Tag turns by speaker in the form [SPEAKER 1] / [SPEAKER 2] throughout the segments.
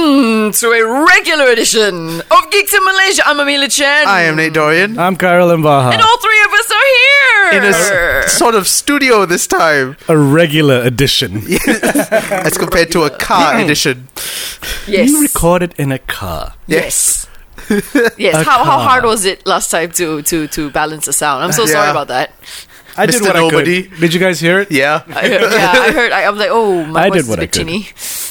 [SPEAKER 1] to a regular edition of Geeks in Malaysia. I'm Amelia Chen.
[SPEAKER 2] I am Nate Dorian.
[SPEAKER 3] I'm Carolyn Baja.
[SPEAKER 1] And all three of us are here.
[SPEAKER 2] in a s- sort of studio this time,
[SPEAKER 3] a regular edition.
[SPEAKER 2] as compared to a car edition.
[SPEAKER 1] yes.
[SPEAKER 3] You recorded in a car.
[SPEAKER 1] yes. Yes.
[SPEAKER 3] A
[SPEAKER 1] How, how
[SPEAKER 3] car.
[SPEAKER 1] hard was it last time to, to, to balance the sound? I'm so
[SPEAKER 2] Yeah.
[SPEAKER 1] sorry about that.
[SPEAKER 3] I
[SPEAKER 2] Mr. Nobody.
[SPEAKER 3] could. Did you guys hear it?
[SPEAKER 2] Yeah,
[SPEAKER 1] I heard, yeah, I heard. I, I'm like, oh, my
[SPEAKER 3] I
[SPEAKER 1] voice
[SPEAKER 3] did
[SPEAKER 1] is
[SPEAKER 3] what
[SPEAKER 1] a
[SPEAKER 3] I
[SPEAKER 1] bit
[SPEAKER 3] could.
[SPEAKER 1] tinny.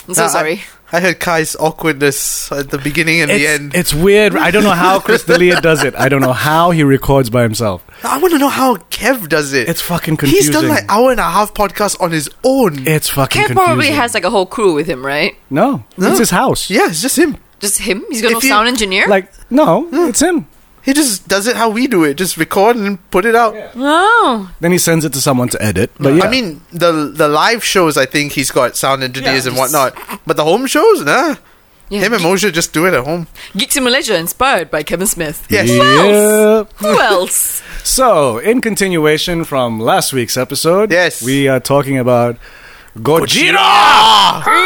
[SPEAKER 1] I'm so
[SPEAKER 2] Uh, I-
[SPEAKER 1] sorry.
[SPEAKER 2] I, heard Kai's awkwardness at the beginning and the
[SPEAKER 3] It's,
[SPEAKER 2] end.
[SPEAKER 3] it's weird. I don't know how Chris D'Elia does it. I don't know how he records by himself.
[SPEAKER 2] I want to know how Kev does it.
[SPEAKER 3] It's fucking
[SPEAKER 2] He's done
[SPEAKER 3] confusing.
[SPEAKER 2] like hour and a half podcast on his own.
[SPEAKER 3] It's fucking
[SPEAKER 1] Kev
[SPEAKER 3] confusing.
[SPEAKER 1] probably has like a whole crew with him, right?
[SPEAKER 3] no,
[SPEAKER 2] No.
[SPEAKER 3] It's his house.
[SPEAKER 2] yeah, it's just him.
[SPEAKER 1] Just him. He's got no
[SPEAKER 2] If you-
[SPEAKER 1] sound engineer.
[SPEAKER 3] Like no, it's him.
[SPEAKER 2] He just does it how we do it. Just record and put it out.
[SPEAKER 1] oh,
[SPEAKER 3] Then he sends it to someone to edit. But yeah,
[SPEAKER 2] I mean, the the live shows, I think he's got sound engineers
[SPEAKER 3] Yeah,
[SPEAKER 2] and whatnot. But the home shows, nah.
[SPEAKER 1] yeah.
[SPEAKER 2] Him and Moshe just do it at home.
[SPEAKER 1] Geeks in Malaysia, inspired by Kevin Smith.
[SPEAKER 2] Yes.
[SPEAKER 3] yeah.
[SPEAKER 1] Who else?
[SPEAKER 3] So, in continuation from last week's episode,
[SPEAKER 2] Yes.
[SPEAKER 3] we are talking about Gojira.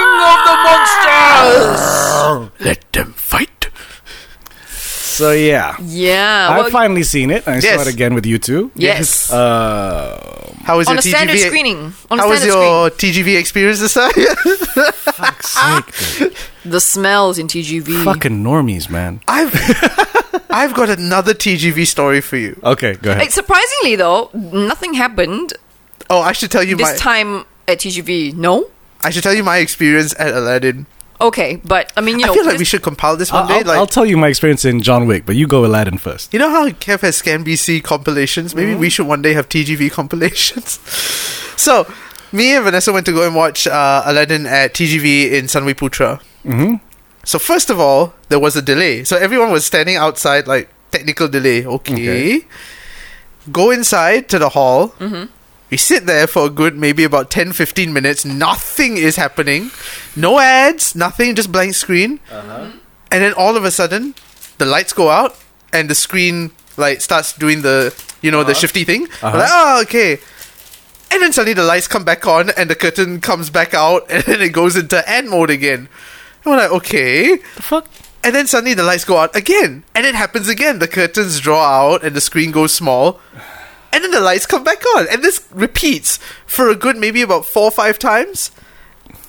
[SPEAKER 2] Let them fight.
[SPEAKER 3] So yeah,
[SPEAKER 1] Yeah. well,
[SPEAKER 3] I've finally seen it. I
[SPEAKER 2] Uh, Yes.
[SPEAKER 3] saw it again with you two.
[SPEAKER 1] Yes.
[SPEAKER 3] Uh,
[SPEAKER 2] How is
[SPEAKER 1] on
[SPEAKER 2] your
[SPEAKER 1] a
[SPEAKER 2] TGV?
[SPEAKER 1] standard screening. On
[SPEAKER 2] How
[SPEAKER 1] a
[SPEAKER 2] was
[SPEAKER 1] standard
[SPEAKER 2] your TGV experience this time?
[SPEAKER 1] screen. The smells in TGV.
[SPEAKER 3] fucking normies, man.
[SPEAKER 2] I've I've got another TGV story for you.
[SPEAKER 3] Okay, go
[SPEAKER 1] Like,
[SPEAKER 3] ahead.
[SPEAKER 1] surprisingly, though, nothing happened
[SPEAKER 2] Oh, I should tell you
[SPEAKER 1] this
[SPEAKER 2] my
[SPEAKER 1] time at TGV. No.
[SPEAKER 2] I should tell you my experience at Aladdin.
[SPEAKER 1] Okay, but I mean, you know,
[SPEAKER 2] I feel like
[SPEAKER 1] this-
[SPEAKER 2] we should compile this one
[SPEAKER 3] I'll,
[SPEAKER 2] day.
[SPEAKER 3] I'll-
[SPEAKER 2] like
[SPEAKER 3] I'll tell you my experience in John Wick, but you go Aladdin first.
[SPEAKER 2] you know how Kev has Scan BC compilations? Maybe we should one day have TGV compilations. so, me and Vanessa went to go and watch uh, Aladdin at TGV in Sunway Putra.
[SPEAKER 3] Mhm.
[SPEAKER 2] So, first of all, there was a delay. So, everyone was standing outside, like, technical delay. Okay. Go inside to the hall. We sit there for a good maybe about 10 15 minutes. Nothing is happening. No ads, nothing, just blank screen. And then all of a sudden, the lights go out and the screen like starts doing the you know the shifty thing. I'm like, oh okay. And then suddenly the lights come back on and the curtain comes back out and then it goes into ad mode again. And we're like, okay.
[SPEAKER 3] The fuck?
[SPEAKER 2] And then suddenly the lights go out again. And it happens again. The curtains draw out and the screen goes small. And then the lights come back on. And this repeats for a good maybe about four or five times.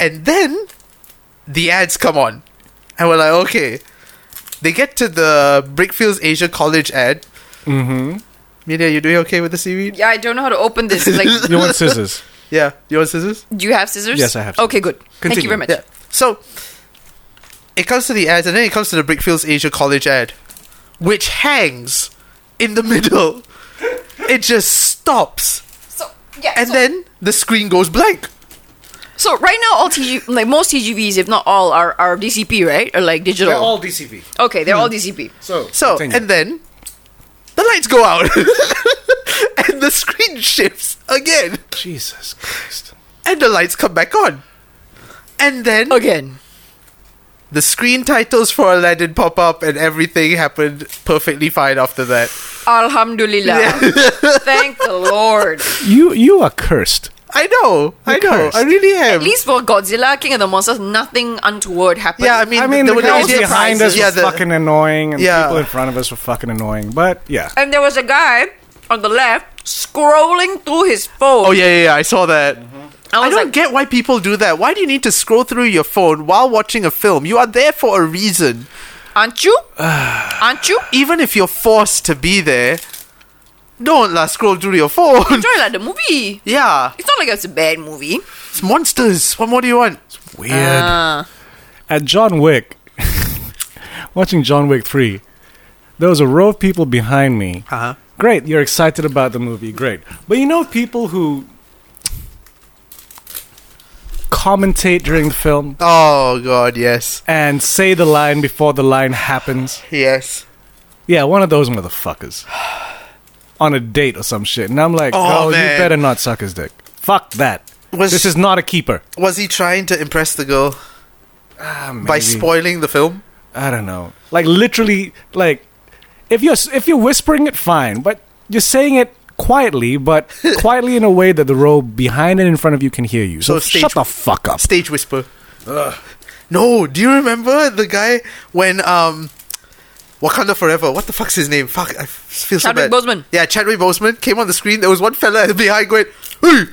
[SPEAKER 2] And then the ads come on. And we're like, okay. They get to the Brickfields Asia College ad.
[SPEAKER 3] Mm-hmm.
[SPEAKER 2] Media, you doing okay with the seaweed?
[SPEAKER 1] Yeah, I don't know how to open this. Like,
[SPEAKER 3] You want scissors?
[SPEAKER 2] Yeah. You want scissors?
[SPEAKER 1] do you have scissors?
[SPEAKER 3] Yes, I have
[SPEAKER 1] Okay, good. Thank you
[SPEAKER 3] Continue.
[SPEAKER 1] very much.
[SPEAKER 2] Yeah. So it comes to the ads, and then it comes to the Brickfields Asia College ad, which hangs in the middle. It just stops,
[SPEAKER 1] So yeah,
[SPEAKER 2] and
[SPEAKER 1] so,
[SPEAKER 2] then the screen goes blank.
[SPEAKER 1] so right now all TG like most TGVs, if not all, are are DCP, right? Or like digital.
[SPEAKER 3] DCV.
[SPEAKER 1] okay, they're all DCP.
[SPEAKER 3] So,
[SPEAKER 2] Hmm. So and then the lights go out, and the screen shifts again,
[SPEAKER 3] Jesus Christ.
[SPEAKER 2] and the lights come back on, and then
[SPEAKER 1] Again.
[SPEAKER 2] the screen titles for Aladdin pop up, and everything happened perfectly fine after that.
[SPEAKER 1] Alhamdulillah. Thank the Lord.
[SPEAKER 3] You you are cursed.
[SPEAKER 2] I know, I
[SPEAKER 3] You're
[SPEAKER 2] know, I
[SPEAKER 3] cursed.
[SPEAKER 2] really am.
[SPEAKER 1] At least for Godzilla, King of the Monsters, nothing untoward happened.
[SPEAKER 2] Yeah, I mean,
[SPEAKER 3] I mean, the
[SPEAKER 2] were no
[SPEAKER 3] guys
[SPEAKER 2] idea
[SPEAKER 3] behind
[SPEAKER 2] prizes.
[SPEAKER 3] us were fucking annoying, and
[SPEAKER 2] Yeah.
[SPEAKER 3] people in front of us were fucking annoying. But yeah,
[SPEAKER 1] And there was a guy on the left scrolling through his phone.
[SPEAKER 2] Oh yeah, yeah, yeah, I saw that.
[SPEAKER 1] I
[SPEAKER 2] I
[SPEAKER 1] was
[SPEAKER 2] don't
[SPEAKER 1] like,
[SPEAKER 2] get why people do that. Why do you need to scroll through your phone while watching a film? You are there for a reason.
[SPEAKER 1] aren't you? aren't you?
[SPEAKER 2] Even if you're forced to be there, don't la scroll through your phone.
[SPEAKER 1] Enjoy like the movie.
[SPEAKER 2] yeah,
[SPEAKER 1] It's not like it's a bad movie.
[SPEAKER 2] it's monsters. What more do you want?
[SPEAKER 3] weird.
[SPEAKER 2] Uh.
[SPEAKER 3] At John Wick, watching John Wick three, there was a row of people behind me.
[SPEAKER 2] Uh-huh.
[SPEAKER 3] Great, you're excited about the movie. Great, but you know people who commentate during the film
[SPEAKER 2] Oh god, yes,
[SPEAKER 3] and say the line before the line happens.
[SPEAKER 2] yes.
[SPEAKER 3] Yeah, one of those motherfuckers on a date or some shit, and I'm like,
[SPEAKER 2] Oh,
[SPEAKER 3] oh,
[SPEAKER 2] man.
[SPEAKER 3] you better not suck his dick. Fuck that.
[SPEAKER 2] Was-
[SPEAKER 3] this is not a keeper.
[SPEAKER 2] Was he trying to impress the girl by
[SPEAKER 3] Maybe.
[SPEAKER 2] spoiling the film?
[SPEAKER 3] I don't know. Like literally, like if you're if you're whispering it, fine, but you're saying it quietly, but quietly in a way that the row behind and in front of you can hear you. So,
[SPEAKER 2] So stage-
[SPEAKER 3] shut the fuck up.
[SPEAKER 2] Stage whisper. No, do you remember the guy when um Wakanda Forever? What the fuck's his name? Fuck, I feel so
[SPEAKER 1] Chadwick
[SPEAKER 2] bad.
[SPEAKER 1] Boseman.
[SPEAKER 2] Yeah, Chadwick Boseman came on the screen. There was one fella behind going, "Hey,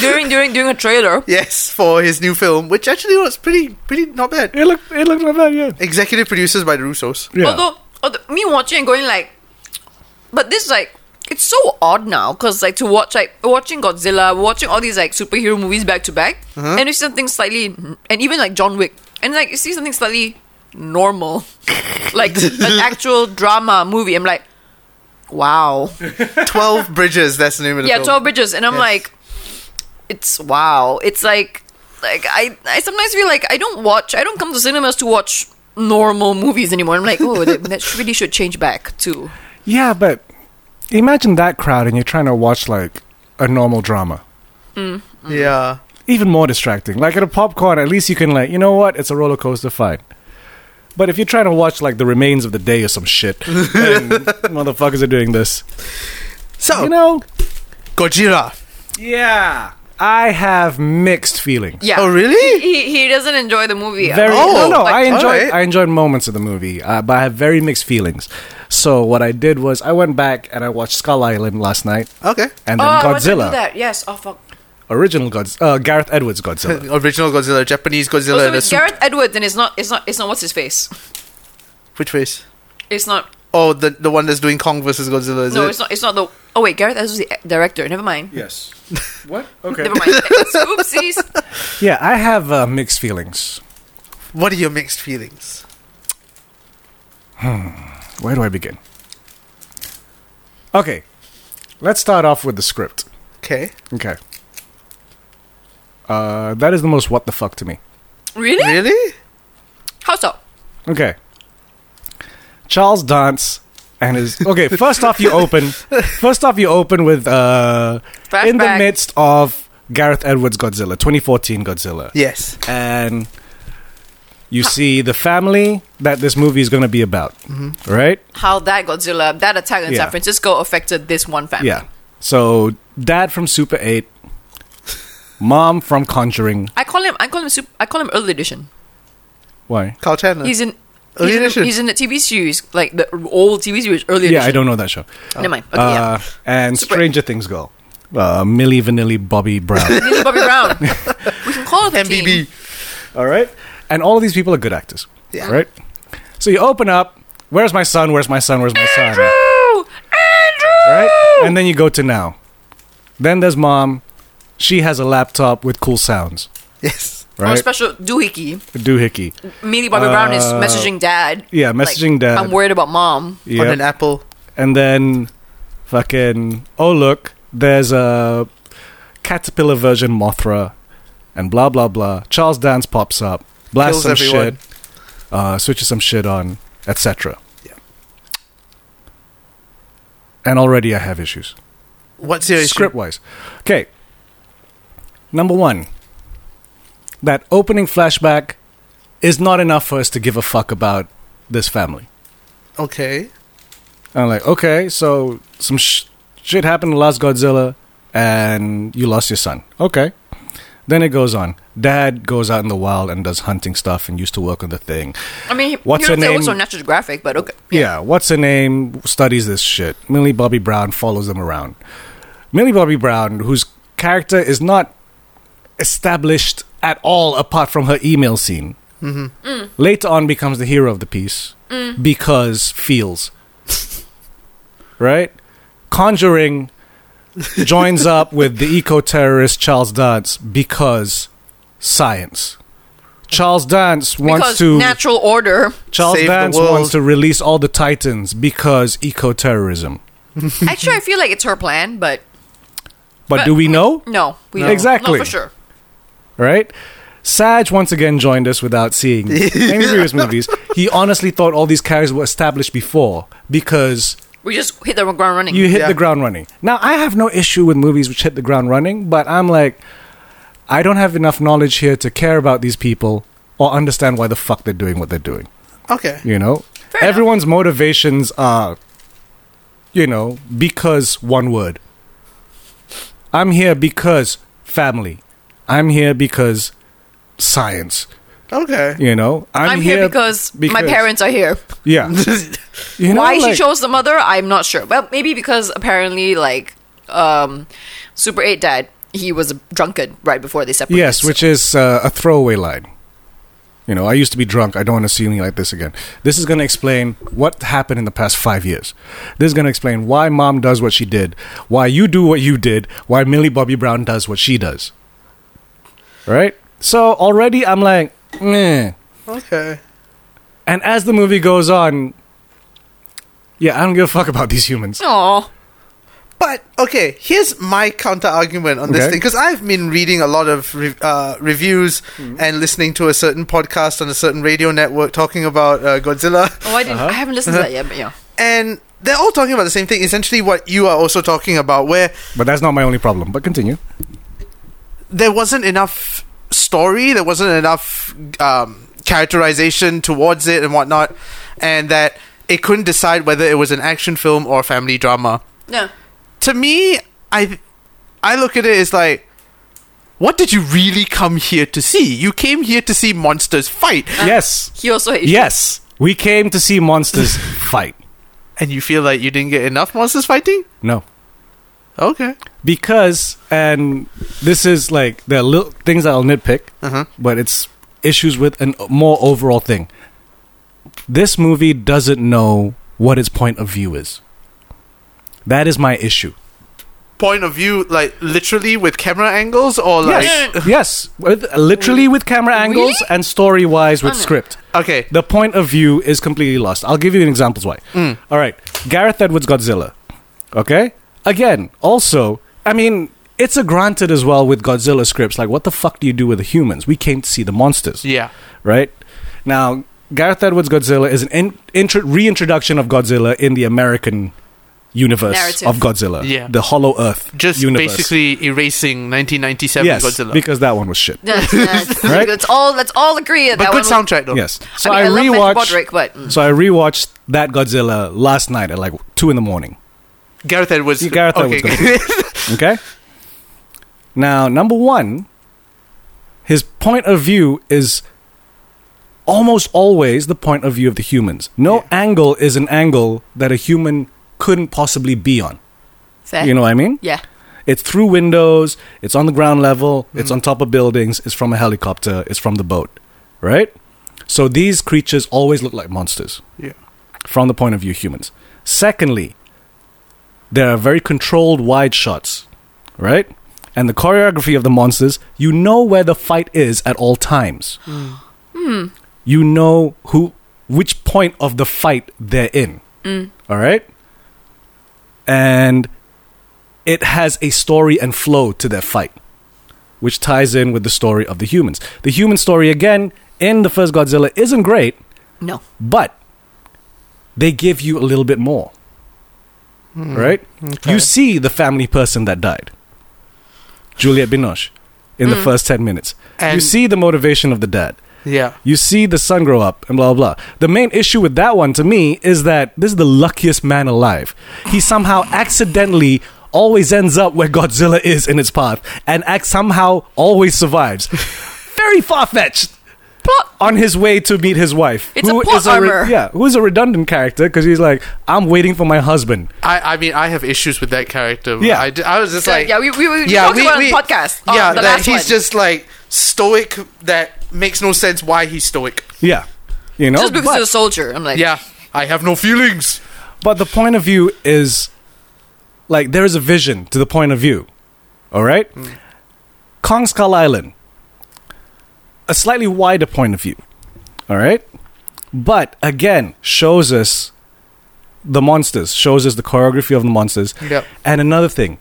[SPEAKER 1] during during during a trailer.
[SPEAKER 2] yes," for his new film, which actually was pretty, pretty not bad.
[SPEAKER 3] It looked it looked like that, yeah.
[SPEAKER 2] Executive producers by the Russos.
[SPEAKER 3] Yeah.
[SPEAKER 1] Although, although me watching and going like, but this like it's so odd now because like to watch like watching Godzilla, watching all these like superhero movies back to back, and you see something slightly, and even like John Wick, and like you see something slightly normal, like an actual drama movie. I'm like, wow,
[SPEAKER 2] Twelve Bridges. That's the name of the
[SPEAKER 1] yeah,
[SPEAKER 2] film.
[SPEAKER 1] Twelve Bridges, and I'm
[SPEAKER 2] Yes.
[SPEAKER 1] like, it's wow, it's like. Like I, I sometimes feel like I don't watch. I don't come to cinemas to watch normal movies anymore. I'm like, oh, that, that really should change back too.
[SPEAKER 3] Yeah, but imagine that crowd and you're trying to watch like a normal drama.
[SPEAKER 1] Mm.
[SPEAKER 2] Yeah.
[SPEAKER 3] Even more distracting. Like at a popcorn, at least you can like, you know what? It's a roller coaster fight. But if you're trying to watch like the remains of the day or some shit, and motherfuckers are doing this.
[SPEAKER 2] So
[SPEAKER 3] You know,
[SPEAKER 2] Godzilla.
[SPEAKER 3] yeah. I have mixed feelings.
[SPEAKER 1] Yeah.
[SPEAKER 2] Oh, really?
[SPEAKER 1] He, he doesn't enjoy the movie.
[SPEAKER 3] Very
[SPEAKER 2] Oh,
[SPEAKER 3] no, no. I
[SPEAKER 1] like-
[SPEAKER 3] enjoyed
[SPEAKER 2] alright.
[SPEAKER 3] I enjoyed moments of the movie, uh, but I have very mixed feelings. So what I did was I went back and I watched Skull Island last night,
[SPEAKER 2] Okay.
[SPEAKER 3] and
[SPEAKER 1] oh,
[SPEAKER 3] then
[SPEAKER 1] I wanted to do
[SPEAKER 3] Godzilla,
[SPEAKER 1] that. Yes. Oh fuck.
[SPEAKER 3] original Godzilla, uh, Gareth Edwards Godzilla.
[SPEAKER 2] Original Godzilla, Japanese Godzilla,
[SPEAKER 1] Also,
[SPEAKER 2] in a
[SPEAKER 1] it's
[SPEAKER 2] suit.
[SPEAKER 1] Gareth Edwards, and it's not. It's not. It's not. What's his face?
[SPEAKER 2] Which face?
[SPEAKER 1] It's not.
[SPEAKER 2] Oh, the the one that's doing Kong versus Godzilla. Is
[SPEAKER 1] no,
[SPEAKER 2] it?
[SPEAKER 1] it's not. It's not the. Oh wait, Gareth Edwards is the director. Never mind.
[SPEAKER 3] Yes. What? Okay.
[SPEAKER 1] Never mind. Oopsies.
[SPEAKER 3] Yeah, I have uh, mixed feelings.
[SPEAKER 2] What are your mixed feelings?
[SPEAKER 3] Where do I begin? Okay, let's start off with the script.
[SPEAKER 2] Okay.
[SPEAKER 3] Okay. Uh, that is the most what the fuck to me.
[SPEAKER 1] Really?
[SPEAKER 2] Really?
[SPEAKER 1] How so?
[SPEAKER 3] Okay. Charles Dance and his okay. First off, you open. First off, you open with uh, in the
[SPEAKER 1] Flashback.
[SPEAKER 3] midst of Gareth Edwards Godzilla, 2014 Godzilla,
[SPEAKER 2] Yes.
[SPEAKER 3] and you see the family that this movie is going to be about, right?
[SPEAKER 1] How that Godzilla, that attack in
[SPEAKER 3] Yeah.
[SPEAKER 1] San Francisco affected this one family.
[SPEAKER 3] Yeah. So dad from Super Eight, mom from Conjuring.
[SPEAKER 1] I call him. I call him. Super, I call him early edition.
[SPEAKER 3] Why?
[SPEAKER 2] Carl Chandler.
[SPEAKER 1] He's in.
[SPEAKER 2] Early
[SPEAKER 1] he's, in
[SPEAKER 2] edition.
[SPEAKER 1] he's in the TV series, like the old TV series, early
[SPEAKER 3] Yeah, I
[SPEAKER 1] edition.
[SPEAKER 3] don't know that show.
[SPEAKER 1] Never mind. Oh, Okay, yeah.
[SPEAKER 3] Uh, and
[SPEAKER 1] Super-
[SPEAKER 3] Stranger Things girl, uh, Millie Vanilli Bobby Brown.
[SPEAKER 1] Millie Bobby Brown. we can call it the team.
[SPEAKER 2] MBB.
[SPEAKER 3] All right. And all of these people are good actors.
[SPEAKER 2] Yeah.
[SPEAKER 3] Right? So you open up, where's my son? Where's my son? Where's my son?
[SPEAKER 1] Andrew! Andrew!
[SPEAKER 3] Right? And then you go to now. Then there's mom. She has a laptop with cool sounds.
[SPEAKER 2] Yes.
[SPEAKER 1] Or
[SPEAKER 3] Right?
[SPEAKER 1] special doohickey.
[SPEAKER 3] Doohickey.
[SPEAKER 1] Millie Bobby Brown is
[SPEAKER 3] Uh,
[SPEAKER 1] messaging dad.
[SPEAKER 3] yeah,
[SPEAKER 1] Like,
[SPEAKER 3] messaging dad.
[SPEAKER 1] I'm worried about mom.
[SPEAKER 3] Yep.
[SPEAKER 2] On an apple.
[SPEAKER 3] and then fucking oh look, there's a caterpillar version Mothra and blah blah blah. Charles Dance pops up, blasts
[SPEAKER 2] Kills
[SPEAKER 3] some
[SPEAKER 2] everyone.
[SPEAKER 3] shit, uh, switches some shit on, etc.
[SPEAKER 2] Yeah.
[SPEAKER 3] And already I have issues.
[SPEAKER 2] What's your issue?
[SPEAKER 3] Script wise. Okay. Number one. That opening flashback is not enough for us to give a fuck about this family.
[SPEAKER 2] Okay.
[SPEAKER 3] And I'm like, okay, so some sh- shit happened in Last Godzilla, and you lost your son. Okay. Then it goes on. Dad goes out in the wild and does hunting stuff and used to work on the thing.
[SPEAKER 1] I mean, he-
[SPEAKER 3] What's
[SPEAKER 1] you
[SPEAKER 3] her
[SPEAKER 1] know,
[SPEAKER 3] name?
[SPEAKER 1] also National Geographic, but okay.
[SPEAKER 3] Yeah. what's her name? Studies this shit. Millie Bobby Brown follows them around. Millie Bobby Brown, whose character is not established at all apart from her email scene, later on becomes the hero of the piece because feels. right? Conjuring joins up with the eco terrorist Charles Dance because science. Charles Dance wants
[SPEAKER 1] Because
[SPEAKER 3] to
[SPEAKER 1] natural order.
[SPEAKER 3] Charles
[SPEAKER 2] Save the
[SPEAKER 3] Dance
[SPEAKER 2] world.
[SPEAKER 3] wants to release all the Titans because eco terrorism.
[SPEAKER 1] Actually, I feel like it's her plan, but
[SPEAKER 3] But,
[SPEAKER 1] But-
[SPEAKER 3] do we know?
[SPEAKER 1] no, we
[SPEAKER 3] No.
[SPEAKER 1] don't.
[SPEAKER 3] Exactly.
[SPEAKER 1] Not for sure.
[SPEAKER 3] Right? Saj once again joined us without seeing any previous movies. He honestly thought all these characters were established before because
[SPEAKER 1] We just hit the ground running.
[SPEAKER 3] you hit
[SPEAKER 2] Yeah.
[SPEAKER 3] the ground running. Now, I have no issue with movies which hit the ground running, but I'm like, I don't have enough knowledge here to care about these people or understand why the fuck they're doing what they're doing.
[SPEAKER 2] Okay.
[SPEAKER 3] You know,
[SPEAKER 1] Fair enough.
[SPEAKER 3] everyone's motivations are, you know, because one word. I'm here because family. I'm here because science.
[SPEAKER 2] Okay.
[SPEAKER 3] You know, I'm,
[SPEAKER 1] I'm here, because, my parents are here.
[SPEAKER 3] Yeah, You know,
[SPEAKER 1] Why she
[SPEAKER 3] like-
[SPEAKER 1] chose the mother, I'm not sure. Well, maybe because apparently, like, um, Super 8 died. He was a drunkard right before they separated.
[SPEAKER 3] Yes, which is uh, a throwaway line. You know, I used to be drunk. I don't want to see me like this again. This is going to explain what happened in the past five years. This is going to explain why mom does what she did, why you do what you did, why Millie Bobby Brown does what she does. Right? So already I'm like, meh.
[SPEAKER 2] Okay.
[SPEAKER 3] And as the movie goes on, yeah, I don't give a fuck about these humans.
[SPEAKER 1] Aw. Oh,
[SPEAKER 2] But okay, here's my counter argument on this
[SPEAKER 3] Okay.
[SPEAKER 2] thing because I've been reading a lot of re- uh, reviews
[SPEAKER 3] Hmm.
[SPEAKER 2] and listening to a certain podcast on a certain radio network talking about uh, Godzilla,
[SPEAKER 1] Oh, I
[SPEAKER 3] Uh-huh.
[SPEAKER 1] didn't. I haven't listened to that yet, but yeah.
[SPEAKER 2] and they're all talking about the same thing. Essentially, what you are also talking about, where
[SPEAKER 3] But that's not my only problem. But continue.
[SPEAKER 2] there wasn't enough story, there wasn't enough um, characterization towards it and whatnot, and that it couldn't decide whether it was an action film or a family drama.
[SPEAKER 1] Yeah.
[SPEAKER 2] to me, I I look at it as like, what did you really come here to see? You came here to see monsters fight,
[SPEAKER 3] Yes.
[SPEAKER 1] He also hates
[SPEAKER 3] Yes. We came to see monsters fight.
[SPEAKER 2] and you feel like you didn't get enough monsters fighting.
[SPEAKER 3] No.
[SPEAKER 2] Okay,
[SPEAKER 3] because and this is like the little things that I'll nitpick,
[SPEAKER 2] Uh-huh.
[SPEAKER 3] but it's issues with an more overall thing. This movie doesn't know what its point of view is. That is my issue.
[SPEAKER 2] point of view, like literally with camera angles, or like
[SPEAKER 3] Yes, yes, with, literally with camera angles
[SPEAKER 1] Really?
[SPEAKER 3] and story wise with
[SPEAKER 1] Oh, no.
[SPEAKER 3] script.
[SPEAKER 2] okay,
[SPEAKER 3] The point of view is completely lost. I'll give you an examples why.
[SPEAKER 2] Mm.
[SPEAKER 3] All right, Gareth Edwards Godzilla. Okay, again, also, I mean, it's a granted as well with Godzilla scripts. Like, what the fuck do you do with the humans? We came to see the monsters,
[SPEAKER 2] yeah,
[SPEAKER 3] right? Now, Gareth Edwards Godzilla is an in- intro- reintroduction of Godzilla in the American universe
[SPEAKER 1] Narrative.
[SPEAKER 3] of Godzilla,
[SPEAKER 2] Yeah.
[SPEAKER 3] the Hollow Earth
[SPEAKER 2] just
[SPEAKER 3] universe.
[SPEAKER 2] basically erasing 1997
[SPEAKER 3] yes,
[SPEAKER 2] Godzilla,
[SPEAKER 3] because that one was shit.
[SPEAKER 1] That's, that's,
[SPEAKER 3] Right?
[SPEAKER 1] Let's all let's all agree that
[SPEAKER 2] but
[SPEAKER 1] one
[SPEAKER 2] good
[SPEAKER 1] was-
[SPEAKER 2] soundtrack though.
[SPEAKER 3] Yes. So
[SPEAKER 1] I mean, I
[SPEAKER 3] I,
[SPEAKER 1] love Matthew
[SPEAKER 3] rewatched.
[SPEAKER 1] Broderick, but, mm.
[SPEAKER 3] So I rewatched that Godzilla last night at like two in the morning.
[SPEAKER 2] Gareth Edwards.
[SPEAKER 3] Yeah, Gareth
[SPEAKER 2] okay.
[SPEAKER 3] Edwards Okay. Now, number one, his point of view is almost always the point of view of the humans. No angle is an angle that a human couldn't possibly be on.
[SPEAKER 1] Fair.
[SPEAKER 3] You know what I mean?
[SPEAKER 1] Yeah.
[SPEAKER 3] It's through windows, it's on the ground level, it's on top of buildings, it's from a helicopter, it's from the boat, right? So these creatures always look like monsters
[SPEAKER 2] yeah.
[SPEAKER 3] from the point of view of humans. Secondly, there are very controlled wide shots, right? And the choreography of the monsters, you know where the fight is at all times. You know who which point of the fight they're in. All right? And it has a story and flow to their fight, which ties in with the story of the humans. The human story again in the first Godzilla isn't great,
[SPEAKER 1] No.
[SPEAKER 3] but they give you a little bit more.
[SPEAKER 2] Hmm,
[SPEAKER 3] Right? You see the family person that died, Juliette Binoche, in the first 10 minutes. you
[SPEAKER 2] Hmm. And-
[SPEAKER 3] see the motivation of the dad.
[SPEAKER 2] Yeah.
[SPEAKER 3] You see the son grow up and blah, blah, blah. The main issue with that one to me is that this is the luckiest man alive. He somehow accidentally always ends up where Godzilla is in its path and act somehow always survives. Very far fetched
[SPEAKER 1] Plot.
[SPEAKER 3] on his way to meet his wife.
[SPEAKER 1] It's a plot
[SPEAKER 3] is re-
[SPEAKER 1] armor.
[SPEAKER 3] yeah, who is a redundant character because he's like, I'm waiting for my husband.
[SPEAKER 2] I, I mean, I have issues with that character.
[SPEAKER 3] Yeah.
[SPEAKER 2] I, d- I was just
[SPEAKER 1] So,
[SPEAKER 2] like,
[SPEAKER 1] yeah, we- we- we talked about it on podcast, on
[SPEAKER 2] Yeah,
[SPEAKER 1] the
[SPEAKER 2] that
[SPEAKER 1] last
[SPEAKER 2] he's
[SPEAKER 1] one.
[SPEAKER 2] just like stoic. That makes no sense. Why he's stoic?
[SPEAKER 3] Yeah, you know.
[SPEAKER 1] Just because
[SPEAKER 3] but,
[SPEAKER 1] he's a soldier. I'm like,
[SPEAKER 2] Yeah, I have no feelings.
[SPEAKER 3] but the point of view is like there is a vision to the point of view. All right,
[SPEAKER 1] Hmm.
[SPEAKER 3] Kong Skull Island, a slightly wider point of view. All right, but again shows us the monsters, shows us the choreography of the monsters.
[SPEAKER 2] Yep.
[SPEAKER 3] And another thing,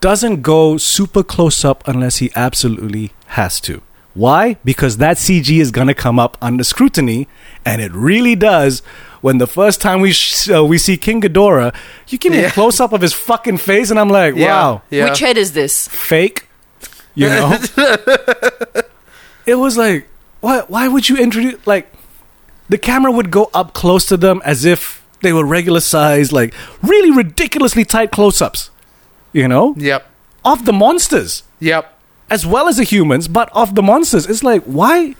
[SPEAKER 3] doesn't go super close up unless he absolutely has to. Why? Because that CG is gonna come up under scrutiny, and it really does. When the first time we sh- uh, we see King Ghidorah, you give me a
[SPEAKER 2] Yeah.
[SPEAKER 3] close up of his fucking face, and I'm like,
[SPEAKER 2] Yeah,
[SPEAKER 3] wow,
[SPEAKER 2] yeah.
[SPEAKER 1] Which head is this?
[SPEAKER 3] fake. You know, it was like, what? Why would you introduce like? The camera would go up close to them as if they were regular size, like really ridiculously tight close ups. You know,
[SPEAKER 2] Yep,
[SPEAKER 3] of the monsters.
[SPEAKER 2] yep.
[SPEAKER 3] as well as the humans, but of the monsters. It's like why,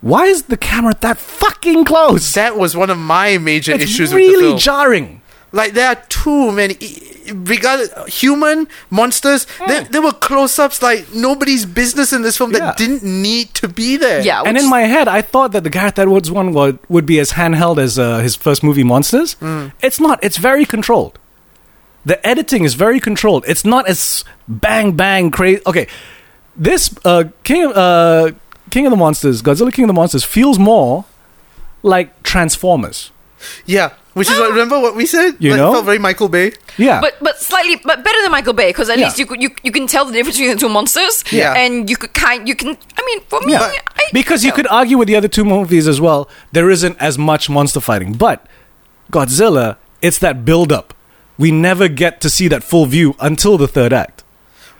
[SPEAKER 3] why is the camera that fucking close?
[SPEAKER 2] That was one of my major
[SPEAKER 3] it's
[SPEAKER 2] issues with the
[SPEAKER 3] really
[SPEAKER 2] film.
[SPEAKER 3] jarring.
[SPEAKER 2] like there are too many. Regardless, human monsters. There, there were close-ups like nobody's business in this film
[SPEAKER 3] Mm. Yeah.
[SPEAKER 2] that didn't need to be there.
[SPEAKER 1] Yeah,
[SPEAKER 3] And
[SPEAKER 1] which-
[SPEAKER 3] in my head, I thought that the Gareth Edwards one would, would be as handheld as uh, his first movie, Monsters.
[SPEAKER 2] Hmm.
[SPEAKER 3] It's not. It's very controlled. The editing is very controlled. It's not as bang bang crazy. Okay, this uh, King of uh, King of the Monsters, Godzilla King of the Monsters, feels more like Transformers.
[SPEAKER 2] yeah. Which is what remember what we said.
[SPEAKER 3] You
[SPEAKER 2] Like,
[SPEAKER 3] know?
[SPEAKER 2] felt very Michael Bay.
[SPEAKER 3] Yeah,
[SPEAKER 1] but but slightly but better than Michael Bay because at
[SPEAKER 3] Yeah.
[SPEAKER 1] least you could you, you can tell the difference between the two monsters.
[SPEAKER 2] Yeah.
[SPEAKER 1] and you could kind you can I mean for me
[SPEAKER 3] Yeah.
[SPEAKER 1] I,
[SPEAKER 3] because you could argue with the other two movies as well. There isn't as much monster fighting, but Godzilla, it's that build up. We never get to see that full view until the third act.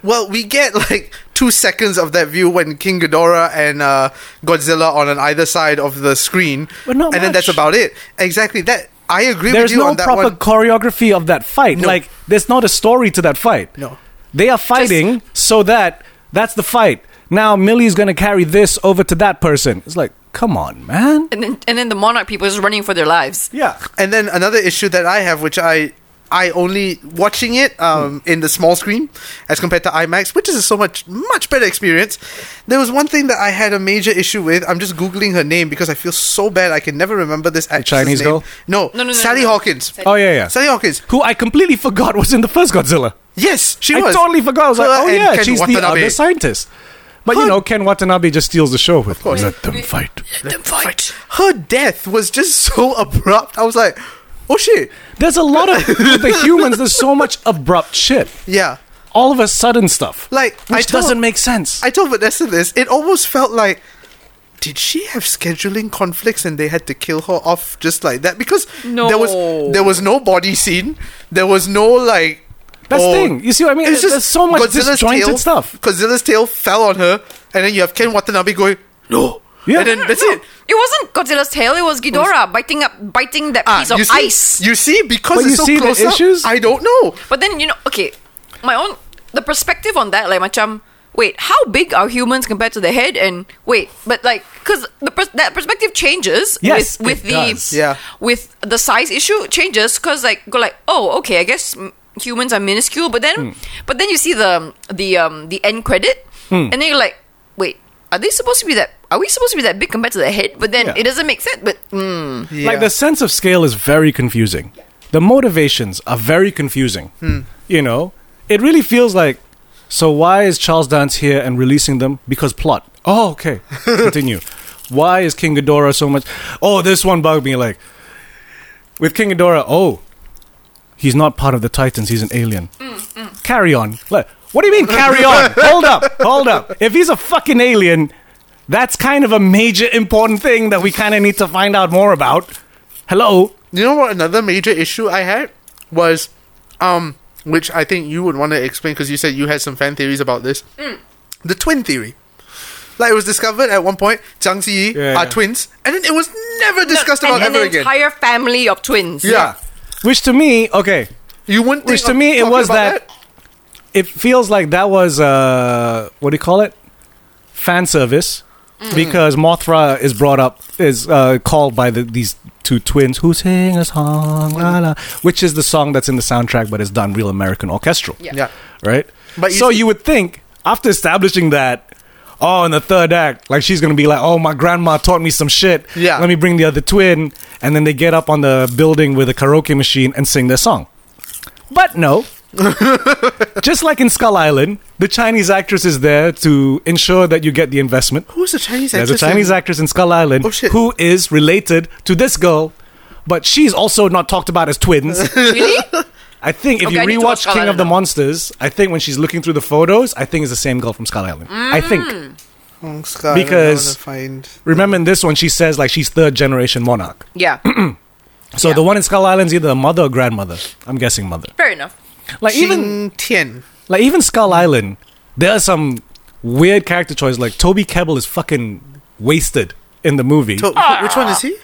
[SPEAKER 2] Well, we get like two seconds of that view when King Ghidorah and uh, Godzilla on an either side of the screen,
[SPEAKER 3] But not
[SPEAKER 2] and then that's
[SPEAKER 3] much.
[SPEAKER 2] about it. Exactly. That I agree
[SPEAKER 3] There's
[SPEAKER 2] with you
[SPEAKER 3] no
[SPEAKER 2] on that
[SPEAKER 3] proper
[SPEAKER 2] one.
[SPEAKER 3] choreography of that fight.
[SPEAKER 2] No.
[SPEAKER 3] Like there's not a story to that fight.
[SPEAKER 2] No.
[SPEAKER 3] They are fighting so that that's the fight. Now Millie's gonna carry this over to that person. It's like, come on, man.
[SPEAKER 1] and then and then the monarch people is running for their lives.
[SPEAKER 3] Yeah.
[SPEAKER 2] And then another issue that I have, which I I only watching it um,
[SPEAKER 3] Hmm.
[SPEAKER 2] in the small screen as compared to IMAX, which is a so much much better experience. There was one thing that I had a major issue with. I'm just googling her name because I feel so bad. I can never remember this actress.
[SPEAKER 3] Chinese
[SPEAKER 2] name.
[SPEAKER 3] girl?
[SPEAKER 2] No,
[SPEAKER 1] No, no, no,
[SPEAKER 2] Sally
[SPEAKER 1] no, no.
[SPEAKER 2] Hawkins.
[SPEAKER 1] Sally-
[SPEAKER 3] Oh yeah, yeah.
[SPEAKER 2] Sally Hawkins.
[SPEAKER 3] Who I completely forgot was in the first Godzilla.
[SPEAKER 2] Yes, she
[SPEAKER 3] I
[SPEAKER 2] was.
[SPEAKER 3] totally forgot. I was like,
[SPEAKER 2] Her
[SPEAKER 3] oh
[SPEAKER 2] and
[SPEAKER 3] yeah,
[SPEAKER 2] Ken
[SPEAKER 3] she's the
[SPEAKER 2] Watanabe.
[SPEAKER 3] other scientist. But you
[SPEAKER 2] Her-
[SPEAKER 3] know, Ken Watanabe just steals the show with of
[SPEAKER 2] course.
[SPEAKER 3] let them fight.
[SPEAKER 1] Let them fight.
[SPEAKER 2] Her death was just so abrupt. I was like, oh shit.
[SPEAKER 3] There's a lot of with the humans. There's so much abrupt shit.
[SPEAKER 2] Yeah.
[SPEAKER 3] All of a sudden stuff
[SPEAKER 2] Like, I
[SPEAKER 3] which
[SPEAKER 2] told-
[SPEAKER 3] doesn't make sense.
[SPEAKER 2] I told Vanessa this. It almost felt like, did she have scheduling conflicts and they had to kill her off just like that? Because there was
[SPEAKER 1] No.
[SPEAKER 2] there was no body scene. There was no like. oh,
[SPEAKER 3] That's the thing. You see what I mean?
[SPEAKER 2] It's
[SPEAKER 3] There's so much disjointed
[SPEAKER 2] tail,
[SPEAKER 3] stuff.
[SPEAKER 2] Godzilla's tail fell on her, and then you have Ken Watanabe going no,
[SPEAKER 3] Yeah.
[SPEAKER 2] and then that's it.
[SPEAKER 1] It wasn't Godzilla's tail; it was Ghidorah biting up biting that
[SPEAKER 2] Ah,
[SPEAKER 1] piece of
[SPEAKER 2] you see,
[SPEAKER 1] ice.
[SPEAKER 2] You see, because
[SPEAKER 3] But
[SPEAKER 2] it's
[SPEAKER 3] you
[SPEAKER 2] so
[SPEAKER 3] see the
[SPEAKER 2] close up,
[SPEAKER 3] issues?
[SPEAKER 2] I don't know.
[SPEAKER 1] But then you know, okay, my own the perspective on that, like, macam, wait, how big are humans compared to the head? And wait, but like, because the pers- that perspective changes.
[SPEAKER 3] Yes,
[SPEAKER 1] with, with
[SPEAKER 3] it
[SPEAKER 1] the
[SPEAKER 3] does.
[SPEAKER 2] Yeah.
[SPEAKER 1] with the size issue changes because like go like oh okay I guess mm, humans are minuscule, but then
[SPEAKER 3] Hmm.
[SPEAKER 1] but then you see the the um the end credit,
[SPEAKER 3] Hmm.
[SPEAKER 1] and then you're like, wait, are they supposed to be that? Are we supposed to be that big compared to the head? But then
[SPEAKER 3] Yeah.
[SPEAKER 1] it doesn't make sense. But mm,
[SPEAKER 2] Yeah.
[SPEAKER 3] Like the sense of scale is very confusing. The motivations are very confusing. You know, it really feels like. So why is Charles Dance here and releasing them? Because plot. Oh, okay. Continue. why is King Ghidorah so much? Oh, this one bugged me. Like with King Ghidorah. Oh, he's not part of the Titans. He's an alien. Carry on. Like, What do you mean carry on? hold up, hold up. If he's a fucking alien, that's kind of a major important thing that we kind of need to find out more about. Hello.
[SPEAKER 2] You know what? Another major issue I had was, um, which I think you would want to explain because you said you had some fan theories about this.
[SPEAKER 1] Mm.
[SPEAKER 2] The twin theory. Like it was discovered at one point, Zhang Ziyi
[SPEAKER 3] Yeah,
[SPEAKER 2] are
[SPEAKER 3] yeah.
[SPEAKER 2] twins, and then it was never discussed
[SPEAKER 1] and,
[SPEAKER 2] about
[SPEAKER 1] and
[SPEAKER 2] ever
[SPEAKER 1] an
[SPEAKER 2] again.
[SPEAKER 1] entire family of twins.
[SPEAKER 2] yeah.
[SPEAKER 3] Which to me, okay,
[SPEAKER 2] you wouldn't.
[SPEAKER 3] Which
[SPEAKER 2] think
[SPEAKER 3] to
[SPEAKER 2] of
[SPEAKER 3] me, it
[SPEAKER 2] talking
[SPEAKER 3] was
[SPEAKER 2] about
[SPEAKER 3] that- it feels like that was uh, what do you call it? Fan service, because Mothra is brought up is uh, called by the, these two twins who sing a song, la, la, which is the song that's in the soundtrack, but it's done real American orchestral.
[SPEAKER 1] Yeah.
[SPEAKER 2] Yeah.
[SPEAKER 3] right?
[SPEAKER 2] But you
[SPEAKER 3] so
[SPEAKER 2] see-
[SPEAKER 3] you would think after establishing that, oh, in the third act, like she's gonna be like, oh, my grandma taught me some shit.
[SPEAKER 2] Yeah.
[SPEAKER 3] let me bring the other twin, and then they get up on the building with a karaoke machine and sing their song. But no. Just like in Skull Island, the Chinese actress is there to ensure that you get the investment.
[SPEAKER 2] Who's the Chinese
[SPEAKER 3] There's
[SPEAKER 2] actress?
[SPEAKER 3] a Chinese
[SPEAKER 2] in-
[SPEAKER 3] actress in Skull Island
[SPEAKER 2] Oh, shit.
[SPEAKER 3] who is related to this girl, but she's also not talked about as twins.
[SPEAKER 1] really?
[SPEAKER 3] I think if
[SPEAKER 1] Okay, I need
[SPEAKER 3] you
[SPEAKER 1] to watch
[SPEAKER 3] rewatch
[SPEAKER 1] Skull
[SPEAKER 3] King of
[SPEAKER 1] Island
[SPEAKER 3] the
[SPEAKER 1] now.
[SPEAKER 3] Monsters, I think when she's looking through the photos, I think it's the same girl from Skull Island. I
[SPEAKER 1] Mm.
[SPEAKER 3] think.
[SPEAKER 2] Oh, Scar,
[SPEAKER 3] Because-
[SPEAKER 2] I wanna find
[SPEAKER 3] Remember in this one, she says like she's third generation monarch.
[SPEAKER 1] Yeah,
[SPEAKER 3] So
[SPEAKER 1] Yeah.
[SPEAKER 3] the one in Skull Island's either a mother or grandmother. I'm guessing mother.
[SPEAKER 1] fair enough.
[SPEAKER 3] Like even
[SPEAKER 1] Ah.
[SPEAKER 2] Qing Tian.
[SPEAKER 3] like even Skull Island, there are some weird character choices. Like Toby Kebbell is fucking wasted in the movie.
[SPEAKER 2] To- Which one is he?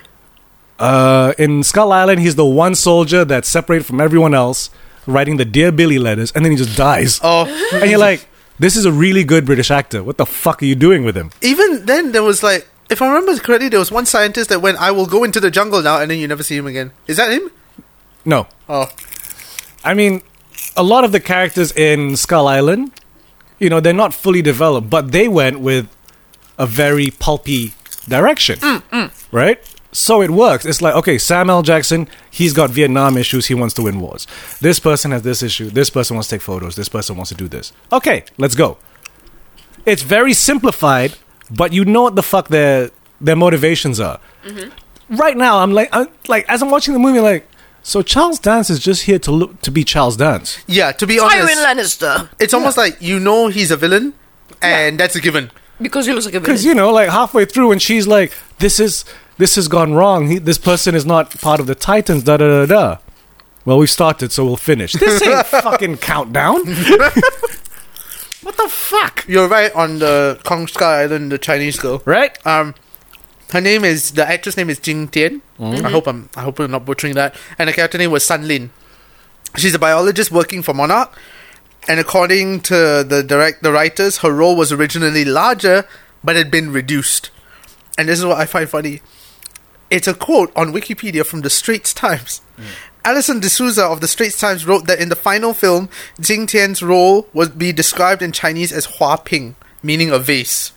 [SPEAKER 3] Uh, in Skull Island, he's the one soldier that's separated from everyone else, writing the Dear Billy letters, and then he just dies.
[SPEAKER 2] Oh,
[SPEAKER 3] and you're like, This is a really good British actor. What the fuck are you doing with him?
[SPEAKER 2] Even then, there was like, if I remember correctly, there was one scientist that went, "I will go into the jungle now," and then you never see him again. Is that him?
[SPEAKER 3] No.
[SPEAKER 2] Oh,
[SPEAKER 3] I mean, a lot of the characters in Skull Island, you know, they're not fully developed, but they went with a very pulpy direction, right? So it works. It's like, okay, Sam L. Jackson, he's got Vietnam issues. He wants to win wars. This person has this issue. This person wants to take photos. This person wants to do this. Okay, let's go. It's very simplified, but you know what the fuck their their motivations are right now I'm like I'm like as I'm watching the movie like so Charles Dance is just here to look to be Charles Dance.
[SPEAKER 2] yeah. To be honest,
[SPEAKER 1] Tyrion Lannister.
[SPEAKER 2] it's almost like you know he's a villain, and that's a given.
[SPEAKER 1] Because he looks like a
[SPEAKER 3] Cuz
[SPEAKER 1] villain.
[SPEAKER 3] you know like halfway through and she's like this is this has gone wrong. He, this person is not part of the Titans da da da da. Well, we started so we'll finish. This ain't fucking countdown. what the fuck?
[SPEAKER 2] You're right on the Kong Sky Island, the Chinese girl.
[SPEAKER 3] Right?
[SPEAKER 2] Um, her name is the actress name is Jing Tian. I hope I'm I hope I'm not butchering that. And the character name was Sun Lin. She's a biologist working for Monarch, and according to the direct the writers, her role was originally larger but had been reduced. And this is what I find funny. It's a quote on Wikipedia from the Straits Times. Alison D'Souza of the Straits Times wrote that in the final film, Jing Tian's role would be described in Chinese as Hua Ping, meaning a vase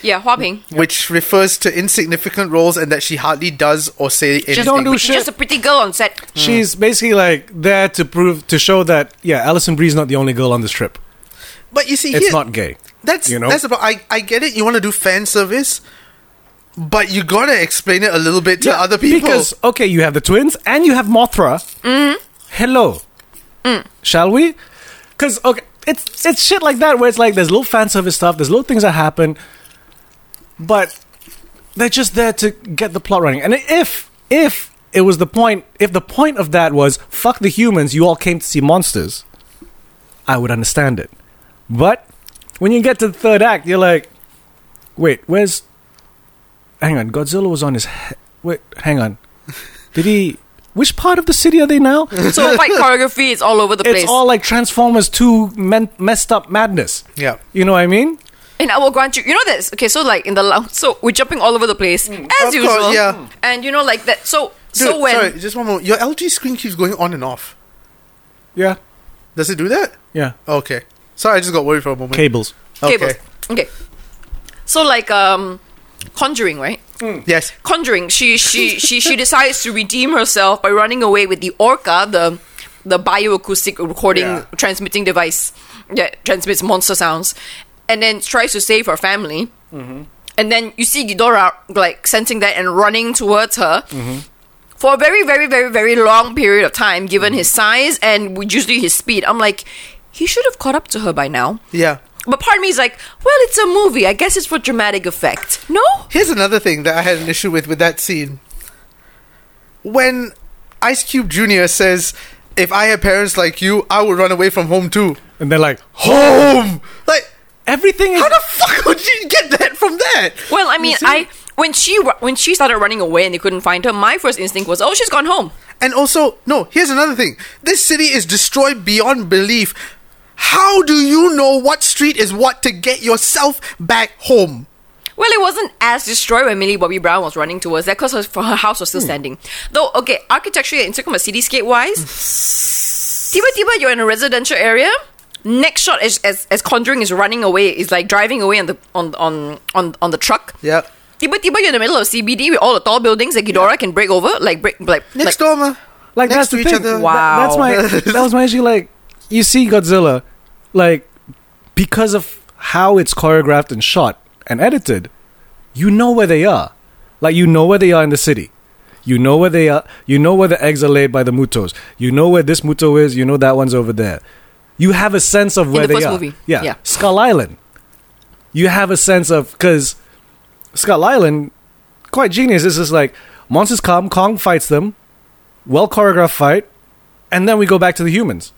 [SPEAKER 1] yeah, Hua Ping.
[SPEAKER 2] which refers to insignificant roles and that she hardly does or say anything.
[SPEAKER 1] Just,
[SPEAKER 3] don't do
[SPEAKER 1] but she's
[SPEAKER 3] shit.
[SPEAKER 1] just a pretty girl on set.
[SPEAKER 3] She's basically like there to prove to show that yeah, Alison Bree's not the only girl on this trip.
[SPEAKER 2] but you see,
[SPEAKER 3] It's
[SPEAKER 2] here,
[SPEAKER 3] not gay.
[SPEAKER 2] that's
[SPEAKER 3] you know?
[SPEAKER 2] that's about. I I get it. You want to do fan service, but you gotta explain it a little bit to
[SPEAKER 3] Yeah,
[SPEAKER 2] other people. Mm-hmm.
[SPEAKER 3] Because okay, you have the twins and you have Mothra. Hello,
[SPEAKER 2] Mm.
[SPEAKER 3] shall we? Because okay, it's it's shit like that where it's like there's little fan service stuff, there's little things that happen, but they're just there to get the plot running. And if if it was the point, if the point of that was fuck the humans, you all came to see monsters, I would understand it. But when you get to the third act, you're like, wait, where's? Hang on, Godzilla was on his. He- wait, hang on. Did he? Which part of the city are they now?
[SPEAKER 1] So fight choreography is all over the place.
[SPEAKER 3] It's all like Transformers Two men- messed up madness.
[SPEAKER 2] Yeah.
[SPEAKER 3] you know what I mean.
[SPEAKER 1] And I will grant you, you know this. Okay, so like in the lounge, so we're jumping all over the place as
[SPEAKER 2] Of course,
[SPEAKER 1] usual.
[SPEAKER 2] yeah. Mm.
[SPEAKER 1] And you know, like that. So
[SPEAKER 2] Dude,
[SPEAKER 1] so when
[SPEAKER 2] sorry, just one moment. Your LG screen keeps going on and off.
[SPEAKER 3] Yeah,
[SPEAKER 2] Does it do that?
[SPEAKER 3] yeah.
[SPEAKER 2] Okay. Sorry, I just got worried for a moment.
[SPEAKER 3] Cables.
[SPEAKER 2] Okay.
[SPEAKER 1] cables. Okay. So like um, Conjuring, right?
[SPEAKER 2] Yes.
[SPEAKER 1] Conjuring. She she she she decides to redeem herself by running away with the orca, the the bioacoustic recording
[SPEAKER 2] Yeah.
[SPEAKER 1] transmitting device that transmits monster sounds, and then tries to save her family. And then you see Ghidorah like sensing that and running towards her. For a very, very, very, very long period of time, given his size and usually his speed, I'm like, he should have caught up to her by now.
[SPEAKER 2] Yeah.
[SPEAKER 1] But part of me is like, well, it's a movie. I guess it's for dramatic effect. No?
[SPEAKER 2] Here's another thing that I had an issue with with that scene. When Ice Cube Jr. says, "If I had parents like you, I would run away from home too."
[SPEAKER 3] And they're like,
[SPEAKER 2] Home, like
[SPEAKER 3] everything is
[SPEAKER 2] How the fuck would you get that from that?
[SPEAKER 1] Well, I mean,
[SPEAKER 2] You see?
[SPEAKER 1] I when she ru- when she started running away and they couldn't find her, my first instinct was, oh, she's gone home.
[SPEAKER 2] And also, no, here's another thing. This city is destroyed beyond belief. How do you know what street is what to get yourself back home?
[SPEAKER 1] Well, it wasn't as destroyed when Millie Bobby Brown was running towards that because her, her house was still
[SPEAKER 2] Hmm.
[SPEAKER 1] standing. Though, okay, architecturally in Tacoma cityscape wise, tiba tiba you're in a residential area. Next shot is as, as Conjuring is running away, is like driving away on the on on on, on the truck.
[SPEAKER 2] Yep.
[SPEAKER 1] Tiba tiba you're in the middle of CBD with all the tall buildings that Ghidorah can break over, like break like like,
[SPEAKER 2] Next door, ma.
[SPEAKER 3] like
[SPEAKER 2] Next
[SPEAKER 3] that's
[SPEAKER 2] to
[SPEAKER 3] the
[SPEAKER 2] each
[SPEAKER 3] thing.
[SPEAKER 2] other.
[SPEAKER 1] Wow.
[SPEAKER 3] That- that's my that was my issue. Like you see Godzilla, like because of how it's choreographed and shot and edited, you know where they are. Like you know where they are in the city. You know where they are. You know where the eggs are laid by the mutos. You know where this muto is. You know that one's over there. You have a sense of where
[SPEAKER 1] the
[SPEAKER 3] they
[SPEAKER 1] first
[SPEAKER 3] are.
[SPEAKER 1] movie.
[SPEAKER 3] Yeah.
[SPEAKER 1] Yeah.
[SPEAKER 3] Skull Island. You have a sense of because Skull Island, quite genius. This is like monsters come, Kong fights them, well choreographed fight, and then we go back to the humans.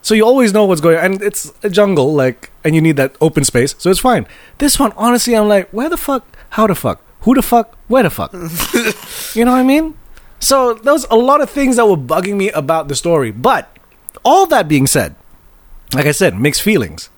[SPEAKER 3] So you always know what's going on. And it's a jungle, like, and you need that open space, so it's fine. This one, honestly, I'm like, where the fuck? How the fuck? Who the fuck? Where the fuck? you know what I mean? So there was a lot of things that were bugging me
[SPEAKER 2] Hmm.
[SPEAKER 3] about the story. But all that being said, like I said, mixed feelings.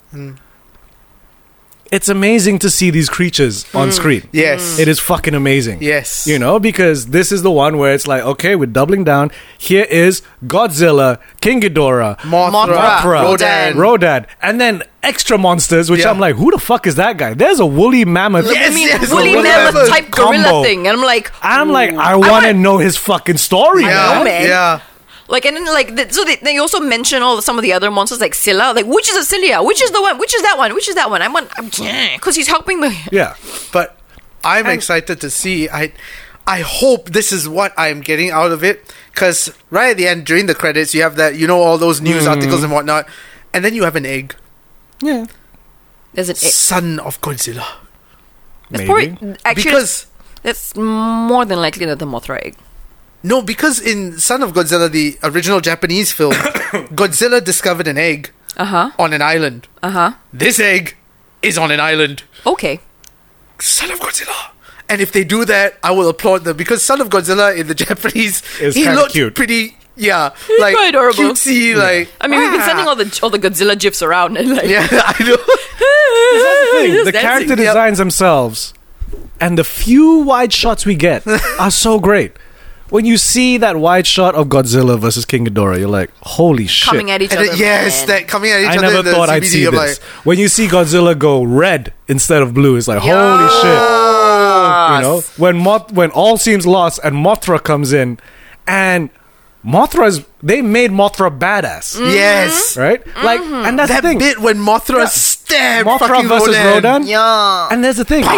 [SPEAKER 3] it's amazing to see these creatures on screen.
[SPEAKER 2] Hmm. Yes.
[SPEAKER 3] It is fucking amazing.
[SPEAKER 2] Yes.
[SPEAKER 3] You know, because this is the one where it's like, okay, we're doubling down. Here is Godzilla, King Ghidorah,
[SPEAKER 2] Mothra,
[SPEAKER 3] Mothra,
[SPEAKER 2] Rodan.
[SPEAKER 3] Rodan, and then extra monsters, which
[SPEAKER 2] Yeah.
[SPEAKER 3] I'm like, who the fuck is that guy? There's a woolly mammoth.
[SPEAKER 1] I
[SPEAKER 2] Yes,
[SPEAKER 1] mean,
[SPEAKER 2] yes,
[SPEAKER 1] woolly
[SPEAKER 2] the
[SPEAKER 1] mammoth
[SPEAKER 2] mammoth
[SPEAKER 1] type
[SPEAKER 3] combo.
[SPEAKER 1] gorilla thing, and I'm like,
[SPEAKER 3] I'm like, I
[SPEAKER 1] Ooh.
[SPEAKER 3] want to
[SPEAKER 1] want-
[SPEAKER 3] know his fucking story.
[SPEAKER 1] I
[SPEAKER 2] Yeah,
[SPEAKER 1] know, man.
[SPEAKER 2] yeah.
[SPEAKER 1] Like and then like the, so they, they also mention all some of the other monsters like Scylla like which is a Cilia which is the one which is that one which is that one I'm on because he's helping the
[SPEAKER 3] Yeah.
[SPEAKER 2] But I'm excited to see. I I hope this is what I'm getting out of it. Because right at the end, during the credits, you have that, you know, all those news articles and whatnot. And then you have an egg.
[SPEAKER 3] Yeah.
[SPEAKER 1] there's an it's
[SPEAKER 2] Son of Godzilla.
[SPEAKER 3] Maybe.
[SPEAKER 1] probably actually
[SPEAKER 2] Because.
[SPEAKER 1] that's more than likely another Mothra egg
[SPEAKER 2] No, because in Son of Godzilla, the original Japanese film, Godzilla discovered an egg
[SPEAKER 1] uh huh
[SPEAKER 2] on an island.
[SPEAKER 1] uh huh
[SPEAKER 2] This egg is on an island.
[SPEAKER 1] okay
[SPEAKER 2] Son of Godzilla. And if they do that, I will applaud them because Son of Godzilla in the Japanese,
[SPEAKER 3] Is
[SPEAKER 2] he
[SPEAKER 3] kinda
[SPEAKER 2] looked
[SPEAKER 3] cute.
[SPEAKER 2] pretty, yeah,
[SPEAKER 1] He's
[SPEAKER 2] like
[SPEAKER 1] quite adorable.
[SPEAKER 2] cutesy, like.
[SPEAKER 1] I mean we've been
[SPEAKER 2] ah.
[SPEAKER 1] sending all the all the Godzilla gifs around and like
[SPEAKER 2] Yeah, I know.
[SPEAKER 1] the,
[SPEAKER 3] the character designs themselves and the few wide shots we get are so great. When you see that wide shot of Godzilla versus King Ghidorah, you're like, holy shit.
[SPEAKER 1] coming at each
[SPEAKER 2] And
[SPEAKER 1] other
[SPEAKER 2] then- yes,
[SPEAKER 1] man.
[SPEAKER 2] that coming at each
[SPEAKER 3] I
[SPEAKER 2] other. in
[SPEAKER 3] never
[SPEAKER 2] the
[SPEAKER 3] thought I'd
[SPEAKER 2] CBD,
[SPEAKER 3] see
[SPEAKER 2] I'm
[SPEAKER 3] this. when you see Godzilla go red instead of blue, it's like, holy shit.
[SPEAKER 1] Ah,
[SPEAKER 3] You know? When Moth- when all seems lost and Mothra comes in and Mothra's they made Mothra badass.
[SPEAKER 2] Like, yes,
[SPEAKER 1] Mm-hmm.
[SPEAKER 3] Right? Like and that's
[SPEAKER 2] Mm. that
[SPEAKER 3] the thing.
[SPEAKER 2] bit when Mothra stabbed
[SPEAKER 3] Mothra
[SPEAKER 2] fucking
[SPEAKER 3] versus
[SPEAKER 2] Rodan.
[SPEAKER 3] Rodan.
[SPEAKER 1] yeah
[SPEAKER 3] And there's the thing. I,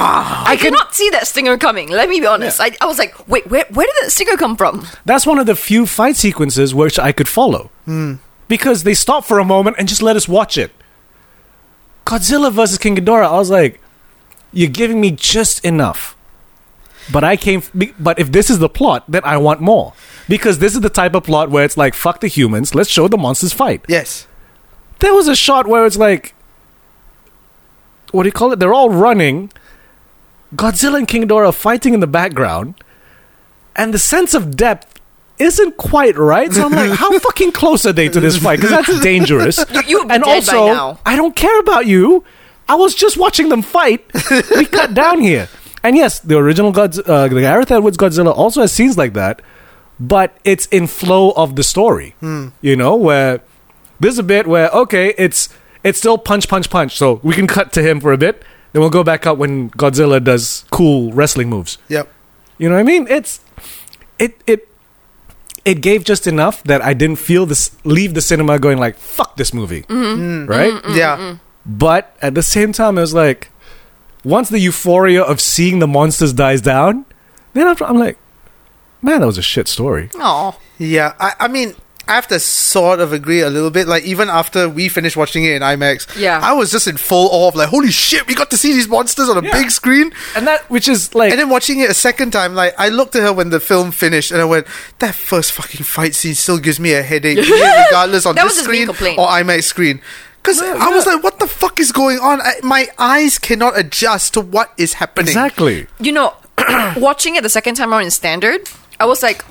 [SPEAKER 1] I cannot see that stinger coming. Let me be honest. I, I was like, wait, where, where did that stinger come from?
[SPEAKER 3] that's one of the few fight sequences which I could follow. Because they stopped for a moment and just let us watch it. Godzilla versus King Ghidorah, I was like, you're giving me just enough. But I came. f- be- But if this is the plot, then I want more because this is the type of plot where it's like, fuck the humans, let's show the monsters fight.
[SPEAKER 2] Yes,
[SPEAKER 3] There was a shot where it's like, what do you call it? They're all running. Godzilla and King Ghidorah are fighting in the background, and the sense of depth isn't quite right. So I'm like, how fucking close are they to this fight? Because that's dangerous.
[SPEAKER 1] you would be
[SPEAKER 3] and
[SPEAKER 1] dead by
[SPEAKER 3] also,
[SPEAKER 1] now.
[SPEAKER 3] I don't care about you. I was just watching them fight. we cut down here. And yes, the original Godz- uh, the Gareth Edwards Godzilla also has scenes like that, but it's in flow of the story. You know, where there's a bit where okay, it's it's still punch, punch, punch. So we can cut to him for a bit, then we'll go back up when Godzilla does cool wrestling moves.
[SPEAKER 2] yep.
[SPEAKER 3] You know what I mean? It's it it it gave just enough that I didn't feel this leave the cinema going like fuck this movie,
[SPEAKER 1] Mm-hmm.
[SPEAKER 3] right?
[SPEAKER 2] yeah,
[SPEAKER 3] But at the same time, it was like once the euphoria of seeing the monsters dies down, then after, I'm like, man, that was a shit story.
[SPEAKER 1] Oh,
[SPEAKER 2] yeah. I, I mean, I have to sort of agree a little bit. Like even after we finished watching it in IMAX,
[SPEAKER 1] Yeah.
[SPEAKER 2] I was just in full awe of like, holy shit, we got to see these monsters on a
[SPEAKER 3] Yeah.
[SPEAKER 2] big screen.
[SPEAKER 3] And that which is like
[SPEAKER 2] And then watching it a second time, like I looked at her when the film finished, and I went, "That first fucking fight scene still gives me a headache, even regardless on
[SPEAKER 1] That
[SPEAKER 2] this
[SPEAKER 1] was just me
[SPEAKER 2] screen or
[SPEAKER 1] complaining.
[SPEAKER 2] IMAX screen." Because I was
[SPEAKER 3] yeah.
[SPEAKER 2] like, "What the fuck is going on?" I, my eyes cannot adjust to what is happening.
[SPEAKER 3] exactly.
[SPEAKER 1] you know, watching it the second time around in standard, I was like,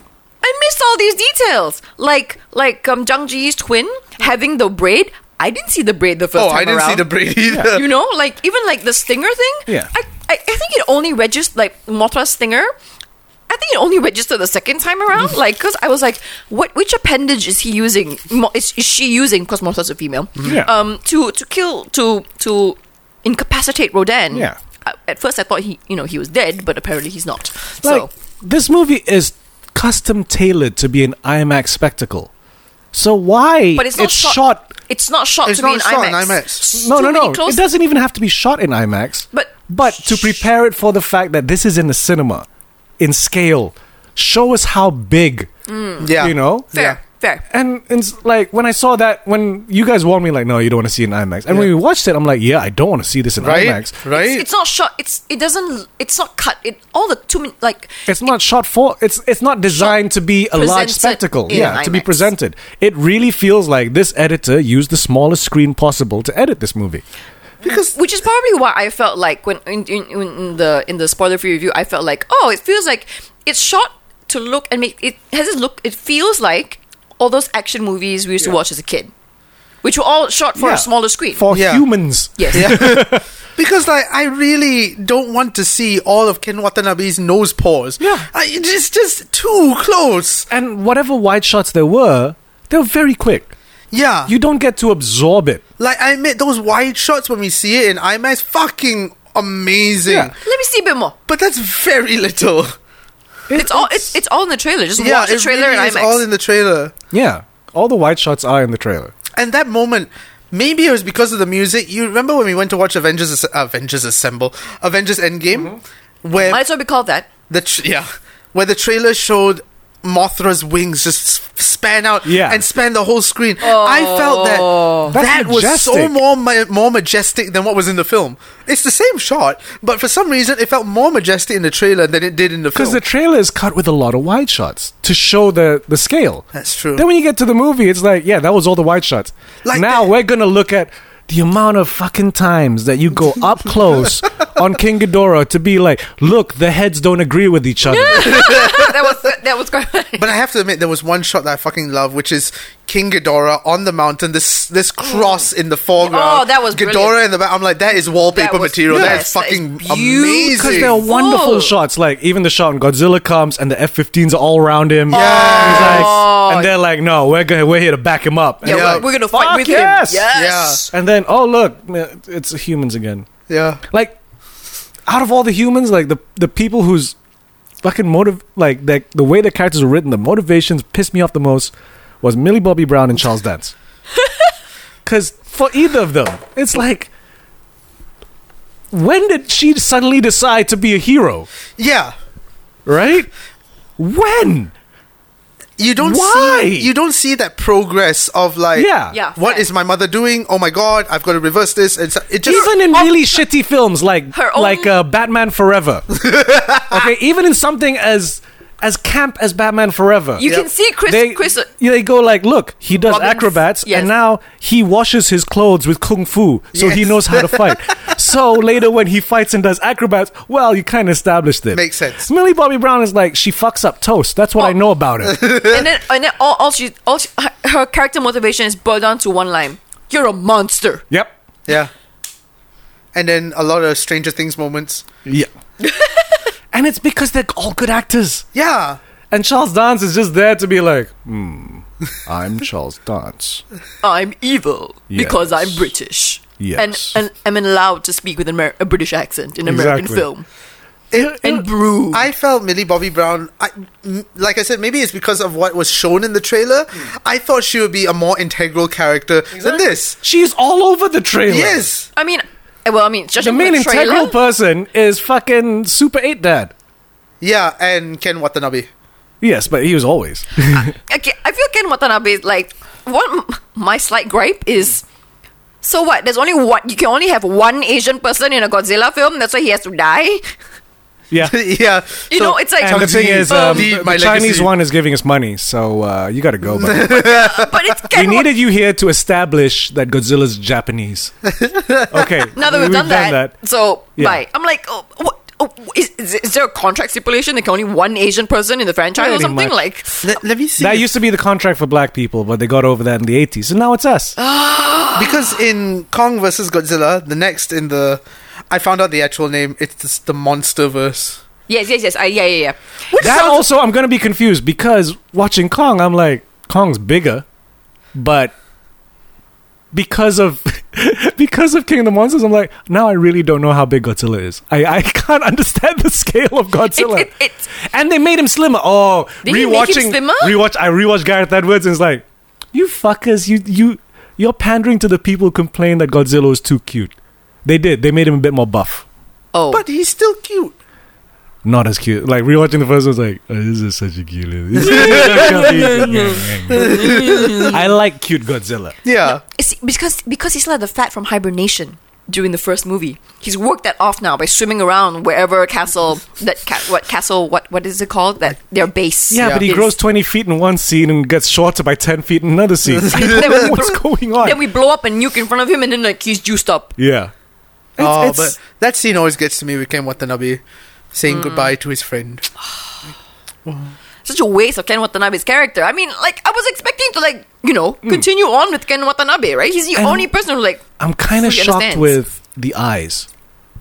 [SPEAKER 1] I missed all these details. Like, like um, Zhang Ji's twin having the braid. I didn't see the braid the first
[SPEAKER 2] Oh,
[SPEAKER 1] time
[SPEAKER 2] I didn't see
[SPEAKER 1] around.
[SPEAKER 2] the braid either.
[SPEAKER 1] you know, like even like the stinger thing.
[SPEAKER 3] Yeah.
[SPEAKER 1] I, I, I think it only registered like Mothra stinger. I think it only registered the second time around, like because I was like, what? Which appendage is he using? Mo- is, is she using? Because Mothra's a female.
[SPEAKER 3] Mm-hmm. Yeah.
[SPEAKER 1] Um, to to kill to to incapacitate Rodan.
[SPEAKER 3] Yeah.
[SPEAKER 1] I, at first, I thought he you know he was dead, but apparently he's not. so
[SPEAKER 3] Like this movie is custom tailored to be an IMAX spectacle. So why
[SPEAKER 1] But it's not shot-
[SPEAKER 3] shot
[SPEAKER 1] it's not shot
[SPEAKER 2] It's
[SPEAKER 1] to be
[SPEAKER 2] not shot in
[SPEAKER 1] IMAX.
[SPEAKER 2] IMAX.
[SPEAKER 1] S-
[SPEAKER 3] No,
[SPEAKER 1] too
[SPEAKER 3] no,
[SPEAKER 1] many
[SPEAKER 3] no.
[SPEAKER 1] close-
[SPEAKER 3] It doesn't even have to be shot in IMAX.
[SPEAKER 1] But-
[SPEAKER 3] but to prepare it for the fact that this is in the cinema, in scale, show us how big.
[SPEAKER 1] Mm.
[SPEAKER 2] Yeah,
[SPEAKER 3] You know?
[SPEAKER 1] Fair, fair.
[SPEAKER 3] And it's like when I saw that, when you guys warned me, like, no, you don't want to see it in IMAX. And when
[SPEAKER 2] Yeah.
[SPEAKER 3] we watched it, I'm like, yeah, I don't want to see this in
[SPEAKER 2] right,
[SPEAKER 3] IMAX.
[SPEAKER 2] right.
[SPEAKER 1] It's, it's not shot. It's it doesn't. It's not cut. It all the two minutes like
[SPEAKER 3] It's not shot for. It's it's not designed to be a large
[SPEAKER 1] presented
[SPEAKER 3] spectacle.
[SPEAKER 1] in
[SPEAKER 3] Yeah, to be
[SPEAKER 1] IMAX.
[SPEAKER 3] presented. It really feels like this editor used the smallest screen possible to edit this movie.
[SPEAKER 2] because
[SPEAKER 1] which is probably why I felt like when in, in, in in the in the spoiler free review, I felt like oh, it feels like it's shot to look and make it has this look. It feels like all those action movies we used to watch as a kid, which were all shot for
[SPEAKER 3] Yeah.
[SPEAKER 1] a smaller screen.
[SPEAKER 3] for
[SPEAKER 2] Yeah.
[SPEAKER 3] humans.
[SPEAKER 1] yes,
[SPEAKER 2] Because like I really don't want to see all of Ken Watanabe's nose pores.
[SPEAKER 3] Yeah.
[SPEAKER 2] I, it's just too close.
[SPEAKER 3] And whatever wide shots there were, they were very quick.
[SPEAKER 2] Yeah,
[SPEAKER 3] You don't get to absorb it.
[SPEAKER 2] like I admit those wide shots when we see it in IMAX, fucking amazing.
[SPEAKER 3] Yeah.
[SPEAKER 1] Let me see a bit more.
[SPEAKER 2] But that's very little.
[SPEAKER 3] It-
[SPEAKER 1] It's all it's, it's all in the trailer. Just
[SPEAKER 2] yeah,
[SPEAKER 1] watch the
[SPEAKER 2] it
[SPEAKER 1] trailer
[SPEAKER 2] really
[SPEAKER 1] and
[SPEAKER 2] is
[SPEAKER 1] IMAX.
[SPEAKER 2] all in the trailer.
[SPEAKER 3] yeah. All the wide shots are in the trailer.
[SPEAKER 2] And that moment, maybe it was because of the music. You remember when we went to watch Avengers As- Avengers Assemble, Avengers Endgame, where
[SPEAKER 1] Might as well be called that.
[SPEAKER 2] the tr yeah, where the trailer showed Mothra's wings just s- span out
[SPEAKER 3] Yeah.
[SPEAKER 2] and span the whole screen. I felt
[SPEAKER 1] Oh.
[SPEAKER 2] that
[SPEAKER 3] That's
[SPEAKER 2] that was so
[SPEAKER 3] majestic.
[SPEAKER 2] more ma- more majestic than what was in the film. It's the same shot, but for some reason it felt more majestic in the trailer than it did in the film.
[SPEAKER 3] Because the trailer is cut with a lot of wide shots to show the, the scale.
[SPEAKER 2] That's true.
[SPEAKER 3] Then when you get to the movie, it's like, yeah, that was all the wide shots.
[SPEAKER 2] Like
[SPEAKER 3] now
[SPEAKER 2] that-
[SPEAKER 3] we're gonna look at the amount of fucking times that you go up close on King Ghidorah to be like, look, the heads don't agree with each other.
[SPEAKER 1] that was that was quite.
[SPEAKER 2] But I have to admit, there was one shot that I fucking love, which is King Ghidorah on the mountain. This this cross in the foreground.
[SPEAKER 1] Oh, that was
[SPEAKER 2] Ghidorah
[SPEAKER 1] brilliant.
[SPEAKER 2] in the back. I'm like, that is wallpaper
[SPEAKER 1] That was-
[SPEAKER 2] material. that
[SPEAKER 1] yes,
[SPEAKER 2] is
[SPEAKER 1] that is
[SPEAKER 2] fucking
[SPEAKER 1] beautiful.
[SPEAKER 2] amazing.
[SPEAKER 3] Because they're wonderful
[SPEAKER 1] Whoa.
[SPEAKER 3] shots. Like even the shot when Godzilla comes and the F-15s are all around him.
[SPEAKER 1] Oh.
[SPEAKER 2] Yes.
[SPEAKER 3] He's like- and they're like, no, we're gonna we're here to back him up. And
[SPEAKER 1] Yeah,
[SPEAKER 3] they're
[SPEAKER 2] Yeah.
[SPEAKER 1] We're,
[SPEAKER 3] like,
[SPEAKER 1] we're gonna fight
[SPEAKER 3] "Fuck
[SPEAKER 1] with
[SPEAKER 3] yes!"
[SPEAKER 1] him. Yes.
[SPEAKER 3] And then oh look, it's humans again.
[SPEAKER 2] yeah,
[SPEAKER 3] Like out of all the humans, like the the people whose fucking motive, like the the way the characters were written, the motivations pissed me off the most was Millie Bobby Brown and Charles Dance. Because for either of them, it's like. When did she suddenly decide to be a hero?
[SPEAKER 2] yeah.
[SPEAKER 3] right? When?
[SPEAKER 2] You don't
[SPEAKER 3] Why?
[SPEAKER 2] see you don't see that progress of like
[SPEAKER 3] Yeah.
[SPEAKER 1] Yeah,
[SPEAKER 2] What
[SPEAKER 1] fair.
[SPEAKER 2] is my mother doing? Oh my god, I've got to reverse this. It's it just
[SPEAKER 3] Even in really shitty films like
[SPEAKER 1] Her own-
[SPEAKER 3] like uh, Batman Forever. okay, even in something as as camp as Batman Forever.
[SPEAKER 1] You can
[SPEAKER 2] Yep.
[SPEAKER 1] see Chris.
[SPEAKER 3] they,
[SPEAKER 1] Chris.
[SPEAKER 3] yeah, they go like, look, he does
[SPEAKER 1] Robin's-
[SPEAKER 3] acrobats,
[SPEAKER 1] yes.
[SPEAKER 3] and now he washes his clothes with kung fu, so he
[SPEAKER 2] Yes.
[SPEAKER 3] knows how to fight. so later, when he fights and does acrobats, well, you kind of established it.
[SPEAKER 2] Makes sense.
[SPEAKER 3] Millie Bobby Brown is like, she fucks up toast. That's
[SPEAKER 1] Oh.
[SPEAKER 3] what I know about her.
[SPEAKER 1] and then and then all, all she all she, her- her character motivation is boiled down to one line. You're a monster.
[SPEAKER 3] yep.
[SPEAKER 2] yeah. And then a lot of Stranger Things moments.
[SPEAKER 3] Yeah. and it's because they're all good actors.
[SPEAKER 2] Yeah,
[SPEAKER 3] And Charles Dance is just there to be like, hmm, I'm Charles Dance.
[SPEAKER 1] I'm evil because
[SPEAKER 3] Yes.
[SPEAKER 1] I'm British.
[SPEAKER 3] Yes.
[SPEAKER 1] And, and I'm allowed to speak with an Amer- a British accent in American
[SPEAKER 3] Exactly.
[SPEAKER 1] film.
[SPEAKER 2] It-
[SPEAKER 1] And brew.
[SPEAKER 2] I felt Millie Bobby Brown. I, m- like I said, maybe it's because of what was shown in the trailer.
[SPEAKER 1] Hmm.
[SPEAKER 2] I thought she would be a more integral character than this.
[SPEAKER 3] She's all over the trailer.
[SPEAKER 2] Yes,
[SPEAKER 1] I mean, eh, well, I mean,
[SPEAKER 3] The
[SPEAKER 1] judging
[SPEAKER 3] main
[SPEAKER 1] from the trailer,
[SPEAKER 3] integral person is fucking Super 8 Dad.
[SPEAKER 2] yeah, and Ken Watanabe.
[SPEAKER 3] Yes, but he was always.
[SPEAKER 1] okay, I feel Ken Watanabe is like what m- my slight gripe is. So what? There's only one. You can only have one Asian person in a Godzilla film. That's why he has to die.
[SPEAKER 3] yeah.
[SPEAKER 2] yeah,
[SPEAKER 1] You Oh, know, it's like
[SPEAKER 3] And the thing is, um,
[SPEAKER 2] Leave
[SPEAKER 3] the
[SPEAKER 2] my
[SPEAKER 3] Chinese
[SPEAKER 2] legacy.
[SPEAKER 3] one is giving us money, so uh, you gotta go. buddy.
[SPEAKER 1] but it's
[SPEAKER 3] we
[SPEAKER 1] Ken. Wa-
[SPEAKER 3] needed you here to establish that Godzilla's Japanese. Okay.
[SPEAKER 1] now that we've, done, that, so
[SPEAKER 3] Yeah.
[SPEAKER 1] bye. I'm like, oh, what? Oh, is, is, is there a contract stipulation? There can only one Asian person in the franchise or
[SPEAKER 3] Pretty
[SPEAKER 1] something
[SPEAKER 3] much.
[SPEAKER 1] like.
[SPEAKER 2] Let, let me see.
[SPEAKER 3] That used to be the contract for black people, but they got over that in the 80s, and now it's us.
[SPEAKER 2] because in Kong versus Godzilla, the next in the, I found out the actual name. It's just the Monster Verse.
[SPEAKER 1] Yes, yes, yes. I, yeah, yeah, yeah.
[SPEAKER 3] that also, I'm going to be confused because watching Kong, I'm like, Kong's bigger, but because of because of King of the Monsters, I'm like, now I really don't know how big Godzilla is. I, I can't understand the scale of Godzilla.
[SPEAKER 1] it- it's-
[SPEAKER 3] and they made him slimmer. Oh,
[SPEAKER 1] Did he make
[SPEAKER 3] rewatching
[SPEAKER 1] him slimmer?
[SPEAKER 3] rewatch. I rewatched Gareth Edwards, and it's like, you fuckers, you you you're pandering to the people who complain that Godzilla was too cute. They did. They made him a bit more buff.
[SPEAKER 1] Oh,
[SPEAKER 2] But he's still cute.
[SPEAKER 3] not as cute. Like rewatching the first one was like, oh, this is such a cute. little- this is- I like cute Godzilla.
[SPEAKER 2] Yeah,
[SPEAKER 1] It's because because he still had the fat from hibernation during the first movie. He's worked that off now by swimming around wherever castle that ca- what castle what what is it called that their base.
[SPEAKER 3] Yeah, but he
[SPEAKER 1] is.
[SPEAKER 3] grows twenty feet in one scene and gets shorter by ten feet in another scene.
[SPEAKER 1] Then we-
[SPEAKER 3] What's going on?
[SPEAKER 1] Then we blow up a nuke in front of him, and then like he's juiced up.
[SPEAKER 3] yeah. It's,
[SPEAKER 2] oh,
[SPEAKER 3] it's-
[SPEAKER 2] but that scene always gets to me with Ken Watanabe
[SPEAKER 1] Hmm.
[SPEAKER 2] saying goodbye to his friend.
[SPEAKER 1] Such a waste of Ken Watanabe's character. I mean, like I was expecting to like you know continue on with Ken Watanabe, right? He's the
[SPEAKER 3] Hmm. And-
[SPEAKER 1] only person who like
[SPEAKER 3] I'm kind of
[SPEAKER 1] fully
[SPEAKER 3] shocked
[SPEAKER 1] understands.
[SPEAKER 3] with the eyes.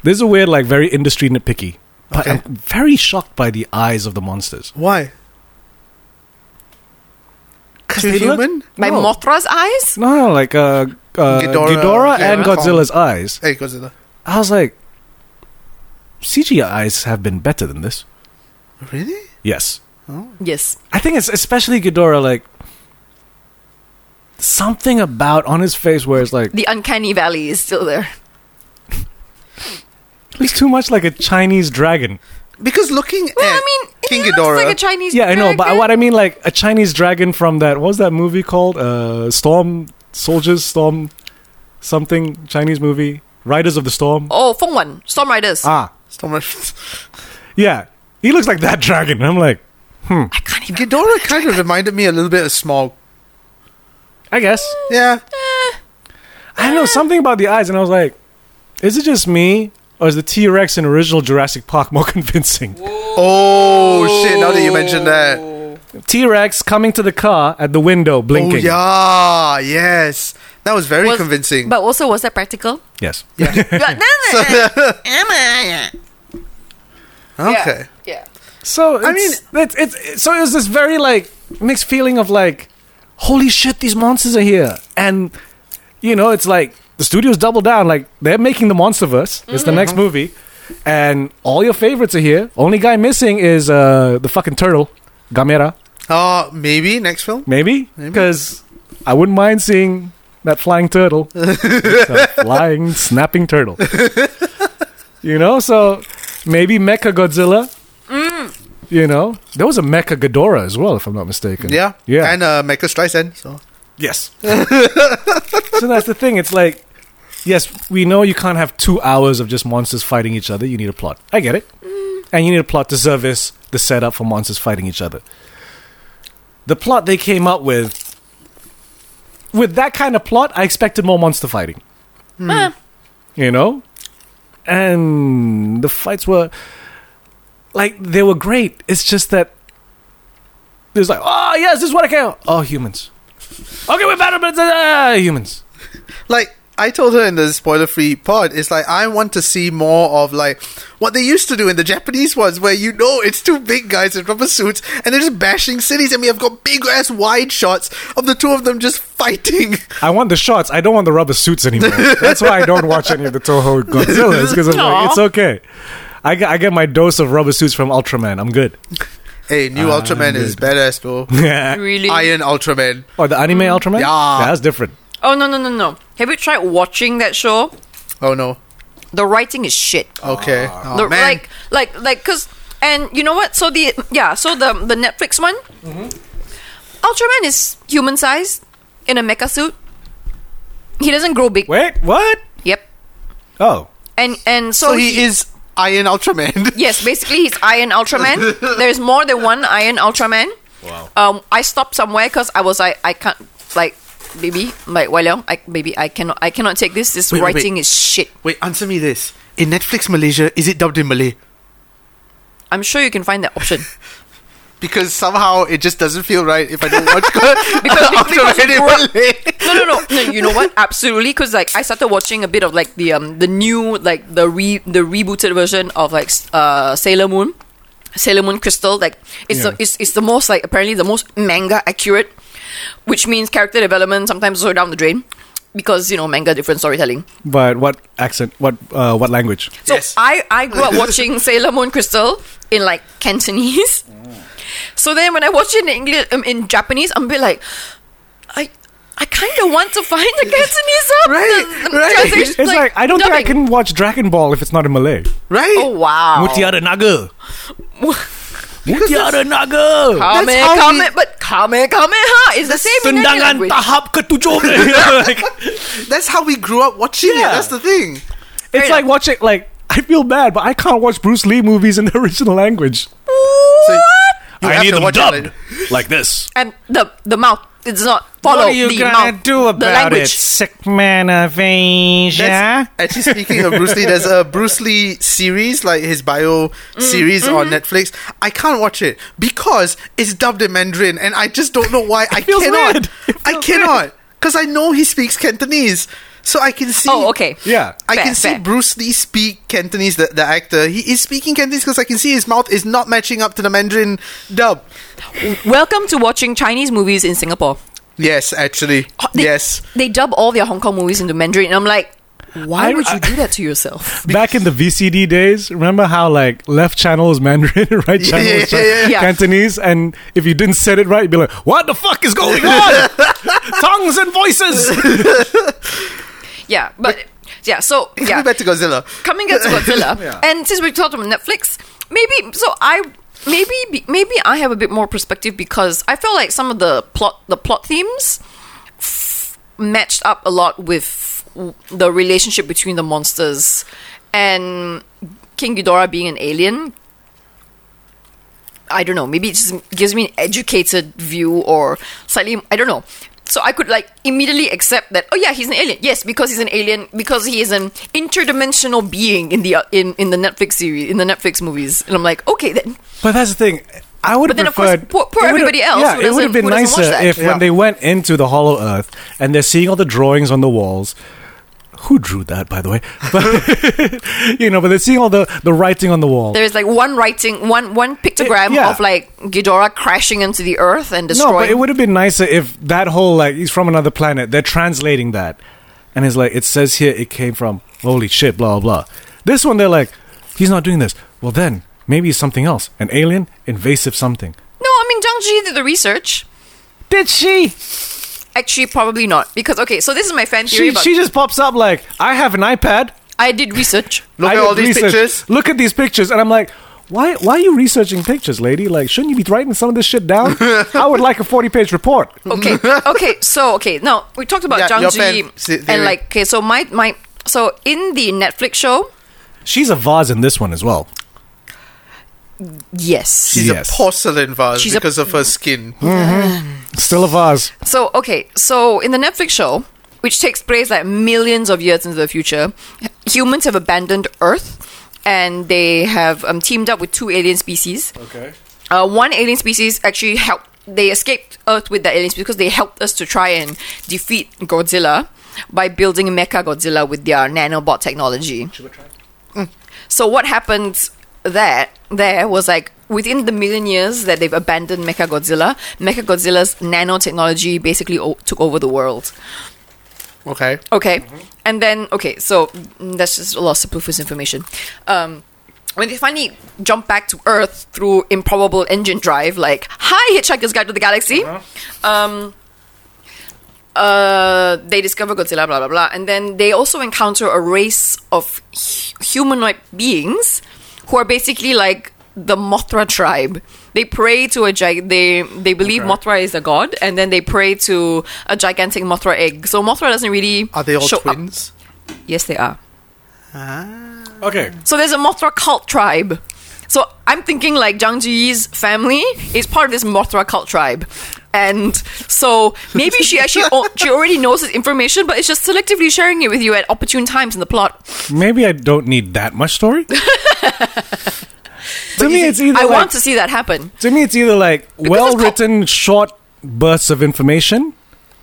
[SPEAKER 3] There's a weird, like, very industry nitpicky. But
[SPEAKER 2] Okay.
[SPEAKER 3] I'm very shocked by the eyes of the monsters.
[SPEAKER 2] Why? Too
[SPEAKER 3] they look-
[SPEAKER 2] human?
[SPEAKER 1] By
[SPEAKER 3] No.
[SPEAKER 1] Mothra's eyes?
[SPEAKER 3] No, no, like uh, uh,
[SPEAKER 2] Ghidorah-
[SPEAKER 3] Ghidorah, and
[SPEAKER 2] Ghidorah.
[SPEAKER 3] Godzilla's eyes.
[SPEAKER 2] Hey, Godzilla.
[SPEAKER 3] I was like, CGI eyes have been better than this.
[SPEAKER 2] Really?
[SPEAKER 3] Yes,
[SPEAKER 1] Yes.
[SPEAKER 3] I think it's especially Ghidorah. Like something about on his face where it's like
[SPEAKER 1] The uncanny valley is still there.
[SPEAKER 3] it looks too much like a Chinese dragon.
[SPEAKER 2] Because looking
[SPEAKER 1] Well, I
[SPEAKER 2] at
[SPEAKER 1] mean,
[SPEAKER 2] King
[SPEAKER 1] he looks
[SPEAKER 2] Ghidorah.
[SPEAKER 1] like a Chinese
[SPEAKER 3] Yeah, I know, but
[SPEAKER 1] dragon.
[SPEAKER 3] what I mean, like a Chinese dragon from that what was that movie called? Uh, Storm Soldiers, Storm something Chinese movie, Riders of the Storm.
[SPEAKER 1] Oh, Feng Wan, Storm Riders.
[SPEAKER 3] Ah,
[SPEAKER 2] Stormers-
[SPEAKER 3] yeah, he looks like that dragon. And I'm like,
[SPEAKER 1] I can't even.
[SPEAKER 2] Ghidorah kind of reminded me a little bit of Smog.
[SPEAKER 3] I guess.
[SPEAKER 2] Yeah.
[SPEAKER 3] I don't know something about the eyes, and I was like, "Is it just me, or is the T Rex in original Jurassic Park more convincing?"
[SPEAKER 2] Oh, shit! Now that you mentioned that.
[SPEAKER 3] T Rex coming to the car at the window,
[SPEAKER 2] Oh
[SPEAKER 3] blinking.
[SPEAKER 2] yeah, yes. That was very
[SPEAKER 1] Was-
[SPEAKER 2] convincing.
[SPEAKER 1] But also, was that practical?
[SPEAKER 3] Yes.
[SPEAKER 2] yeah.
[SPEAKER 1] But
[SPEAKER 2] So-
[SPEAKER 1] then-
[SPEAKER 2] okay.
[SPEAKER 1] Yeah.
[SPEAKER 3] So it's,
[SPEAKER 2] I
[SPEAKER 3] I mean, it's, it's, it's- so it was this very like mixed feeling of like, "Holy shit, these monsters are here!" And you know, it's like the studios double down. Like they're making the MonsterVerse. It's the next movie, and all your favorites are here. Only guy missing is uh, the fucking turtle, Gamera.
[SPEAKER 2] Uh maybe next film.
[SPEAKER 3] Maybe
[SPEAKER 2] Maybe.
[SPEAKER 3] because I wouldn't mind seeing that flying turtle, It's a flying snapping turtle. you know, so maybe Mecha Godzilla.
[SPEAKER 2] Mm.
[SPEAKER 3] You know, there was a Mecha Ghidorah as well, if I'm not mistaken.
[SPEAKER 2] Yeah.
[SPEAKER 3] yeah,
[SPEAKER 2] And uh, Michael Streisand. So
[SPEAKER 3] yes. so that's the thing. It's like, yes, we know you can't have two hours of just monsters fighting each other. You need a plot. I get it, and you need a plot to service the setup for monsters fighting each other. The plot they came up with. With that kind of plot, I expected more monster fighting Hmm.
[SPEAKER 1] Ah,
[SPEAKER 3] you know and the fights were like they were great it's just that there's like oh yes this is what i can oh humans okay we're better but uh, humans
[SPEAKER 2] like I told her in the spoiler free pod, it's like I want to see more of like what they used to do in the Japanese ones where you know it's two big guys in rubber suits and they're just bashing cities and we have got big ass wide shots of the two of them just fighting.
[SPEAKER 3] i want the shots i don't want the rubber suits anymore that's why i don't watch any of the toho godzillas because i'm
[SPEAKER 1] Aw.
[SPEAKER 3] like it's okay I get, I get my dose of rubber suits from ultraman i'm good
[SPEAKER 2] Hey, new Ultraman is badass though.
[SPEAKER 3] Uh,
[SPEAKER 1] really?
[SPEAKER 2] Iron Ultraman.
[SPEAKER 3] or the anime ultraman
[SPEAKER 2] Yeah.
[SPEAKER 3] that's different
[SPEAKER 1] oh no no no no! Have you tried watching that show?
[SPEAKER 2] Oh no.
[SPEAKER 1] The writing is shit.
[SPEAKER 2] Okay. Oh,
[SPEAKER 1] the,
[SPEAKER 2] man.
[SPEAKER 1] Ah. like like like because and you know what so the yeah so the the netflix one
[SPEAKER 2] Mm-hmm.
[SPEAKER 1] ultraman is human sized in a mecha suit he doesn't grow big
[SPEAKER 3] wait what
[SPEAKER 1] yep
[SPEAKER 3] oh
[SPEAKER 1] and and so,
[SPEAKER 2] so he is Iron Ultraman.
[SPEAKER 1] yes basically he's iron ultraman there's more than one iron ultraman wow um i stopped somewhere because i was like i can't like baby like well i baby i cannot i cannot take this this
[SPEAKER 2] Wait, wait, wait.
[SPEAKER 1] writing is shit
[SPEAKER 2] Wait, answer me this. In Netflix Malaysia, is it dubbed in Malay?
[SPEAKER 1] i'm sure you can find that option
[SPEAKER 2] Because somehow it just doesn't feel right if I don't watch Ultraman
[SPEAKER 1] because, because you
[SPEAKER 2] in
[SPEAKER 1] grew up-
[SPEAKER 2] Malay.
[SPEAKER 1] no, no, no, no. You know what? Absolutely, because like I started watching a bit of like the um the new like the re the rebooted version of like s- uh Sailor Moon, Sailor Moon Crystal. Like it's the
[SPEAKER 3] Yeah.
[SPEAKER 1] it's, it's the most like apparently the most manga accurate, which means character development sometimes go down the drain because you know manga different storytelling.
[SPEAKER 3] but what accent what uh, what language
[SPEAKER 1] So
[SPEAKER 2] Yes.
[SPEAKER 1] I, I grew up watching Sailor Moon Crystal in like Cantonese.
[SPEAKER 3] Mm.
[SPEAKER 1] So then when I watch it in English um, in Japanese, I'm a bit like, I I kind of want to find the Cantonese up.
[SPEAKER 2] Right, right.
[SPEAKER 1] translation-
[SPEAKER 3] It's like, I don't think I
[SPEAKER 1] dubbing.
[SPEAKER 3] can watch Dragon Ball if it's not in Malay.
[SPEAKER 2] Right?
[SPEAKER 1] Oh wow!
[SPEAKER 3] Naga.
[SPEAKER 2] Because that's-
[SPEAKER 3] Naga.
[SPEAKER 1] Kame,
[SPEAKER 2] That's how
[SPEAKER 1] kame,
[SPEAKER 2] we-
[SPEAKER 1] but kame, kame, ha! It's the same in any language.
[SPEAKER 3] tahap ketujuh. Like,
[SPEAKER 2] that's how we grew up watching
[SPEAKER 3] Yeah.
[SPEAKER 2] it. That's the thing.
[SPEAKER 3] It's like watching like I feel bad, but I can't watch Bruce Lee movies in the original language.
[SPEAKER 2] So you have to watch it like-
[SPEAKER 3] like this.
[SPEAKER 1] And the the mouth. It's not follow the mouth. the language.
[SPEAKER 3] sick man of Asia?
[SPEAKER 2] That's- Actually, speaking of Bruce Lee, there's a Bruce Lee series, like his bio series on
[SPEAKER 1] Mm-hmm.
[SPEAKER 2] Netflix. I can't watch it because it's dubbed in Mandarin, and I just don't know why I
[SPEAKER 3] feels
[SPEAKER 2] cannot.
[SPEAKER 3] weird. It
[SPEAKER 2] I
[SPEAKER 3] feels
[SPEAKER 2] cannot because I know he speaks Cantonese. So I can see.
[SPEAKER 1] Oh, okay.
[SPEAKER 3] Yeah.
[SPEAKER 2] I
[SPEAKER 1] Fair,
[SPEAKER 2] can see
[SPEAKER 1] fair.
[SPEAKER 2] Bruce Lee speak Cantonese, the, the actor. He is speaking Cantonese because I can see his mouth is not matching up to the Mandarin dub.
[SPEAKER 1] Welcome to watching Chinese movies in Singapore.
[SPEAKER 2] Yes, actually.
[SPEAKER 1] Oh, they-
[SPEAKER 2] yes.
[SPEAKER 1] They dub all their Hong Kong movies into Mandarin, and I'm like, why
[SPEAKER 3] I-
[SPEAKER 1] would you
[SPEAKER 3] I-
[SPEAKER 1] do that to yourself?
[SPEAKER 3] Back in the VCD days, remember how like left channel is Mandarin, right
[SPEAKER 2] Yeah,
[SPEAKER 3] channel is
[SPEAKER 2] yeah, yeah,
[SPEAKER 1] yeah. Yeah.
[SPEAKER 3] Cantonese, and if you didn't set it right, you'd be like, "What the fuck is going on? Tongues and voices."
[SPEAKER 1] Yeah, but yeah, so yeah,
[SPEAKER 2] Coming back to Godzilla.
[SPEAKER 1] coming into Godzilla,
[SPEAKER 3] Yeah.
[SPEAKER 1] and since we talked about Netflix, maybe so I maybe maybe I have a bit more perspective because I felt like some of the plot the plot themes f- matched up a lot with w- the relationship between the monsters and King Ghidorah being an alien. I don't know. Maybe it just gives me an educated view or slightly. I don't know. So I could like immediately accept that. Oh yeah, he's an alien. Yes, because he's an alien. Because he is an interdimensional being in the uh, in in the Netflix series in the Netflix movies. And I'm like, okay, then
[SPEAKER 3] but that's the thing. I would
[SPEAKER 1] But then,
[SPEAKER 3] have
[SPEAKER 1] of course,
[SPEAKER 3] preferred
[SPEAKER 1] poor- poor
[SPEAKER 3] it would've-
[SPEAKER 1] everybody else
[SPEAKER 3] Yeah,
[SPEAKER 1] who
[SPEAKER 3] it would
[SPEAKER 1] doesn't-
[SPEAKER 3] have been
[SPEAKER 1] who doesn't watch
[SPEAKER 3] nicer
[SPEAKER 1] that.
[SPEAKER 3] if
[SPEAKER 2] Yeah.
[SPEAKER 3] when they went into the Hollow Earth and they're seeing all the drawings on the walls. Who drew that, by the way? But you know, but they're seeing all the the writing on the wall.
[SPEAKER 1] there is like one writing, one one pictogram
[SPEAKER 3] Eh, yeah.
[SPEAKER 1] of like Ghidorah crashing into the earth and destroying.
[SPEAKER 3] No, but it would have been nicer if that whole like he's from another planet. They're translating that, and it's like it says here it came from. Holy shit! Blah blah. blah. This one they're like, he's not doing this. Well then, maybe it's something else. An alien, invasive something.
[SPEAKER 1] no, I mean Zhang Ji did the research.
[SPEAKER 3] Did she?
[SPEAKER 1] Actually, probably not because okay. So this is my fan theory.
[SPEAKER 3] She
[SPEAKER 1] about,
[SPEAKER 3] she just pops up like I have an iPad.
[SPEAKER 1] I did research.
[SPEAKER 2] Look
[SPEAKER 3] I
[SPEAKER 2] at
[SPEAKER 3] did
[SPEAKER 2] all these
[SPEAKER 3] research.
[SPEAKER 2] pictures.
[SPEAKER 3] Look at these pictures, and I'm like. Why, why are you researching pictures, lady? Like, shouldn't you be writing some of this shit down? I would like a 40 page report.
[SPEAKER 2] Oh.
[SPEAKER 1] okay okay so okay now we talked about
[SPEAKER 2] Yeah,
[SPEAKER 1] Zhang
[SPEAKER 2] your
[SPEAKER 1] Ji
[SPEAKER 2] fan se- theory.
[SPEAKER 1] and like okay so my my so in the Netflix show
[SPEAKER 3] She's a vase in this one as well.
[SPEAKER 1] yes
[SPEAKER 2] She's
[SPEAKER 3] Yes.
[SPEAKER 2] a porcelain vase
[SPEAKER 1] She's a- Hmm?
[SPEAKER 2] because of her skin.
[SPEAKER 3] Still a vase.
[SPEAKER 1] so okay so in the Netflix show which takes place like millions of years into the future humans have abandoned Earth and they have um, teamed up with two alien species
[SPEAKER 3] Okay.
[SPEAKER 1] uh, one alien species actually helped. They escaped Earth with the aliens because they helped us to try and defeat Godzilla by building Mecha Godzilla with their nanobot technology. Mm. So what happened that there was like within the million years that they've abandoned Mecha Godzilla, Mecha Godzilla's nanotechnology basically o- took over the world.
[SPEAKER 2] Okay.
[SPEAKER 1] Okay. And then, okay, so mm, that's just a lot of superfluous information. Um, when they finally jump back to Earth through improbable engine drive, like, hi, Hitchhiker's Guide to the Galaxy. Um, uh, they discover Godzilla, blah, blah, blah. And then they also encounter a race of hu- humanoid beings who are basically like the Mothra tribe. They pray to a gi- they they believe Mothra is a god, and then they pray to a gigantic Mothra egg. So Mothra doesn't really
[SPEAKER 2] Are they all
[SPEAKER 1] show up.
[SPEAKER 2] twins?
[SPEAKER 1] Yes, they are.
[SPEAKER 3] Okay.
[SPEAKER 1] So there's a Mothra cult tribe. So I'm thinking like Zhang Jiyi's family is part of this Mothra cult tribe. And so maybe she actually al- she already knows this information, but it's just selectively sharing it with you at opportune times in the plot.
[SPEAKER 3] Maybe I don't need that much story. to me, it's either
[SPEAKER 1] I
[SPEAKER 3] like,
[SPEAKER 1] want to see that happen.
[SPEAKER 3] to me, it's either like
[SPEAKER 1] it's
[SPEAKER 3] well written, short bursts of information,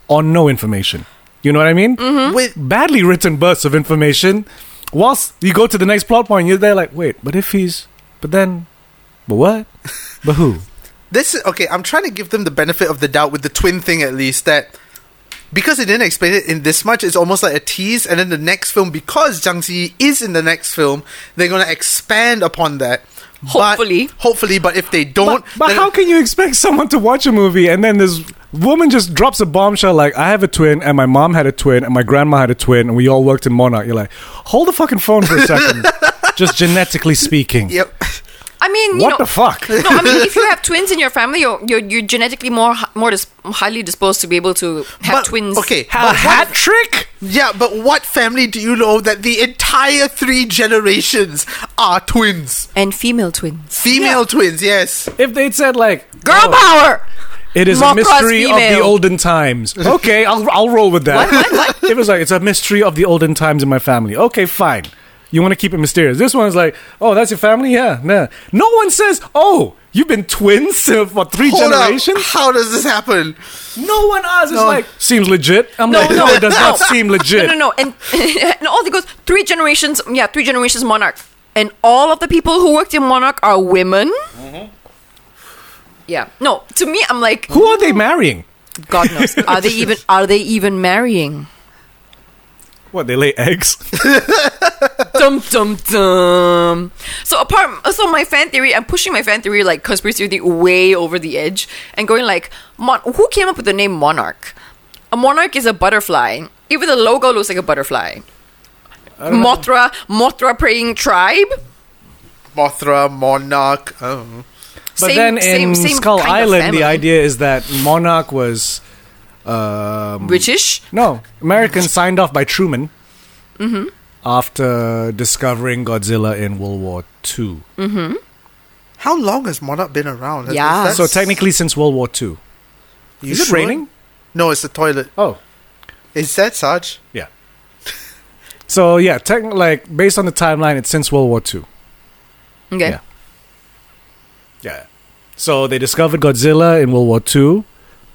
[SPEAKER 3] or no information. You know what I mean?
[SPEAKER 1] Mm-hmm.
[SPEAKER 2] Wait,
[SPEAKER 3] Badly written bursts of information. Whilst you go to the next plot point, you're there like, wait, but if he's, but then, but what, but who?
[SPEAKER 2] this is okay. I'm trying to give them the benefit of the doubt with the twin thing at least that because they didn't explain it in this much, it's almost like a tease. And then the next film, because Zhang Ziyi is in the next film, they're gonna expand upon that. But-
[SPEAKER 1] Hopefully.
[SPEAKER 2] hopefully, but if they don't,
[SPEAKER 3] But, but
[SPEAKER 2] then-
[SPEAKER 3] how can you expect someone to watch a movie and then this woman just drops a bombshell like I have a twin and my mom had a twin and my grandma had a twin and we all worked in Monarch? You're like, hold the fucking phone for a second, just genetically speaking.
[SPEAKER 2] Yep.
[SPEAKER 1] I mean, you
[SPEAKER 3] What
[SPEAKER 1] know, uh,
[SPEAKER 3] the fuck?
[SPEAKER 1] No, I mean, if you have twins in your family, you're you're, you're genetically more hi- more dis- highly disposed to be able to have
[SPEAKER 2] But-
[SPEAKER 1] twins.
[SPEAKER 2] okay.
[SPEAKER 3] a hat trick?
[SPEAKER 2] Yeah, but what family do you know that the entire three generations are twins?
[SPEAKER 1] and female twins.
[SPEAKER 2] Female twins, yes.
[SPEAKER 3] If they'd said like, oh,
[SPEAKER 1] Girl power.
[SPEAKER 3] it is
[SPEAKER 1] Mothra's
[SPEAKER 3] a mystery of the
[SPEAKER 1] female.
[SPEAKER 3] olden times. Okay, I'll I'll roll with that. It was like it's a mystery of the olden times in my family. Okay, fine. You want to keep it mysterious. This one's like, oh, that's your family? Yeah, nah. No one says, oh, you've been twins uh, for three
[SPEAKER 2] Hold up.
[SPEAKER 3] generations?
[SPEAKER 2] How does this happen?
[SPEAKER 3] No one asks. It's
[SPEAKER 2] No.
[SPEAKER 3] like, seems legit. I'm
[SPEAKER 1] No,
[SPEAKER 3] like,
[SPEAKER 1] no,
[SPEAKER 3] no, it does
[SPEAKER 1] no.
[SPEAKER 3] not seem legit.
[SPEAKER 1] No, no, no. And, and all that goes three generations. Yeah, three generations monarch, and all of the people who worked in monarch are women. Mm-hmm. Yeah. No. To me, I'm like,
[SPEAKER 3] Who are they marrying?
[SPEAKER 1] God knows. Are they even? Are they even marrying?
[SPEAKER 3] What, they lay eggs?
[SPEAKER 1] dum dum dum. So apart, so my fan theory, I'm pushing my fan theory like conspiracy theory way over the edge and going like, mon- who came up with the name monarch? A monarch is a butterfly. Even the logo looks like a butterfly. Mothra, Mothra praying tribe.
[SPEAKER 2] Mothra, Monarch. Um,
[SPEAKER 3] But
[SPEAKER 1] Same-
[SPEAKER 3] then in
[SPEAKER 1] same- same
[SPEAKER 3] Skull
[SPEAKER 1] kind of
[SPEAKER 3] Island,
[SPEAKER 1] family.
[SPEAKER 3] the idea is that Monarch was. Um,
[SPEAKER 1] British.
[SPEAKER 3] No, Americans signed off by Truman
[SPEAKER 2] Mm-hmm.
[SPEAKER 3] after discovering Godzilla in World War II.
[SPEAKER 2] how long has Monarch been around? Has-
[SPEAKER 1] Yeah.
[SPEAKER 2] that's-
[SPEAKER 3] So technically, since World War II.
[SPEAKER 2] You
[SPEAKER 3] is it
[SPEAKER 2] sure?
[SPEAKER 3] raining?
[SPEAKER 2] No, it's the toilet.
[SPEAKER 3] Oh,
[SPEAKER 2] Is that Sarge?
[SPEAKER 3] yeah. so yeah, tech- like based on the timeline, it's since World War II.
[SPEAKER 1] Okay.
[SPEAKER 3] Yeah. Yeah. So they discovered Godzilla in World War II.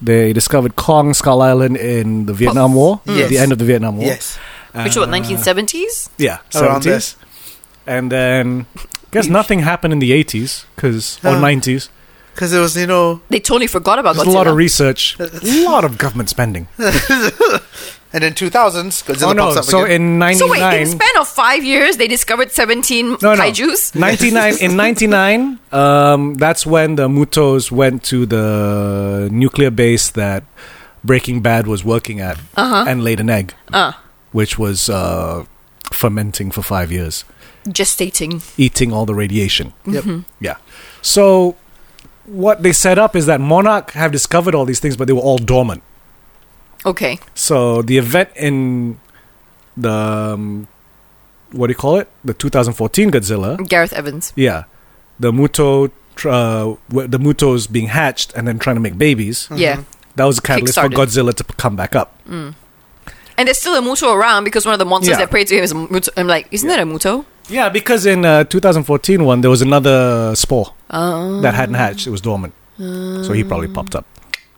[SPEAKER 3] They discovered Kong Skull Island in the Vietnam War,
[SPEAKER 2] Yes.
[SPEAKER 3] the end of the Vietnam War.
[SPEAKER 2] Yes.
[SPEAKER 1] Which
[SPEAKER 3] Uh,
[SPEAKER 1] what 1970s?
[SPEAKER 3] Yeah,
[SPEAKER 2] Around there.
[SPEAKER 3] seventies. And then, guess nothing happened in the eighties because
[SPEAKER 2] Uh,
[SPEAKER 3] or nineties.
[SPEAKER 2] Because it was, you know,
[SPEAKER 1] They totally forgot about
[SPEAKER 3] There's
[SPEAKER 1] Godzilla.
[SPEAKER 3] a lot of research, a lot of government spending.
[SPEAKER 2] and then 2000s, Godzilla
[SPEAKER 3] oh no!
[SPEAKER 2] pops up
[SPEAKER 3] So
[SPEAKER 2] again.
[SPEAKER 3] in ninety
[SPEAKER 1] so wait, in
[SPEAKER 3] nine,
[SPEAKER 1] span of five years, they discovered 17
[SPEAKER 3] no, no,
[SPEAKER 1] kaiju's.
[SPEAKER 3] ninety nine in ninety nine. Um, that's when the Mutos went to the nuclear base that Breaking Bad was working at
[SPEAKER 2] Uh-huh.
[SPEAKER 3] and laid an egg,
[SPEAKER 1] Uh,
[SPEAKER 3] which was uh, fermenting for five years,
[SPEAKER 1] gestating.
[SPEAKER 3] eating all the radiation.
[SPEAKER 2] Yep.
[SPEAKER 3] Yeah. So what they set up is that Monarch have discovered all these things, but they were all dormant.
[SPEAKER 1] Okay.
[SPEAKER 3] So the event in the um, what do you call it? The 2014 Godzilla.
[SPEAKER 1] Gareth Evans.
[SPEAKER 3] Yeah, the Muto, tr- uh, wh- the Mutos being hatched and then trying to make babies.
[SPEAKER 1] Mm-hmm. Yeah.
[SPEAKER 3] That was a catalyst for
[SPEAKER 1] Kickstarted.
[SPEAKER 3] Godzilla to p- come back up.
[SPEAKER 1] And there's still a Muto around because one of the monsters
[SPEAKER 3] Yeah.
[SPEAKER 1] that prey to him is a Muto. I'm like, isn't that a Muto?
[SPEAKER 3] Yeah, because in uh, 2014 one there was another spore
[SPEAKER 1] Uh,
[SPEAKER 3] that hadn't hatched; it was dormant, so he probably popped up.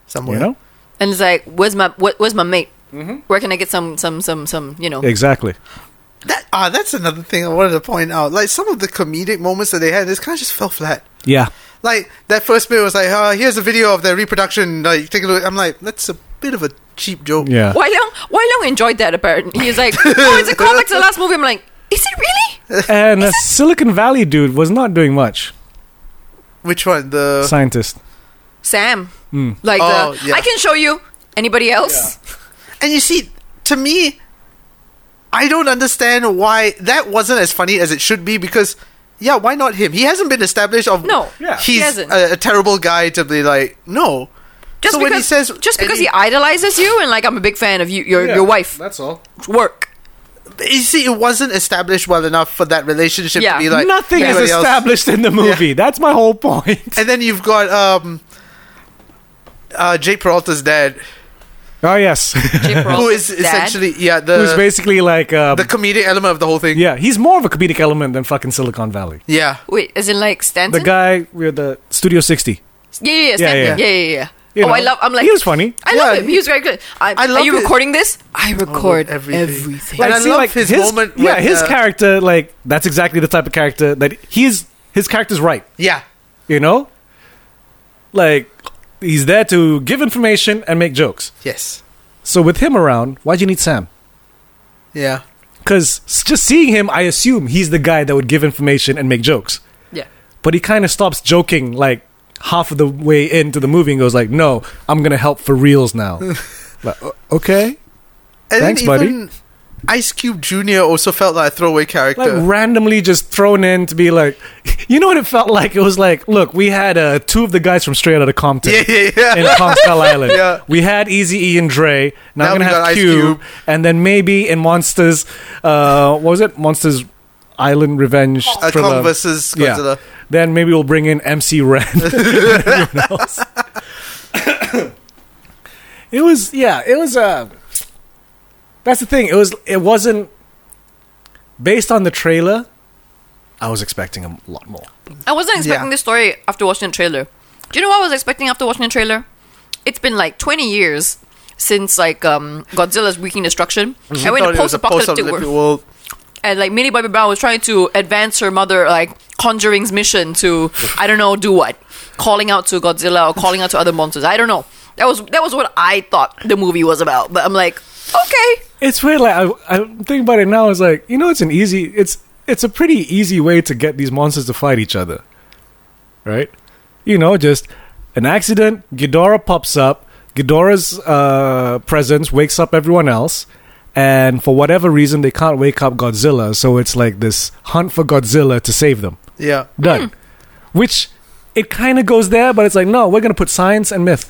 [SPEAKER 2] Somewhere.
[SPEAKER 3] You know
[SPEAKER 1] and it's like, where's my what, where's my mate?
[SPEAKER 3] Mm-hmm.
[SPEAKER 1] Where can I get some some some some you know?
[SPEAKER 3] exactly.
[SPEAKER 2] That, ah, that's another thing I wanted to point out. Like, some of the comedic moments that they had, this kind of just fell flat.
[SPEAKER 3] Yeah,
[SPEAKER 2] Like, that first bit was like, uh, here's a video of their reproduction. Like, take a look. I'm like, that's a bit of a cheap joke.
[SPEAKER 3] yeah.
[SPEAKER 1] Why long? Why long enjoyed that? Apparently, he's like, oh, it's a callback to the last movie. I'm like, is it really?
[SPEAKER 3] And a Silicon Valley dude was not doing much.
[SPEAKER 2] Which one? The.
[SPEAKER 3] Scientist.
[SPEAKER 1] Sam,
[SPEAKER 3] Mm.
[SPEAKER 1] like,
[SPEAKER 2] Oh,
[SPEAKER 1] the,
[SPEAKER 2] yeah.
[SPEAKER 1] I can show you. Anybody else?
[SPEAKER 2] And you see, to me, I don't understand why that wasn't as funny as it should be because, yeah, why not him? He hasn't been established of
[SPEAKER 1] No, Yeah. he
[SPEAKER 2] he's
[SPEAKER 1] hasn't.
[SPEAKER 2] a, a terrible guy to be like no.
[SPEAKER 1] Just because
[SPEAKER 2] so when he says
[SPEAKER 1] just
[SPEAKER 2] and
[SPEAKER 1] because he, idolizes you and like, I'm a big fan of you, your your wife
[SPEAKER 3] That's all.
[SPEAKER 1] work.
[SPEAKER 2] you see, it wasn't established well enough for that relationship
[SPEAKER 1] Yeah.
[SPEAKER 2] to be like
[SPEAKER 3] Nothing is
[SPEAKER 2] everybody else.
[SPEAKER 3] established in the movie. That's my whole point.
[SPEAKER 2] And then you've got um, uh, Jake Peralta's dad,
[SPEAKER 3] Oh yes,
[SPEAKER 1] Jim
[SPEAKER 2] who
[SPEAKER 1] Peralta's
[SPEAKER 2] is
[SPEAKER 1] dad.
[SPEAKER 2] essentially yeah
[SPEAKER 3] who's
[SPEAKER 2] the
[SPEAKER 3] basically like um,
[SPEAKER 2] the comedic element of the whole thing.
[SPEAKER 3] yeah, he's more of a comedic element than fucking Silicon Valley.
[SPEAKER 2] yeah.
[SPEAKER 1] wait, is it like
[SPEAKER 3] The
[SPEAKER 1] Stanton?
[SPEAKER 3] guy with the Studio 60.
[SPEAKER 1] yeah, yeah, yeah, Stanton.
[SPEAKER 3] yeah.
[SPEAKER 1] yeah, yeah, yeah.
[SPEAKER 3] you
[SPEAKER 1] oh,
[SPEAKER 3] know?
[SPEAKER 1] I love. I'm like
[SPEAKER 3] he was funny.
[SPEAKER 1] I love
[SPEAKER 2] Yeah.
[SPEAKER 1] him. He was very good. I,
[SPEAKER 2] I love
[SPEAKER 1] are you
[SPEAKER 2] it.
[SPEAKER 1] recording this? I record
[SPEAKER 2] everything.
[SPEAKER 1] everything.
[SPEAKER 2] Like- And I love his moment
[SPEAKER 3] Yeah,
[SPEAKER 2] when,
[SPEAKER 3] his
[SPEAKER 2] uh,
[SPEAKER 3] character like that's exactly the type of character that he's his character's right.
[SPEAKER 2] Yeah.
[SPEAKER 3] You know, like he's there to give information and make jokes.
[SPEAKER 2] Yes.
[SPEAKER 3] So with him around, why'd you need Sam?
[SPEAKER 2] Yeah.
[SPEAKER 3] Because just seeing him, I assume he's the guy that would give information and make jokes.
[SPEAKER 1] yeah.
[SPEAKER 3] But he kind of stops joking like half of the way into the movie and goes like, "No, I'm gonna help for reals now." like, o- okay,
[SPEAKER 2] And
[SPEAKER 3] Thanks,
[SPEAKER 2] then
[SPEAKER 3] buddy.
[SPEAKER 2] even Ice Cube Jr. also felt like a throwaway
[SPEAKER 3] like
[SPEAKER 2] character.
[SPEAKER 3] randomly just thrown in to be like, you know what it felt like? It was like, look, we had uh, two of the guys from Straight Outta Compton.
[SPEAKER 2] yeah, yeah, yeah.
[SPEAKER 3] In Congstar Island,
[SPEAKER 2] Yeah.
[SPEAKER 3] we had Easy E and Dre.
[SPEAKER 2] Now
[SPEAKER 3] Now, I'm
[SPEAKER 2] we
[SPEAKER 3] gonna
[SPEAKER 2] got Ice
[SPEAKER 3] have Cube,
[SPEAKER 2] Cube.
[SPEAKER 3] and then maybe in Monsters, uh, what was it? Monsters Island Revenge.
[SPEAKER 2] Uh,
[SPEAKER 3] thriller.
[SPEAKER 2] Kong versus Godzilla.
[SPEAKER 3] Then maybe we'll bring in MC Ren. and everyone else. it was yeah, it was uh that's the thing. It was it wasn't based on the trailer, I was expecting a lot more.
[SPEAKER 1] I wasn't expecting
[SPEAKER 2] Yeah.
[SPEAKER 1] this story after watching the trailer. Do you know what I was expecting after watching the trailer? It's been like 20 years since like um, Godzilla's wreaking destruction. And when
[SPEAKER 2] Mm-hmm. Thought
[SPEAKER 1] the
[SPEAKER 2] it was a
[SPEAKER 1] post-apocalyptic
[SPEAKER 2] post-apocalyptic
[SPEAKER 1] world,
[SPEAKER 2] world.
[SPEAKER 1] and like Minnie Bobby Brown was trying to advance her mother like Conjuring's mission to I don't know do what, calling out to Godzilla or calling out to other monsters. I don't know. That was that was what I thought the movie was about. But I'm like, okay,
[SPEAKER 3] It's weird. Like I, I'm thinking about it now. It's like you know, it's an easy. It's it's a pretty easy way to get these monsters to fight each other, right? You know, just an accident. Ghidorah pops up. Ghidorah's uh, presence wakes up everyone else, and for whatever reason, they can't wake up Godzilla. So it's like this hunt for Godzilla to save them.
[SPEAKER 2] Yeah.
[SPEAKER 3] Done.
[SPEAKER 1] Hmm.
[SPEAKER 3] Which it kind of goes there, but it's like no, we're gonna put science and myth.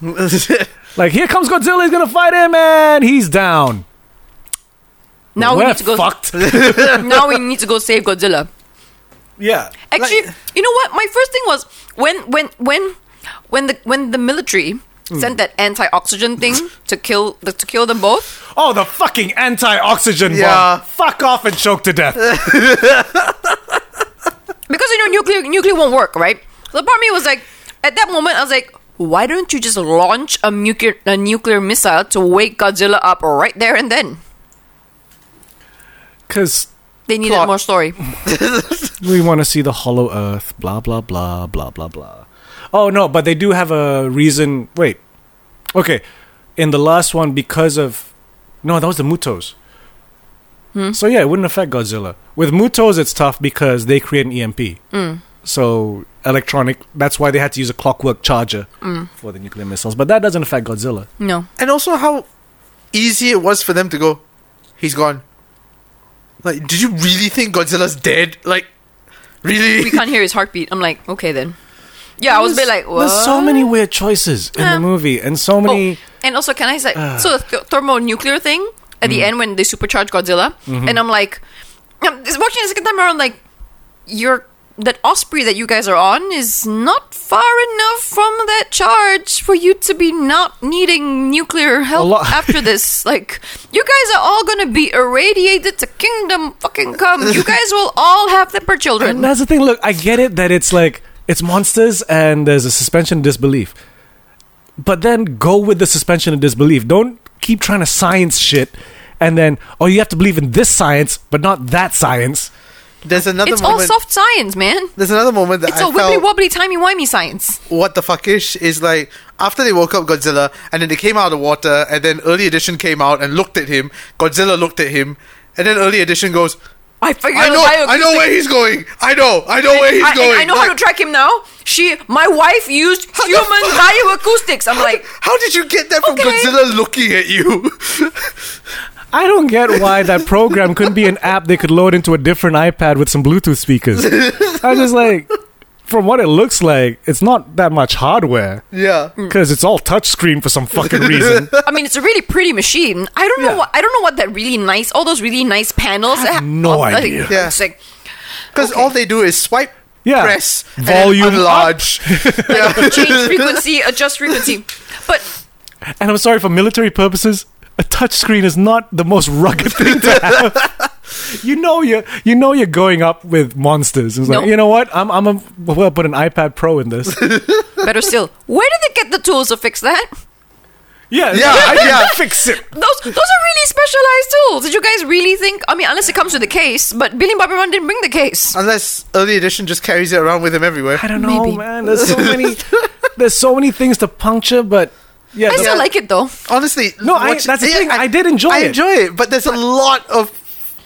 [SPEAKER 3] Like here comes Godzilla. He's gonna fight him, and he's down.
[SPEAKER 1] now
[SPEAKER 3] we're
[SPEAKER 1] we need to go.
[SPEAKER 3] fucked.
[SPEAKER 1] Now we need to go save Godzilla.
[SPEAKER 3] yeah.
[SPEAKER 1] Actually,
[SPEAKER 2] Like-
[SPEAKER 1] you know what? My first thing was when when when when the when the military sent that anti-oxygen thing to kill the, to kill them both.
[SPEAKER 3] Oh, the fucking anti-oxygen
[SPEAKER 2] Yeah.
[SPEAKER 3] bomb. Fuck off and choke to death.
[SPEAKER 1] Because you know nuclear nuclear won't work, right? So part of me was like at that moment I was like why don't you just launch a nuclear a nuclear missile to wake Godzilla up right there and then?
[SPEAKER 3] Because
[SPEAKER 1] They needed
[SPEAKER 2] Plot.
[SPEAKER 1] more story.
[SPEAKER 3] we want to see the hollow earth, blah, blah, blah, blah, blah, blah. Oh, no, but they do have a reason. Wait. Okay. In the last one, because of. No, that was the Mutos. So, yeah, it wouldn't affect Godzilla. With Mutos, it's tough because they create an EMP. So, electronic. That's why they had to use a clockwork charger for the nuclear missiles. But that doesn't affect Godzilla.
[SPEAKER 1] No.
[SPEAKER 2] And also how easy it was for them to go, he's gone. Like, did you really think Godzilla's dead? Like,
[SPEAKER 1] We
[SPEAKER 2] really?
[SPEAKER 1] can't hear his heartbeat. I'm like, okay then. Yeah, I was a bit like, what?
[SPEAKER 3] There's so many weird choices in
[SPEAKER 1] Yeah.
[SPEAKER 3] the movie, and so many.
[SPEAKER 1] Oh, and also, can I say
[SPEAKER 2] Ah.
[SPEAKER 1] so the th- thermonuclear thing at
[SPEAKER 2] Mm.
[SPEAKER 1] the end when they supercharge Godzilla,
[SPEAKER 2] Mm-hmm.
[SPEAKER 1] and I'm like, I'm just watching the second time around, like, you're that osprey that you guys are on is not far enough from that charge for you to be not needing nuclear help
[SPEAKER 3] lot-
[SPEAKER 1] after this like you guys are all gonna be irradiated to kingdom fucking come you guys will all have leper children
[SPEAKER 3] And that's the thing. Look, I get it that it's like it's monsters and there's a suspension of disbelief, but then go with the suspension of disbelief. Don't keep trying to science shit, and then oh, you have to believe in this science but not that science.
[SPEAKER 2] There's another
[SPEAKER 1] it's all
[SPEAKER 2] moment.
[SPEAKER 1] soft science man
[SPEAKER 2] there's another moment that
[SPEAKER 1] it's
[SPEAKER 2] I
[SPEAKER 1] all
[SPEAKER 2] felt
[SPEAKER 1] wibbly wobbly timey wimey science
[SPEAKER 2] what the fuckish is like after they woke up Godzilla and then they came out of the water and then early edition came out and looked at him. Godzilla looked at him and then early edition goes,
[SPEAKER 1] I figured
[SPEAKER 2] I know,
[SPEAKER 1] out
[SPEAKER 2] I know
[SPEAKER 1] bioacoustic-
[SPEAKER 2] where he's going. I know, I know where he's
[SPEAKER 1] I, and
[SPEAKER 2] going.
[SPEAKER 1] I know
[SPEAKER 2] Like,
[SPEAKER 1] how to track him now. She, my wife, used human bioacoustics. I'm like,
[SPEAKER 2] how did you get that from
[SPEAKER 1] Okay.
[SPEAKER 2] Godzilla looking at you?
[SPEAKER 3] I don't get why that program couldn't be an app they could load into a different iPad with some Bluetooth speakers. I'm just like, from what it looks like, it's not that much hardware.
[SPEAKER 2] yeah.
[SPEAKER 1] Mm,
[SPEAKER 3] Because it's all touchscreen for some fucking reason.
[SPEAKER 1] I mean, it's a really pretty machine. I don't know
[SPEAKER 3] Yeah.
[SPEAKER 1] what I don't know what that really nice, all those really nice panels.
[SPEAKER 3] have
[SPEAKER 1] that
[SPEAKER 3] no
[SPEAKER 1] like,
[SPEAKER 3] idea.
[SPEAKER 2] Yeah.
[SPEAKER 1] It's like,
[SPEAKER 2] Because all they do is swipe,
[SPEAKER 3] Yeah.
[SPEAKER 2] press,
[SPEAKER 3] Volume
[SPEAKER 2] volume, large. yeah.
[SPEAKER 1] change frequency, adjust frequency. But
[SPEAKER 3] And I'm sorry, for military purposes, a touchscreen is not the most rugged thing to have. you know you're you know you're going up with monsters. It's like,
[SPEAKER 1] No.
[SPEAKER 3] you know what? I'm I'm a, well put an iPad Pro in this.
[SPEAKER 1] better still, where did they get the tools to fix that?
[SPEAKER 3] Yeah,
[SPEAKER 2] Yeah,
[SPEAKER 3] I can
[SPEAKER 2] yeah.
[SPEAKER 3] fix it.
[SPEAKER 1] Those those are really specialized tools. Did you guys really think? I mean, unless it comes with a case, but Billy Bobby Brown didn't bring the case.
[SPEAKER 2] Unless early edition just carries it around with him everywhere.
[SPEAKER 3] I don't know,
[SPEAKER 1] Maybe.
[SPEAKER 3] man. There's so many there's so many things to puncture, but yeah,
[SPEAKER 1] I
[SPEAKER 3] the-
[SPEAKER 1] still like it though.
[SPEAKER 2] Honestly,
[SPEAKER 3] No, I- that's the thing, I did enjoy
[SPEAKER 2] I
[SPEAKER 3] it.
[SPEAKER 2] enjoy it, but there's a lot of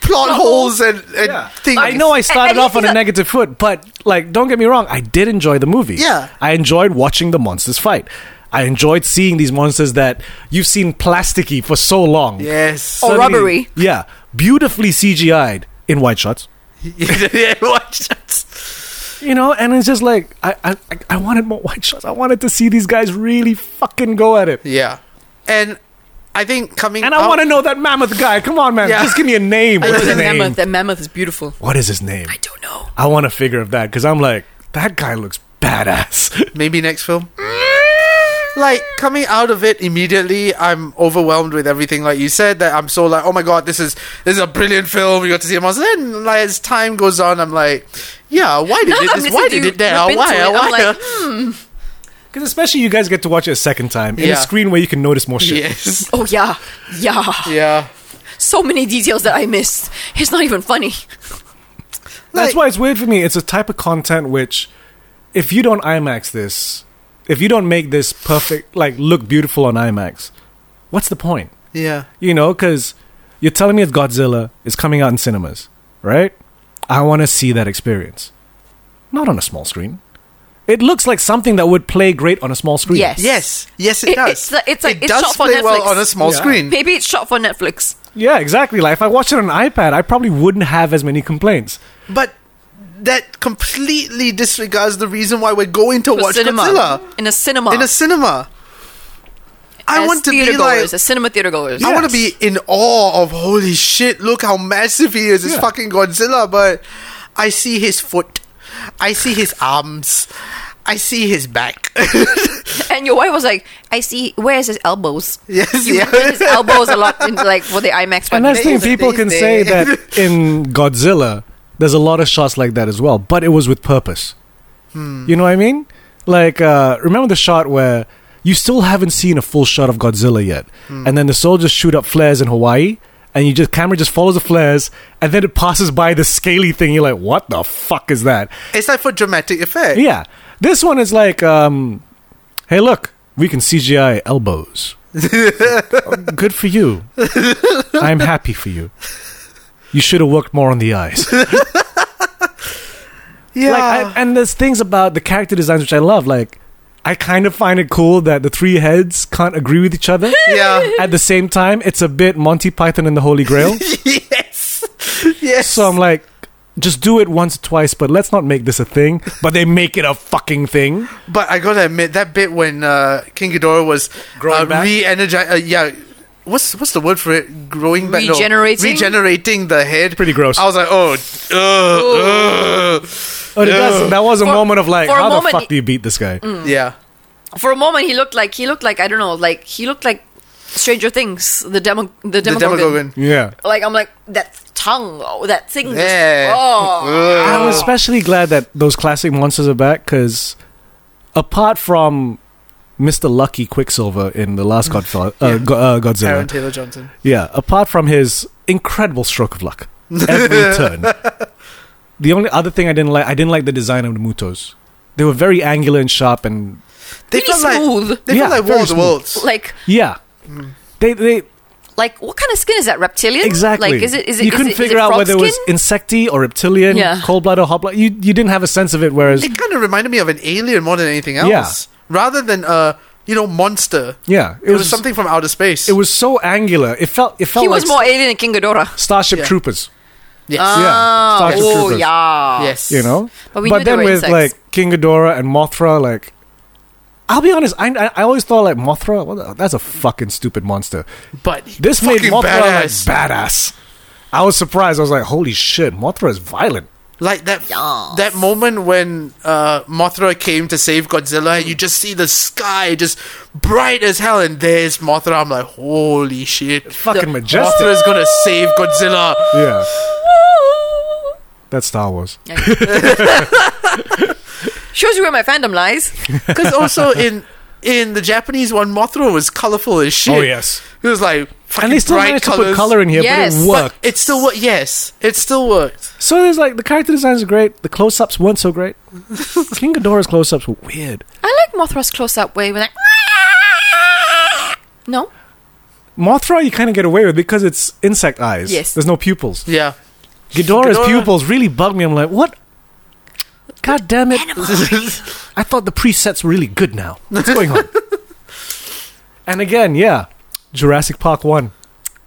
[SPEAKER 2] plot holes and, and
[SPEAKER 3] yeah.
[SPEAKER 2] things.
[SPEAKER 3] I know I started
[SPEAKER 1] and
[SPEAKER 3] off on
[SPEAKER 1] he's
[SPEAKER 3] a
[SPEAKER 1] a-
[SPEAKER 3] negative foot, but like, don't get me wrong, I did enjoy the movie.
[SPEAKER 2] Yeah.
[SPEAKER 3] I enjoyed watching the monsters fight. I enjoyed seeing these monsters that you've seen plasticky for so long.
[SPEAKER 2] Yes.
[SPEAKER 1] Or
[SPEAKER 3] Suddenly-
[SPEAKER 1] rubbery.
[SPEAKER 3] Yeah, beautifully CGI'd in wide shots.
[SPEAKER 2] yeah, watch that.
[SPEAKER 3] You know, and it's just like I, I, I wanted more wide shots. I wanted to see these guys really fucking go at it.
[SPEAKER 2] Yeah. And I think coming
[SPEAKER 3] And I
[SPEAKER 2] out-
[SPEAKER 3] want to know that mammoth guy. Come on, man,
[SPEAKER 2] Oh. Yeah.
[SPEAKER 3] just give me a name. What's his
[SPEAKER 1] That
[SPEAKER 3] name?
[SPEAKER 1] mammoth, that mammoth is beautiful.
[SPEAKER 3] What is his name?
[SPEAKER 1] I don't know.
[SPEAKER 3] I want a figure of that because I'm like, that guy looks badass.
[SPEAKER 2] maybe next film. like coming out of it immediately, I'm overwhelmed with everything. Like you said, that I'm so like, oh my god, this is this is a brilliant film. We got to see a monster. Then, like as time goes on, I'm like, yeah, why did
[SPEAKER 1] Now
[SPEAKER 2] it
[SPEAKER 1] that I'm
[SPEAKER 2] this?
[SPEAKER 1] listening
[SPEAKER 2] Why
[SPEAKER 1] to
[SPEAKER 2] did
[SPEAKER 1] you
[SPEAKER 2] it there?
[SPEAKER 1] rip into
[SPEAKER 2] Why?
[SPEAKER 1] it, I'm
[SPEAKER 2] why?
[SPEAKER 1] like,
[SPEAKER 3] Because especially you guys get to watch it a second time in
[SPEAKER 2] Yeah.
[SPEAKER 3] a screen where you can notice more shit.
[SPEAKER 2] yes,
[SPEAKER 1] Oh yeah, yeah.
[SPEAKER 2] yeah.
[SPEAKER 1] So many details that I missed. It's not even funny.
[SPEAKER 3] That's
[SPEAKER 2] Like-
[SPEAKER 3] why it's weird for me. It's a type of content which, if you don't IMAX this, if you don't make this perfect, like look beautiful on IMAX, what's the point?
[SPEAKER 2] Yeah.
[SPEAKER 3] You know, because you're telling me it's Godzilla is coming out in cinemas, right? I want to see that experience, not on a small screen. It looks like something that would play great on a small screen.
[SPEAKER 1] Yes.
[SPEAKER 2] Yes. Yes, it,
[SPEAKER 1] It-
[SPEAKER 2] does.
[SPEAKER 1] it's like- it's like-
[SPEAKER 2] it
[SPEAKER 1] it's
[SPEAKER 2] does
[SPEAKER 1] shot for
[SPEAKER 2] play well
[SPEAKER 1] Netflix.
[SPEAKER 2] on a small
[SPEAKER 3] Yeah.
[SPEAKER 2] screen.
[SPEAKER 1] Maybe it's shot for Netflix.
[SPEAKER 3] Yeah, exactly. Like if I watched it on an iPad, I probably wouldn't have as many complaints.
[SPEAKER 2] But that completely disregards the reason why we're going to
[SPEAKER 1] To a
[SPEAKER 2] oh, watch
[SPEAKER 1] cinema.
[SPEAKER 2] Godzilla
[SPEAKER 1] In a cinema.
[SPEAKER 2] in a cinema. I
[SPEAKER 1] As
[SPEAKER 2] want to be
[SPEAKER 1] theater
[SPEAKER 2] like,
[SPEAKER 1] goers, as cinema theater goers.
[SPEAKER 2] I want to be
[SPEAKER 3] Yes.
[SPEAKER 2] in awe of holy shit, look how massive he is. It's
[SPEAKER 3] Yeah.
[SPEAKER 2] fucking Godzilla, but I see his foot, I see his arms, I see his back.
[SPEAKER 1] And your wife was like, I see, where's his elbows?
[SPEAKER 2] yes,
[SPEAKER 1] You
[SPEAKER 2] yeah.
[SPEAKER 1] his elbows a lot in like for the IMAX one.
[SPEAKER 3] And that's the
[SPEAKER 2] Amazing
[SPEAKER 3] thing, people can
[SPEAKER 2] these
[SPEAKER 3] say
[SPEAKER 2] days.
[SPEAKER 3] that in Godzilla, there's a lot of shots like that as well, but it was with purpose.
[SPEAKER 2] Hmm.
[SPEAKER 3] You know what I mean? Like, uh, remember the shot where you still haven't seen a full shot of Godzilla yet,
[SPEAKER 2] Hmm.
[SPEAKER 3] and then the soldiers shoot up flares in Hawaii, and you just camera just follows the flares, and then it passes by the scaly thing. You're like, what the fuck is that?
[SPEAKER 2] It's like for dramatic effect.
[SPEAKER 3] Yeah, this one is like, um, hey, look, we can CGI elbows. Good for you. I'm happy for you. You should have worked more on the eyes.
[SPEAKER 2] Yeah.
[SPEAKER 3] Like, I, and there's things about the character designs which I love. Like, I kind of find it cool that the three heads can't agree with each other.
[SPEAKER 2] yeah.
[SPEAKER 3] At the same time, it's a bit Monty Python and the Holy Grail.
[SPEAKER 2] yes. Yes.
[SPEAKER 3] So I'm like, just do it once or twice, but let's not make this a thing. But they make it a fucking thing.
[SPEAKER 2] But I gotta admit that bit when uh, King Ghidorah was
[SPEAKER 3] Growing
[SPEAKER 2] uh,
[SPEAKER 3] back?
[SPEAKER 2] re-energized. Uh, yeah, what's what's the word for it? Growing back, no,
[SPEAKER 1] Regenerating?
[SPEAKER 2] regenerating the head.
[SPEAKER 3] Pretty gross.
[SPEAKER 2] I was like, oh, uh, ugh,
[SPEAKER 3] But Oh, it does, that was a
[SPEAKER 1] For-
[SPEAKER 3] moment of like,
[SPEAKER 1] for a
[SPEAKER 3] how the
[SPEAKER 1] moment, Mm.
[SPEAKER 3] fuck do you beat this guy?
[SPEAKER 2] ugh. uh. yeah,
[SPEAKER 1] For a moment, he looked like, he looked like, I don't know, like, he looked like Stranger Things, the demo, the
[SPEAKER 2] the
[SPEAKER 1] Demogorgon.
[SPEAKER 2] Demogorgon.
[SPEAKER 3] Yeah.
[SPEAKER 1] Like, I'm like, that tongue, oh, that thing. just-
[SPEAKER 2] Yeah.
[SPEAKER 1] oh.
[SPEAKER 2] Ugh.
[SPEAKER 3] I'm especially glad that those classic monsters are back because apart from Mr. Lucky Quicksilver in the last Godfa- uh, Go- uh, Godzilla,
[SPEAKER 2] Aaron Taylor Johnson.
[SPEAKER 3] yeah, apart from his incredible stroke of luck every turn, the only other thing I didn't like, I didn't like the design of the Mutos. They were very angular and sharp, and
[SPEAKER 2] They
[SPEAKER 1] Really
[SPEAKER 2] felt like
[SPEAKER 1] smooth.
[SPEAKER 2] they
[SPEAKER 3] Yeah,
[SPEAKER 2] felt like
[SPEAKER 3] very
[SPEAKER 2] War of the
[SPEAKER 3] smooth.
[SPEAKER 2] Worlds.
[SPEAKER 1] like,
[SPEAKER 3] yeah, they they
[SPEAKER 1] like, what kind of skin is that? Reptilian?
[SPEAKER 3] exactly.
[SPEAKER 1] Like, is it, is it,
[SPEAKER 3] you
[SPEAKER 1] is
[SPEAKER 3] couldn't
[SPEAKER 1] it- is
[SPEAKER 3] figure
[SPEAKER 1] it
[SPEAKER 3] out
[SPEAKER 1] frog
[SPEAKER 3] whether it was
[SPEAKER 1] skin?
[SPEAKER 3] insecty or reptilian,
[SPEAKER 1] Yeah.
[SPEAKER 3] cold blood or hot blood. You you didn't have a sense of it, whereas
[SPEAKER 2] It kind of reminded me of an alien more than anything else,
[SPEAKER 3] Yeah.
[SPEAKER 2] rather than a you know monster.
[SPEAKER 3] yeah,
[SPEAKER 2] It, was, something from outer space.
[SPEAKER 3] It was so angular. It felt it felt
[SPEAKER 1] He
[SPEAKER 3] like
[SPEAKER 1] was more alien than King Ghidorah.
[SPEAKER 3] Starship
[SPEAKER 2] Yeah.
[SPEAKER 3] Troopers.
[SPEAKER 2] yes,
[SPEAKER 1] Ah,
[SPEAKER 3] Starship
[SPEAKER 1] oh,
[SPEAKER 3] Troopers.
[SPEAKER 1] yeah.
[SPEAKER 2] yes,
[SPEAKER 3] You know,
[SPEAKER 1] But we knew they
[SPEAKER 3] then
[SPEAKER 1] were
[SPEAKER 3] with
[SPEAKER 1] insects.
[SPEAKER 3] like King Ghidorah and Mothra, like I'll be honest, I I, I always thought like Mothra, what the- that's a fucking stupid monster.
[SPEAKER 2] But
[SPEAKER 3] This made
[SPEAKER 2] fucking
[SPEAKER 3] Mothra
[SPEAKER 2] badass.
[SPEAKER 3] like badass. I was surprised. I was like, holy shit, Mothra is violent.
[SPEAKER 2] Like that
[SPEAKER 1] Yes.
[SPEAKER 2] that moment when uh, Mothra came to save Godzilla, and you just see the sky just bright as hell, and there's Mothra. I'm like, holy shit!
[SPEAKER 3] Fucking majestic.
[SPEAKER 2] Mothra's gonna save Godzilla.
[SPEAKER 3] Yeah, that's Star Wars.
[SPEAKER 1] Shows you where my fandom lies.
[SPEAKER 2] Because also in in the Japanese one, Mothra was colorful as shit.
[SPEAKER 3] Oh, yes.
[SPEAKER 2] it was like fucking
[SPEAKER 3] And they still
[SPEAKER 2] bright
[SPEAKER 3] managed
[SPEAKER 2] colors.
[SPEAKER 3] to put color in here,
[SPEAKER 1] Yes.
[SPEAKER 3] but it
[SPEAKER 1] But-
[SPEAKER 3] worked.
[SPEAKER 2] It still worked. Yes, it still worked.
[SPEAKER 3] So there's like the character designs are great. The close-ups weren't so great. King Ghidorah's close-ups were weird.
[SPEAKER 1] I like Mothra's close-up way when like. No,
[SPEAKER 3] Mothra, you kind of get away with because it's insect eyes.
[SPEAKER 1] Yes.
[SPEAKER 3] There's no pupils.
[SPEAKER 2] Yeah,
[SPEAKER 3] Ghidorah's
[SPEAKER 2] Ghidorah-
[SPEAKER 3] pupils really bug me. I'm like, what? God damn it. I thought the presets were really good now. What's going on? and again, yeah, Jurassic Park 1.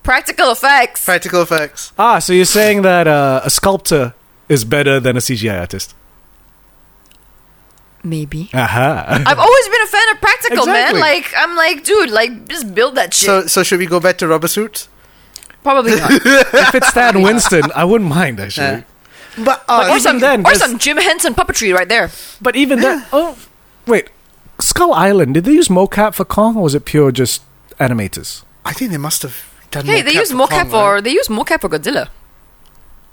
[SPEAKER 1] practical effects.
[SPEAKER 2] practical effects.
[SPEAKER 3] Ah, so you're saying that uh, a sculptor is better than a CGI artist?
[SPEAKER 1] Maybe.
[SPEAKER 3] Aha.
[SPEAKER 1] I've always been a fan of practical,
[SPEAKER 3] Exactly.
[SPEAKER 1] man. Like I'm like, dude, like just build that shit.
[SPEAKER 2] So so should we go back to rubber suits?
[SPEAKER 1] Probably not.
[SPEAKER 3] if it's Stan Winston, I wouldn't mind, actually.
[SPEAKER 2] Nah. But uh,
[SPEAKER 1] or
[SPEAKER 3] even
[SPEAKER 1] some
[SPEAKER 3] then,
[SPEAKER 1] or
[SPEAKER 3] there's-
[SPEAKER 1] some Jim Henson puppetry right there.
[SPEAKER 3] But even that. Oh, wait. Skull Island, did they use mocap for Kong or was it pure just animators?
[SPEAKER 2] I think they must have done.
[SPEAKER 1] Hey, they use mocap
[SPEAKER 2] Kong,
[SPEAKER 1] for
[SPEAKER 2] right?
[SPEAKER 1] they use mocap for Godzilla.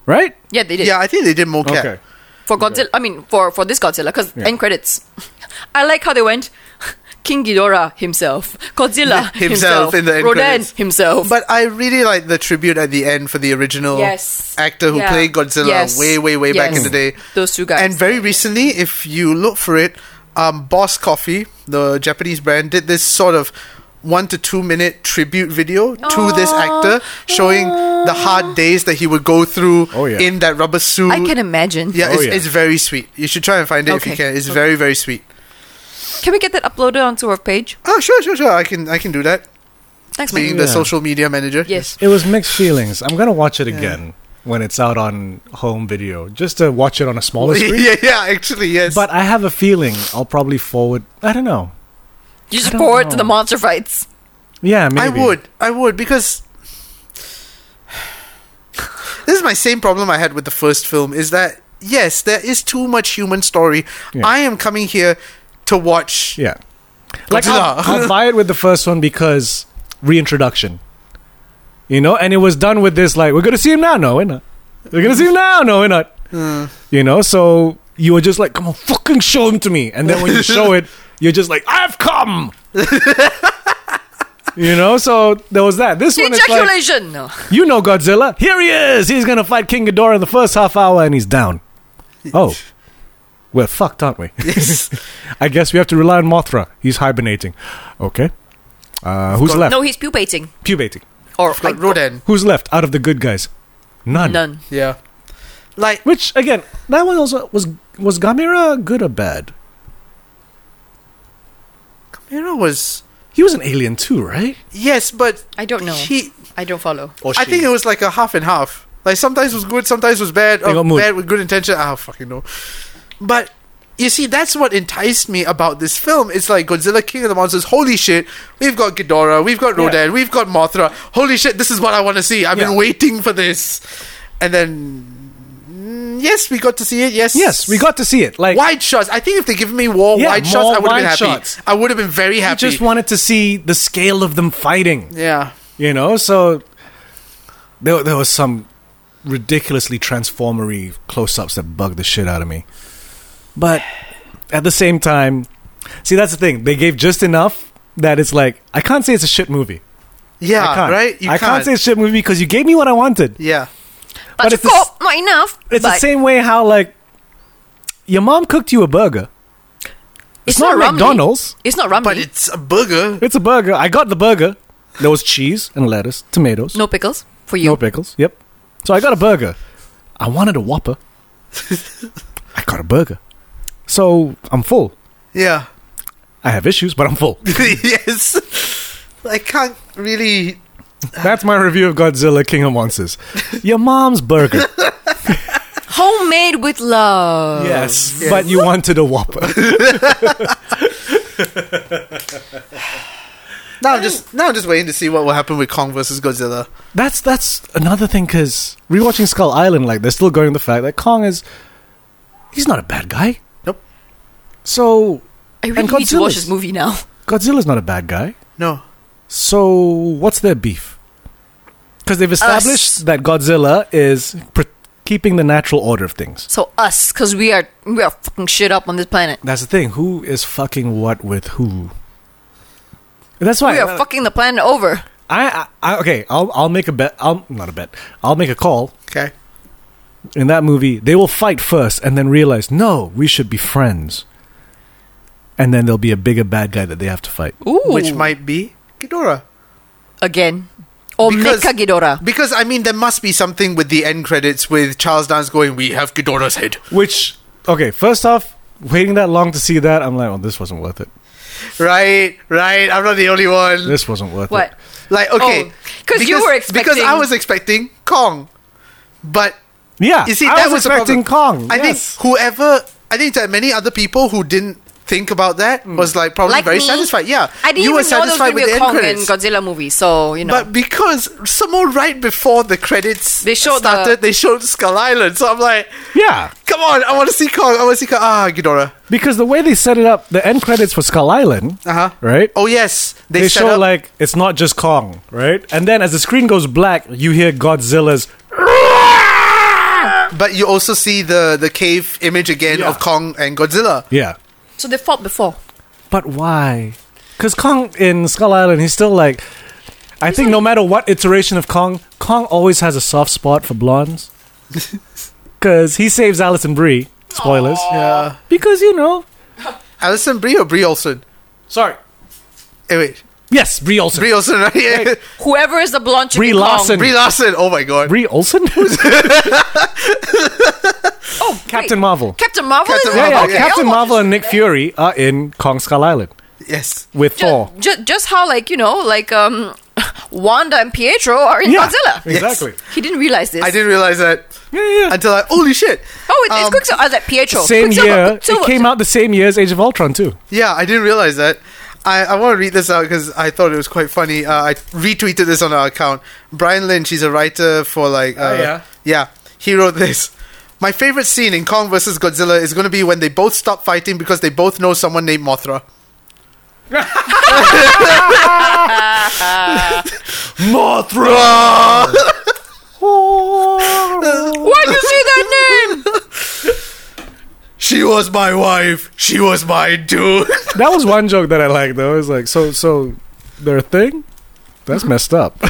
[SPEAKER 3] Right?
[SPEAKER 1] Yeah, they did
[SPEAKER 2] Yeah, I think they did mocap.
[SPEAKER 1] for Godzilla. I mean, for for this Godzilla because
[SPEAKER 3] Yeah.
[SPEAKER 1] end credits. I like how they went. King Ghidorah himself, Godzilla himself,
[SPEAKER 2] Himself in the end
[SPEAKER 1] Rodan
[SPEAKER 2] credits.
[SPEAKER 1] himself.
[SPEAKER 2] But I really like the tribute at the end for the original
[SPEAKER 1] Yes.
[SPEAKER 2] actor who
[SPEAKER 1] Yeah.
[SPEAKER 2] played Godzilla
[SPEAKER 1] Yes.
[SPEAKER 2] way, way, way back in
[SPEAKER 1] Yes.
[SPEAKER 2] the day.
[SPEAKER 1] Those two guys.
[SPEAKER 2] And very recently, if you look for it, um, Boss Coffee, the Japanese brand, did this sort of one to two minute tribute video to this actor, showing the hard days that he would go through
[SPEAKER 3] Oh, yeah.
[SPEAKER 2] in that rubber suit.
[SPEAKER 1] I can imagine.
[SPEAKER 2] yeah,
[SPEAKER 3] Oh,
[SPEAKER 2] it's,
[SPEAKER 3] yeah.
[SPEAKER 2] it's very sweet. You should try and find it if you
[SPEAKER 1] Okay.
[SPEAKER 2] can. It's very, very sweet.
[SPEAKER 1] Can we get that uploaded onto our page?
[SPEAKER 2] Oh, sure, sure, sure. I can, I can do that.
[SPEAKER 1] Thanks,
[SPEAKER 2] Being
[SPEAKER 1] man.
[SPEAKER 2] the
[SPEAKER 3] Yeah.
[SPEAKER 2] social media manager.
[SPEAKER 1] Yes.
[SPEAKER 3] It was mixed feelings. I'm gonna watch it again when it's out on home video, just to watch it on a smaller screen.
[SPEAKER 2] yeah, yeah. Actually, yes.
[SPEAKER 3] But I have a feeling I'll probably forward. I don't know.
[SPEAKER 1] You
[SPEAKER 3] I don't
[SPEAKER 1] support
[SPEAKER 3] know.
[SPEAKER 1] the monster fights.
[SPEAKER 3] Yeah, maybe.
[SPEAKER 2] I would. I would because this is my same problem I had with the first film is that yes, there is too much human story.
[SPEAKER 3] Yeah.
[SPEAKER 2] I am coming here to watch
[SPEAKER 3] Yeah. Like um, I'll,
[SPEAKER 2] Godzilla.
[SPEAKER 3] I'll buy it with the first one because reintroduction. You know, and it was done with this like we're gonna see him now. No, we're not. We're gonna see him now. No, we're not. You know, so you were just like, come on, fucking show him to me. And then when you show it, you're just like, I've come. you know, so there was that. This one is like,
[SPEAKER 1] Ejaculation. No.
[SPEAKER 3] you know, Godzilla. Here he is. He's gonna fight King Ghidorah in the first half hour, and he's down. Oh, we're fucked, aren't we?
[SPEAKER 2] Yes.
[SPEAKER 3] I guess we have to rely on Mothra. He's hibernating. Okay. Uh, who's left?
[SPEAKER 1] no, he's pupating
[SPEAKER 3] Pubating.
[SPEAKER 1] or
[SPEAKER 2] I've
[SPEAKER 1] like
[SPEAKER 2] got uh, Rodan.
[SPEAKER 3] Who's left out of the good guys? None.
[SPEAKER 1] none.
[SPEAKER 2] Yeah. Like
[SPEAKER 3] Which again, that one also was was Gamera good or bad?
[SPEAKER 2] Mira was
[SPEAKER 3] He was an alien too, right?
[SPEAKER 2] yes, but
[SPEAKER 1] I don't know.
[SPEAKER 2] He,
[SPEAKER 1] I don't follow.
[SPEAKER 3] Or
[SPEAKER 2] I think it was like a half and half. Like sometimes was good, sometimes was bad. Or
[SPEAKER 3] got mood.
[SPEAKER 2] bad with good intention. I don't fucking know. But you see, that's what enticed me about this film. It's like Godzilla King of the Monsters. Holy shit, we've got Ghidorah, we've got
[SPEAKER 3] Yeah.
[SPEAKER 2] Rodan, we've got Mothra. Holy shit, this is what I want to see. I've
[SPEAKER 3] Yeah.
[SPEAKER 2] been waiting for this. And then, mm, yes, we got to see it. Yes,
[SPEAKER 3] Yes, we got to see it. Like
[SPEAKER 2] wide shots. I think if they give me more
[SPEAKER 3] Yeah,
[SPEAKER 2] wide
[SPEAKER 3] more
[SPEAKER 2] shots, I would have been
[SPEAKER 3] wide
[SPEAKER 2] happy.
[SPEAKER 3] shots.
[SPEAKER 2] I would have been very
[SPEAKER 3] we
[SPEAKER 2] happy.
[SPEAKER 3] just wanted to see the scale of them fighting.
[SPEAKER 2] yeah.
[SPEAKER 3] You know, so there there was some ridiculously transformery close ups that bugged the shit out of me. But at the same time, see that's the thing. They gave just enough that it's like I can't say it's a shit movie.
[SPEAKER 2] Yeah,
[SPEAKER 3] I can't.
[SPEAKER 2] right? You
[SPEAKER 3] I can't.
[SPEAKER 2] can't.
[SPEAKER 3] say it's a shit movie because you gave me what I wanted.
[SPEAKER 2] yeah.
[SPEAKER 1] But,
[SPEAKER 3] it's
[SPEAKER 1] of
[SPEAKER 3] the
[SPEAKER 1] course, not enough.
[SPEAKER 3] It's the
[SPEAKER 1] but
[SPEAKER 3] same way how like your mom cooked you a burger. It's, not,
[SPEAKER 1] Ramly.
[SPEAKER 3] McDonald's.
[SPEAKER 1] It's not Ramly.
[SPEAKER 3] Mm-hmm.
[SPEAKER 2] But it's a burger.
[SPEAKER 3] It's a burger. I got the burger. There was cheese and lettuce, tomatoes,
[SPEAKER 1] no pickles for you.
[SPEAKER 3] no pickles. Yep. So I got a burger. I wanted a Whopper. I got a burger. So I'm full.
[SPEAKER 2] Yeah.
[SPEAKER 3] I have issues, but I'm full.
[SPEAKER 2] yes. I can't really.
[SPEAKER 3] That's my review of Godzilla King of Monsters. Your mom's burger.
[SPEAKER 1] Homemade with love.
[SPEAKER 3] Yes,
[SPEAKER 2] Yes.
[SPEAKER 3] but you wanted a Whopper.
[SPEAKER 2] Now I'm just now I'm just waiting to see what will happen with Kong versus Godzilla.
[SPEAKER 3] That's that's another thing because rewatching Skull Island, like they're still going with the fact that Kong is he's not a bad guy.
[SPEAKER 2] Nope.
[SPEAKER 3] So
[SPEAKER 1] I really
[SPEAKER 3] And
[SPEAKER 1] need to watch
[SPEAKER 3] Godzilla's-
[SPEAKER 1] this movie now.
[SPEAKER 3] Godzilla's not a bad guy.
[SPEAKER 2] No.
[SPEAKER 3] So what's their beef? Because they've established that Godzilla is pr keeping the natural order of things.
[SPEAKER 1] So us, because we are we are fucking shit up on this planet.
[SPEAKER 3] That's the thing. Who is fucking what with who? That's why
[SPEAKER 1] We are fucking the planet over.
[SPEAKER 3] I, I, I okay. I'll I'll make a bet. I'll not a bet. I'll make a call
[SPEAKER 2] Okay.
[SPEAKER 3] in that movie, they will fight first and then realize, no, we should be friends. And then there'll be a bigger bad guy that they have to fight.
[SPEAKER 1] Ooh.
[SPEAKER 2] Which might be Ghidorah.
[SPEAKER 1] again, or
[SPEAKER 2] Because-
[SPEAKER 1] Mecha Ghidorah.
[SPEAKER 2] Because I mean, there must be something with the end credits with Charles Dance going, "We have Ghidorah's head."
[SPEAKER 3] Which, okay, first off, waiting that long to see that, I'm like, oh, this wasn't worth it.
[SPEAKER 2] Right. Right. I'm not the only one.
[SPEAKER 3] This wasn't worth
[SPEAKER 1] What?
[SPEAKER 3] it.
[SPEAKER 2] Like okay,
[SPEAKER 1] Oh, 'cause you were expecting-
[SPEAKER 2] because I was expecting Kong, but
[SPEAKER 3] Yeah,
[SPEAKER 2] You see,
[SPEAKER 3] I
[SPEAKER 2] that
[SPEAKER 3] was
[SPEAKER 2] was the
[SPEAKER 3] expecting
[SPEAKER 2] problem.
[SPEAKER 3] Kong.
[SPEAKER 2] I
[SPEAKER 3] yes.
[SPEAKER 2] think whoever I think there are many other people who didn't think about that
[SPEAKER 3] Hmm.
[SPEAKER 2] was like probably
[SPEAKER 1] Like
[SPEAKER 2] very
[SPEAKER 1] me.
[SPEAKER 2] satisfied. Yeah,
[SPEAKER 1] I didn't
[SPEAKER 2] you
[SPEAKER 1] even know
[SPEAKER 2] were
[SPEAKER 1] there was
[SPEAKER 2] satisfied
[SPEAKER 1] going to
[SPEAKER 2] with
[SPEAKER 1] be
[SPEAKER 2] the
[SPEAKER 1] a
[SPEAKER 2] end
[SPEAKER 1] Kong and
[SPEAKER 2] credits.
[SPEAKER 1] Godzilla movie, so you know.
[SPEAKER 2] But because someone right before the credits
[SPEAKER 1] They showed the-
[SPEAKER 2] started, they showed Skull Island. So I'm like,
[SPEAKER 3] Yeah,
[SPEAKER 2] come on, I want to see Kong. I want to see Kong. Ah, Ghidorah.
[SPEAKER 3] because the way they set it up, the end credits for Skull Island,
[SPEAKER 2] Uh huh.
[SPEAKER 3] right?
[SPEAKER 2] Oh yes, they,
[SPEAKER 3] they
[SPEAKER 2] set
[SPEAKER 3] show
[SPEAKER 2] up-
[SPEAKER 3] like it's not just Kong, right? And then as the screen goes black, you hear Godzilla's.
[SPEAKER 2] But you also see the the cave image again
[SPEAKER 3] Yeah.
[SPEAKER 2] of Kong and Godzilla.
[SPEAKER 3] Yeah,
[SPEAKER 1] so they fought before.
[SPEAKER 3] but why? Because Kong in Skull Island, he's still like. I think no matter what iteration of Kong, Kong always has a soft spot for blondes. Because he saves Alice and Brie. Spoilers.
[SPEAKER 2] Yeah.
[SPEAKER 3] Because you know.
[SPEAKER 2] Alison Brie or Brie Olsen?
[SPEAKER 3] Sorry.
[SPEAKER 2] Eh, wait,
[SPEAKER 3] Yes, Brie Olsen.
[SPEAKER 2] Brie Olsen, right? Yeah.
[SPEAKER 1] Whoever is the blonde chick
[SPEAKER 3] Brie
[SPEAKER 1] in Kong.
[SPEAKER 3] Larson.
[SPEAKER 2] Brie Larson. Oh my god.
[SPEAKER 3] Brie Olsen.
[SPEAKER 1] Oh,
[SPEAKER 3] Captain
[SPEAKER 1] wait.
[SPEAKER 3] Marvel.
[SPEAKER 1] Captain Marvel.
[SPEAKER 2] Captain
[SPEAKER 1] is
[SPEAKER 3] Yeah,
[SPEAKER 1] in
[SPEAKER 2] Marvel,
[SPEAKER 3] yeah.
[SPEAKER 1] Kong? Okay,
[SPEAKER 3] Captain
[SPEAKER 1] I'll watch
[SPEAKER 3] Marvel
[SPEAKER 1] this
[SPEAKER 3] and Nick
[SPEAKER 1] then.
[SPEAKER 3] Fury are in Kong Skull Island
[SPEAKER 2] Yes.
[SPEAKER 3] with
[SPEAKER 1] Ju-
[SPEAKER 3] Thor.
[SPEAKER 1] ju- just how like you know like um, Wanda and Pietro are in
[SPEAKER 3] Yeah,
[SPEAKER 1] Godzilla.
[SPEAKER 3] Exactly.
[SPEAKER 1] He didn't realize this.
[SPEAKER 2] I didn't realize that
[SPEAKER 3] Yeah, yeah.
[SPEAKER 2] until I holy shit.
[SPEAKER 1] Oh, it's, it's
[SPEAKER 2] Um,
[SPEAKER 1] Quicksilver. I was like Pietro.
[SPEAKER 3] Same
[SPEAKER 1] Quicksilver,
[SPEAKER 3] year.
[SPEAKER 1] Quicksilver.
[SPEAKER 3] It came out the same year as Age of Ultron too.
[SPEAKER 2] Yeah, I didn't realize that. I, I want to read this out because I thought it was quite funny. Uh, I retweeted this on our account. Brian Lynch, he's a writer for like. Uh,
[SPEAKER 3] yeah?
[SPEAKER 2] Yeah. He wrote this. My favorite scene in Kong vs. Godzilla is going to be when they both stop fighting because they both know someone named Mothra. Mothra!
[SPEAKER 1] Why'd you say that name?
[SPEAKER 2] She was my wife. She was mine too.
[SPEAKER 3] That was one joke that I liked though. It was like, so so they're a thing? That's messed up.
[SPEAKER 2] See,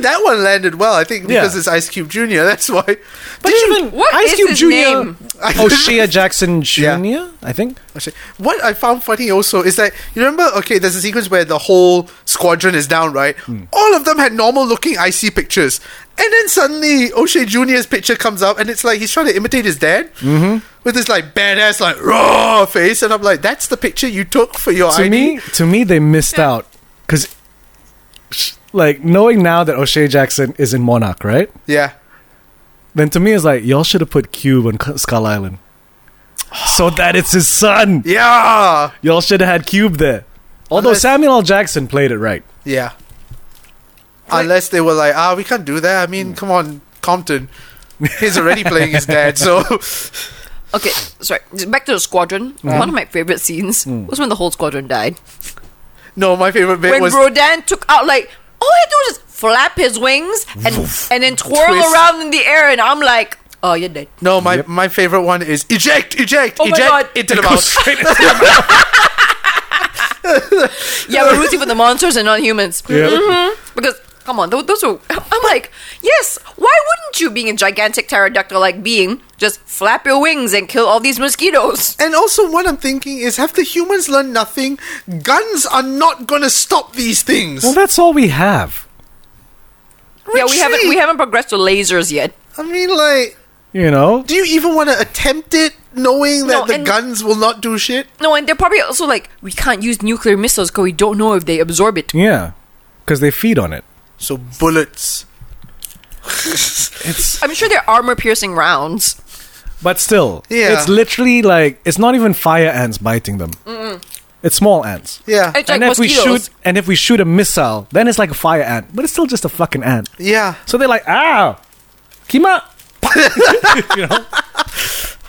[SPEAKER 2] that one landed well, I think, because
[SPEAKER 3] Yeah.
[SPEAKER 2] it's Ice Cube Jr., that's why.
[SPEAKER 3] But even
[SPEAKER 1] what is his name?
[SPEAKER 3] O'Shea Oh, Jackson Jr.,
[SPEAKER 2] Yeah.
[SPEAKER 3] I think.
[SPEAKER 2] Actually, What I found funny also is that you remember, okay, there's a sequence where the whole squadron is down, right?
[SPEAKER 3] Hmm.
[SPEAKER 2] All of them had normal looking IC pictures. And then suddenly O'Shea Jr.'s picture comes up and it's like he's trying to imitate his dad
[SPEAKER 3] Mm-hmm.
[SPEAKER 2] with this like badass, like raw face. And I'm like, that's the picture you took for your
[SPEAKER 3] To
[SPEAKER 2] ID?
[SPEAKER 3] me, to me they missed out cuz like knowing now that O'Shea Jackson is in Monarch, right?
[SPEAKER 2] Yeah.
[SPEAKER 3] Then to me it's like y'all should have put Cube on K- Skull Island. So that it's his son.
[SPEAKER 2] Yeah.
[SPEAKER 3] Y'all should have had Cube there. Although
[SPEAKER 2] Unless-
[SPEAKER 3] Samuel L. Jackson played it right.
[SPEAKER 2] Yeah. Unless they were like, ah, we can't do that. I
[SPEAKER 3] Hmm.
[SPEAKER 2] mean, come on, Compton. He's already playing his dad, so
[SPEAKER 1] Okay, sorry. Just Back to the squadron.
[SPEAKER 3] Mm.
[SPEAKER 1] One of my favorite scenes was when the whole squadron died.
[SPEAKER 2] no. My favorite bit
[SPEAKER 1] When
[SPEAKER 2] was
[SPEAKER 1] Rodan took out like all he had to do was just flap his wings and and then twirl
[SPEAKER 2] Twist.
[SPEAKER 1] around in the air, and I'm like, oh, you're dead.
[SPEAKER 2] No, my,
[SPEAKER 3] Yep.
[SPEAKER 2] my favorite one is eject, eject,
[SPEAKER 1] Oh my
[SPEAKER 2] eject
[SPEAKER 1] God.
[SPEAKER 2] into the
[SPEAKER 3] It goes
[SPEAKER 2] mouth.
[SPEAKER 3] straight into
[SPEAKER 1] Yeah, we're rooting for the monsters and non-humans.
[SPEAKER 3] Yeah.
[SPEAKER 1] Mhm. Because come on, those, those are. I'm like, yes. Why wouldn't you, being a gigantic pterodactyl-like being, just flap your wings and kill all these mosquitoes?
[SPEAKER 2] And also, what I'm thinking is, have the humans learned nothing? Guns are not gonna stop these things.
[SPEAKER 3] Well, that's all we have.
[SPEAKER 1] Yeah, we haven't we
[SPEAKER 2] Retreat.
[SPEAKER 1] haven't progressed to lasers yet.
[SPEAKER 2] I mean, like,
[SPEAKER 3] You know?
[SPEAKER 2] do you even want to attempt it, knowing that
[SPEAKER 1] No,
[SPEAKER 2] the
[SPEAKER 1] and-
[SPEAKER 2] guns will not do shit?
[SPEAKER 1] No, and they're probably also like, we can't use nuclear missiles because we don't know if they absorb it.
[SPEAKER 3] Yeah. Because they feed on it.
[SPEAKER 2] So bullets.
[SPEAKER 3] It's
[SPEAKER 1] I'm sure they're armor-piercing rounds.
[SPEAKER 3] but still,
[SPEAKER 2] Yeah.
[SPEAKER 3] it's literally like it's not even fire ants biting them. It's small ants.
[SPEAKER 2] Yeah,
[SPEAKER 1] It's like
[SPEAKER 3] and if
[SPEAKER 1] mosquitoes.
[SPEAKER 3] we shoot and if we shoot a missile, then it's like a fire ant, but it's still just a fucking ant.
[SPEAKER 2] yeah.
[SPEAKER 3] So they're like, "Ow, Kima." you know?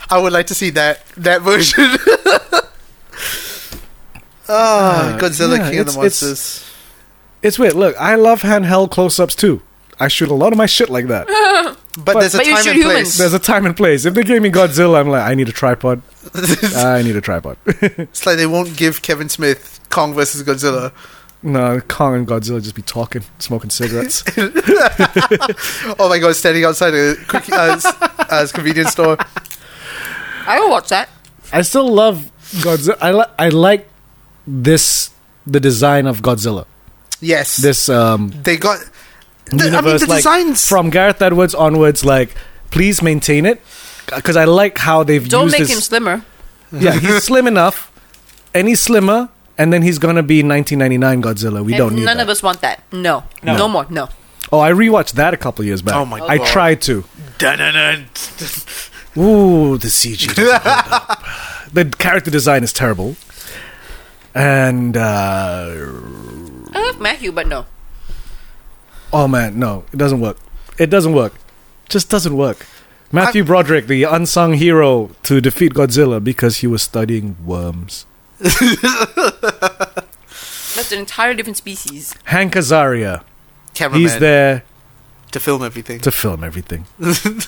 [SPEAKER 2] I would like to see that that version. Ah, Godzilla
[SPEAKER 3] yeah,
[SPEAKER 2] King of the
[SPEAKER 3] it's- it's-
[SPEAKER 2] Monsters.
[SPEAKER 3] It's weird. Look, I love handheld close-ups too. I shoot a lot of my shit like that.
[SPEAKER 2] But, there's a
[SPEAKER 1] but you
[SPEAKER 2] time
[SPEAKER 1] shoot
[SPEAKER 2] and
[SPEAKER 1] humans.
[SPEAKER 2] place.
[SPEAKER 3] There's a time and place. If they gave me Godzilla, I'm like, I need a tripod. I need a tripod.
[SPEAKER 2] It's like they won't give Kevin Smith Kong versus Godzilla.
[SPEAKER 3] no, Kong and Godzilla just be talking, smoking cigarettes.
[SPEAKER 2] Oh my god, standing outside a cookie, uh, s- uh, convenience store.
[SPEAKER 1] I will watch that.
[SPEAKER 3] I still love Godzilla. I, li- I like this the design of Godzilla.
[SPEAKER 2] Yes.
[SPEAKER 3] This um
[SPEAKER 2] they got. The, I mean,
[SPEAKER 3] universe
[SPEAKER 2] the
[SPEAKER 3] like
[SPEAKER 2] designs.
[SPEAKER 3] from Gareth Edwards onwards like please maintain it cuz I like how they've
[SPEAKER 1] Don't
[SPEAKER 3] used
[SPEAKER 1] make
[SPEAKER 3] this
[SPEAKER 1] him slimmer.
[SPEAKER 3] Yeah, he's slim enough. Any slimmer and then he's going to be 1999 Godzilla. We
[SPEAKER 1] And
[SPEAKER 3] don't need
[SPEAKER 1] none
[SPEAKER 3] that.
[SPEAKER 1] of us want that. No.
[SPEAKER 3] No.
[SPEAKER 1] no, more. No.
[SPEAKER 3] Oh, I rewatched that a couple years back.
[SPEAKER 2] Oh my
[SPEAKER 3] I
[SPEAKER 2] God.
[SPEAKER 3] tried to.
[SPEAKER 2] Dun-dun-dun.
[SPEAKER 3] Ooh, the CG. doesn't hold up. the character design is terrible. And uh,
[SPEAKER 1] I love Matthew, but no.
[SPEAKER 3] oh man, no, it doesn't work. It doesn't work. Just doesn't work. Matthew Broderick, the unsung hero to defeat Godzilla because he was studying worms.
[SPEAKER 1] That's an entirely different species.
[SPEAKER 3] Hank Azaria,
[SPEAKER 2] Cameraman
[SPEAKER 3] he's there
[SPEAKER 2] to film everything.
[SPEAKER 3] to film everything.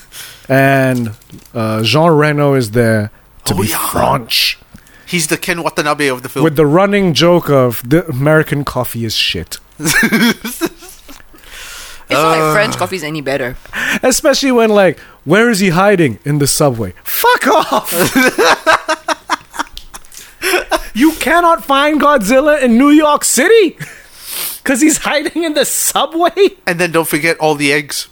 [SPEAKER 3] and uh, Jean Reno is there to
[SPEAKER 2] Oh,
[SPEAKER 3] be
[SPEAKER 2] yeah.
[SPEAKER 3] French
[SPEAKER 2] He's the Ken Watanabe of the film.
[SPEAKER 3] with the running joke of the American coffee is shit.
[SPEAKER 1] It's not
[SPEAKER 3] Uh.
[SPEAKER 1] like French coffee is any better.
[SPEAKER 3] Especially when like, where is he hiding? In the subway. Fuck off! you cannot find Godzilla in New York City! Cause he's hiding in the subway?
[SPEAKER 2] and then don't forget all the eggs.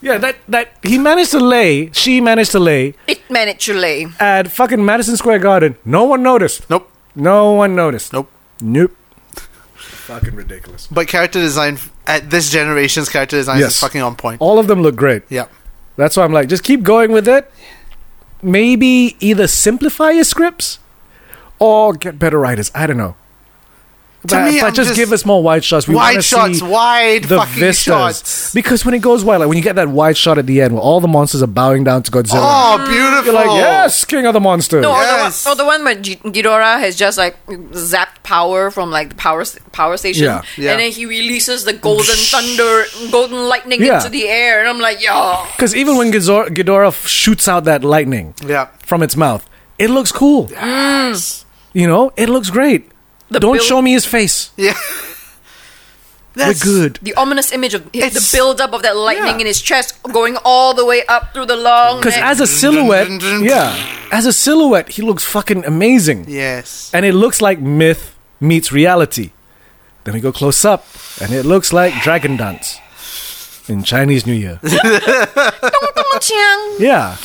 [SPEAKER 3] Yeah, that that he managed to lay, she managed to lay
[SPEAKER 1] It managed lay.
[SPEAKER 3] at fucking Madison Square Garden. No one noticed.
[SPEAKER 2] Nope.
[SPEAKER 3] No one noticed.
[SPEAKER 2] Nope.
[SPEAKER 3] Nope. Fucking ridiculous.
[SPEAKER 2] But character design at this generation's character design
[SPEAKER 3] Yes.
[SPEAKER 2] is fucking on point.
[SPEAKER 3] All of them look great.
[SPEAKER 2] Yeah.
[SPEAKER 3] That's why I'm like, just keep going with it. Maybe either simplify your scripts or get better writers. I don't know.
[SPEAKER 2] To
[SPEAKER 3] but,
[SPEAKER 2] me,
[SPEAKER 3] but
[SPEAKER 2] I'm
[SPEAKER 3] just,
[SPEAKER 2] just-
[SPEAKER 3] give us more wide shots. We wanna
[SPEAKER 2] Wide shots,
[SPEAKER 3] see
[SPEAKER 2] wide
[SPEAKER 3] the
[SPEAKER 2] fucking
[SPEAKER 3] vistas.
[SPEAKER 2] shots.
[SPEAKER 3] Because when it goes wide, like when you get that wide shot at the end where all the monsters are bowing down to Godzilla,
[SPEAKER 2] Oh, beautiful.
[SPEAKER 3] you're like, yes, king of the monsters.
[SPEAKER 1] No, or the
[SPEAKER 2] Yes.
[SPEAKER 1] one- or the one where G- Ghidorah has just like zapped power from like the power s- power station,
[SPEAKER 3] Yeah.
[SPEAKER 2] Yeah.
[SPEAKER 1] and then he releases the golden thunder, golden lightning
[SPEAKER 3] Yeah.
[SPEAKER 1] into the air, and I'm like, yo,
[SPEAKER 3] Because even when Ghidorah, Ghidorah f- shoots out that lightning
[SPEAKER 2] Yeah.
[SPEAKER 3] from its mouth, it looks cool. You know, it looks great.
[SPEAKER 1] The
[SPEAKER 3] Don't
[SPEAKER 1] build-
[SPEAKER 3] show me his face.
[SPEAKER 2] Yeah. That's
[SPEAKER 3] We're good.
[SPEAKER 1] the ominous image of hi-
[SPEAKER 2] It's-
[SPEAKER 1] the build up of that lightning
[SPEAKER 2] Yeah.
[SPEAKER 1] in his chest going all the way up through the long.
[SPEAKER 3] Because
[SPEAKER 1] neck.
[SPEAKER 3] as a silhouette, yeah, as a silhouette, he looks fucking amazing,
[SPEAKER 2] Yes.
[SPEAKER 3] and it looks like myth meets reality. Then we go close up, and it looks like Dragon Dance in Chinese New Year.
[SPEAKER 1] Chiang.
[SPEAKER 3] yeah,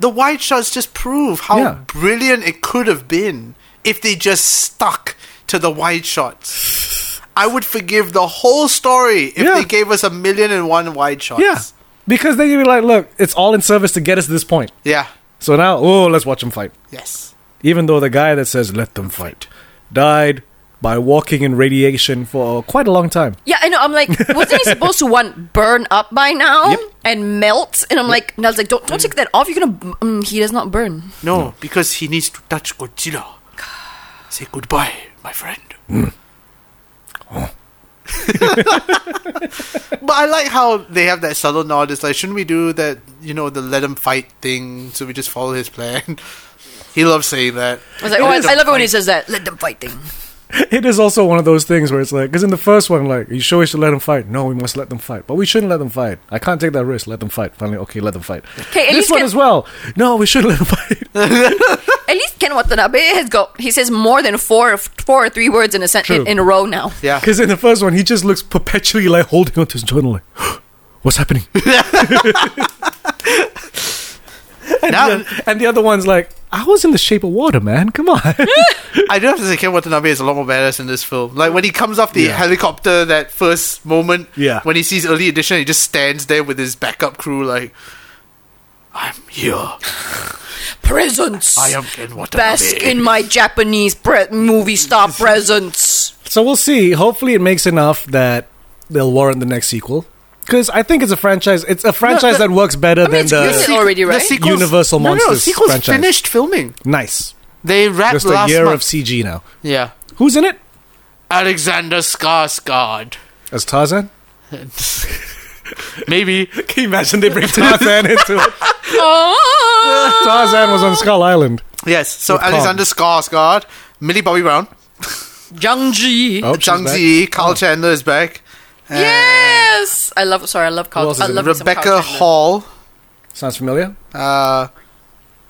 [SPEAKER 2] The wide shots just prove how
[SPEAKER 3] Yeah.
[SPEAKER 2] brilliant it could have been if they just stuck to the wide shots. I would forgive the whole story if
[SPEAKER 3] Yeah.
[SPEAKER 2] they gave us a million and one wide shots.
[SPEAKER 3] yeah, because then you'd be like, look, it's all in service to get us to this point.
[SPEAKER 2] Yeah.
[SPEAKER 3] So now, oh, let's watch him fight.
[SPEAKER 2] Yes.
[SPEAKER 3] Even though the guy that says let them fight died by walking in radiation for quite a long time.
[SPEAKER 1] Yeah, I know. I'm like, wasn't he supposed to one burn up by now
[SPEAKER 3] Yep.
[SPEAKER 1] and melt? And I'm like, and I was like, don't don't take that off. You're gonna. Mm, he does not burn.
[SPEAKER 2] No, because he needs to touch Godzilla. Say goodbye, my friend.
[SPEAKER 3] Hmm. Oh.
[SPEAKER 2] but I like how they have that subtle nod. It's like, shouldn't we do that, you know, the let him fight thing so we just follow his plan? he loves saying that.
[SPEAKER 1] I was like, oh, I, I love it when he says that. Let them fight thing.
[SPEAKER 3] It is also one of those things where it's like, because in the first one, like, you sure we should let them fight? No, we must let them fight. But we shouldn't let them fight. I can't take that risk. Let them fight. Finally, okay, let them fight.
[SPEAKER 1] 'Kay, at
[SPEAKER 3] this
[SPEAKER 1] least
[SPEAKER 3] one
[SPEAKER 1] get-
[SPEAKER 3] as well. No, we should let them fight.
[SPEAKER 1] At least Ken Watanabe has got. He says more than four, four or three words in a sentence
[SPEAKER 3] True.
[SPEAKER 1] in, in a row now.
[SPEAKER 2] Yeah.
[SPEAKER 3] Because in the first one, he just looks perpetually like holding onto his journal, like, what's happening?
[SPEAKER 2] Now,
[SPEAKER 3] and the other one's like, I was in the shape of water, man. Come on.
[SPEAKER 2] I do have to say, Ken Watanabe is a lot more badass in this film. Like, when he comes off the
[SPEAKER 3] Yeah.
[SPEAKER 2] helicopter, that first moment,
[SPEAKER 3] Yeah.
[SPEAKER 2] when he sees Early Edition, he just stands there with his backup crew, like, I'm here.
[SPEAKER 1] Presence.
[SPEAKER 2] I am Ken Watanabe.
[SPEAKER 1] Bask in my Japanese pre- movie star presence.
[SPEAKER 3] So we'll see. Hopefully, it makes enough that they'll warrant the next sequel. Because I think it's a franchise. It's a franchise that works better than
[SPEAKER 1] it's
[SPEAKER 2] Uh,
[SPEAKER 3] the
[SPEAKER 1] good. already, right?
[SPEAKER 3] Universal
[SPEAKER 2] no, No,
[SPEAKER 3] Monsters
[SPEAKER 2] sequel's
[SPEAKER 3] franchise.
[SPEAKER 2] finished filming.
[SPEAKER 3] nice.
[SPEAKER 2] They wrapped
[SPEAKER 3] Just a
[SPEAKER 2] last
[SPEAKER 3] year
[SPEAKER 2] month.
[SPEAKER 3] of CG now.
[SPEAKER 2] yeah.
[SPEAKER 3] Who's in it?
[SPEAKER 2] Alexander Skarsgård.
[SPEAKER 3] As Tarzan?
[SPEAKER 2] Maybe.
[SPEAKER 3] Can you imagine they bring Tarzan into it?
[SPEAKER 1] Oh.
[SPEAKER 3] Tarzan was on Skull Island.
[SPEAKER 2] Yes. So
[SPEAKER 3] With Kong.
[SPEAKER 2] Alexander Skarsgård, Millie Bobby Brown,
[SPEAKER 1] Zhang Ji.
[SPEAKER 3] Oh, she's
[SPEAKER 2] Zhang
[SPEAKER 3] back.
[SPEAKER 2] Zi, Carl Chandler is back. and
[SPEAKER 1] Yes, I love. Sorry, I love
[SPEAKER 3] Who
[SPEAKER 1] Carl.
[SPEAKER 3] else
[SPEAKER 1] I
[SPEAKER 3] is in
[SPEAKER 1] love me some Carl
[SPEAKER 2] Rebecca
[SPEAKER 1] Chandler.
[SPEAKER 2] Hall.
[SPEAKER 3] Sounds familiar.
[SPEAKER 2] Uh,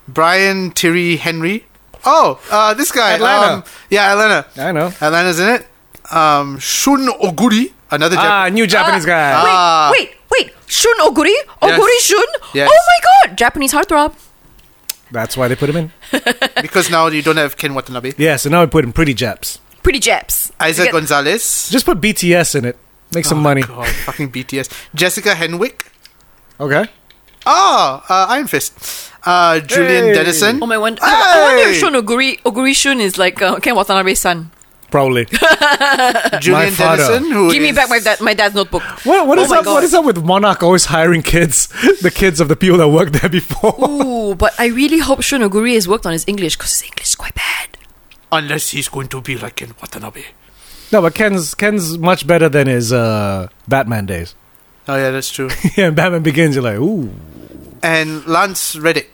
[SPEAKER 2] Brian Terry Henry. Oh, uh, this guy.
[SPEAKER 3] Atlanta.
[SPEAKER 2] Um, yeah, Atlanta.
[SPEAKER 3] I know.
[SPEAKER 2] Atlanta's in it. Um, Shun Oguri, another
[SPEAKER 3] Ah,
[SPEAKER 2] Japanese.
[SPEAKER 3] new Japanese
[SPEAKER 1] Ah,
[SPEAKER 3] guy.
[SPEAKER 2] Ah.
[SPEAKER 1] Wait, wait, wait. Shun Oguri? Oguri
[SPEAKER 2] Yes.
[SPEAKER 1] Shun?
[SPEAKER 2] Yes.
[SPEAKER 1] Oh my god! Japanese heartthrob.
[SPEAKER 3] That's why they put him in.
[SPEAKER 2] because now you don't have Ken Watanabe.
[SPEAKER 3] Yeah, so now we put in pretty Japs.
[SPEAKER 1] Pretty Japs.
[SPEAKER 2] Isaac
[SPEAKER 1] Get-
[SPEAKER 2] Gonzalez. Oh
[SPEAKER 3] Just put Oh, BTS in it. Make some money.
[SPEAKER 2] God, fucking BTS. Jessica Henwick.
[SPEAKER 3] Okay.
[SPEAKER 2] Ah, uh, Iron Fist. Uh, Julian
[SPEAKER 3] Hey.
[SPEAKER 2] Dennison.
[SPEAKER 1] Oh my! Wonder, I, I wonder if
[SPEAKER 2] Hey!
[SPEAKER 1] Shun Oguri Oguri Shun is like uh, Ken Watanabe's son.
[SPEAKER 3] Probably.
[SPEAKER 2] Julian
[SPEAKER 3] father.
[SPEAKER 2] Dennison. Who
[SPEAKER 1] Give me
[SPEAKER 2] is-
[SPEAKER 1] back my dad, my dad's notebook.
[SPEAKER 3] What, what
[SPEAKER 1] Oh
[SPEAKER 3] is
[SPEAKER 1] my
[SPEAKER 3] up? What
[SPEAKER 1] God.
[SPEAKER 3] is up with Monarch always hiring kids? The kids of the people that worked there before.
[SPEAKER 1] Ooh, but I really hope Shun Oguri has worked on his English because his English is quite bad.
[SPEAKER 2] Unless he's going to be like Ken Watanabe.
[SPEAKER 3] No, but Ken's Ken's much better than his uh, Batman days.
[SPEAKER 2] Oh yeah, that's true.
[SPEAKER 3] yeah, Batman Begins. You're like, ooh,
[SPEAKER 2] and Lance Reddick,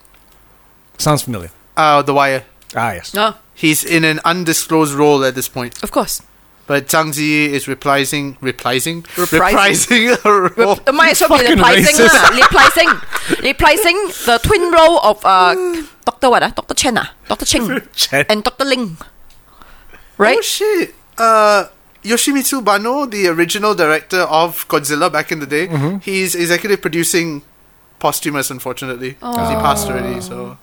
[SPEAKER 3] sounds familiar.
[SPEAKER 2] uh, The Wire.
[SPEAKER 3] Ah, yes.
[SPEAKER 1] No,
[SPEAKER 2] He's in an undisclosed role at this point,
[SPEAKER 1] of course.
[SPEAKER 2] but Zhang Ziyi is reprising, reprising,
[SPEAKER 1] Reprising.
[SPEAKER 2] reprising a role.
[SPEAKER 1] It might as well be uh, Lee
[SPEAKER 3] Fucking
[SPEAKER 1] Ply Sing,
[SPEAKER 3] racist.
[SPEAKER 1] lah. Lee Ply Sing. Lee Ply Sing, the twin role of uh, Doctor what? ah? Doctor Chen, ah? Doctor Cheng,
[SPEAKER 3] Chen.
[SPEAKER 1] and Doctor Ling. Right?
[SPEAKER 2] Oh shit! Uh, Yoshimitsu Bano, the original director of Godzilla back in the day,
[SPEAKER 1] Mm-hmm.
[SPEAKER 2] he's executive producing posthumous, unfortunately,
[SPEAKER 1] Oh.
[SPEAKER 2] 'cause he passed already. So,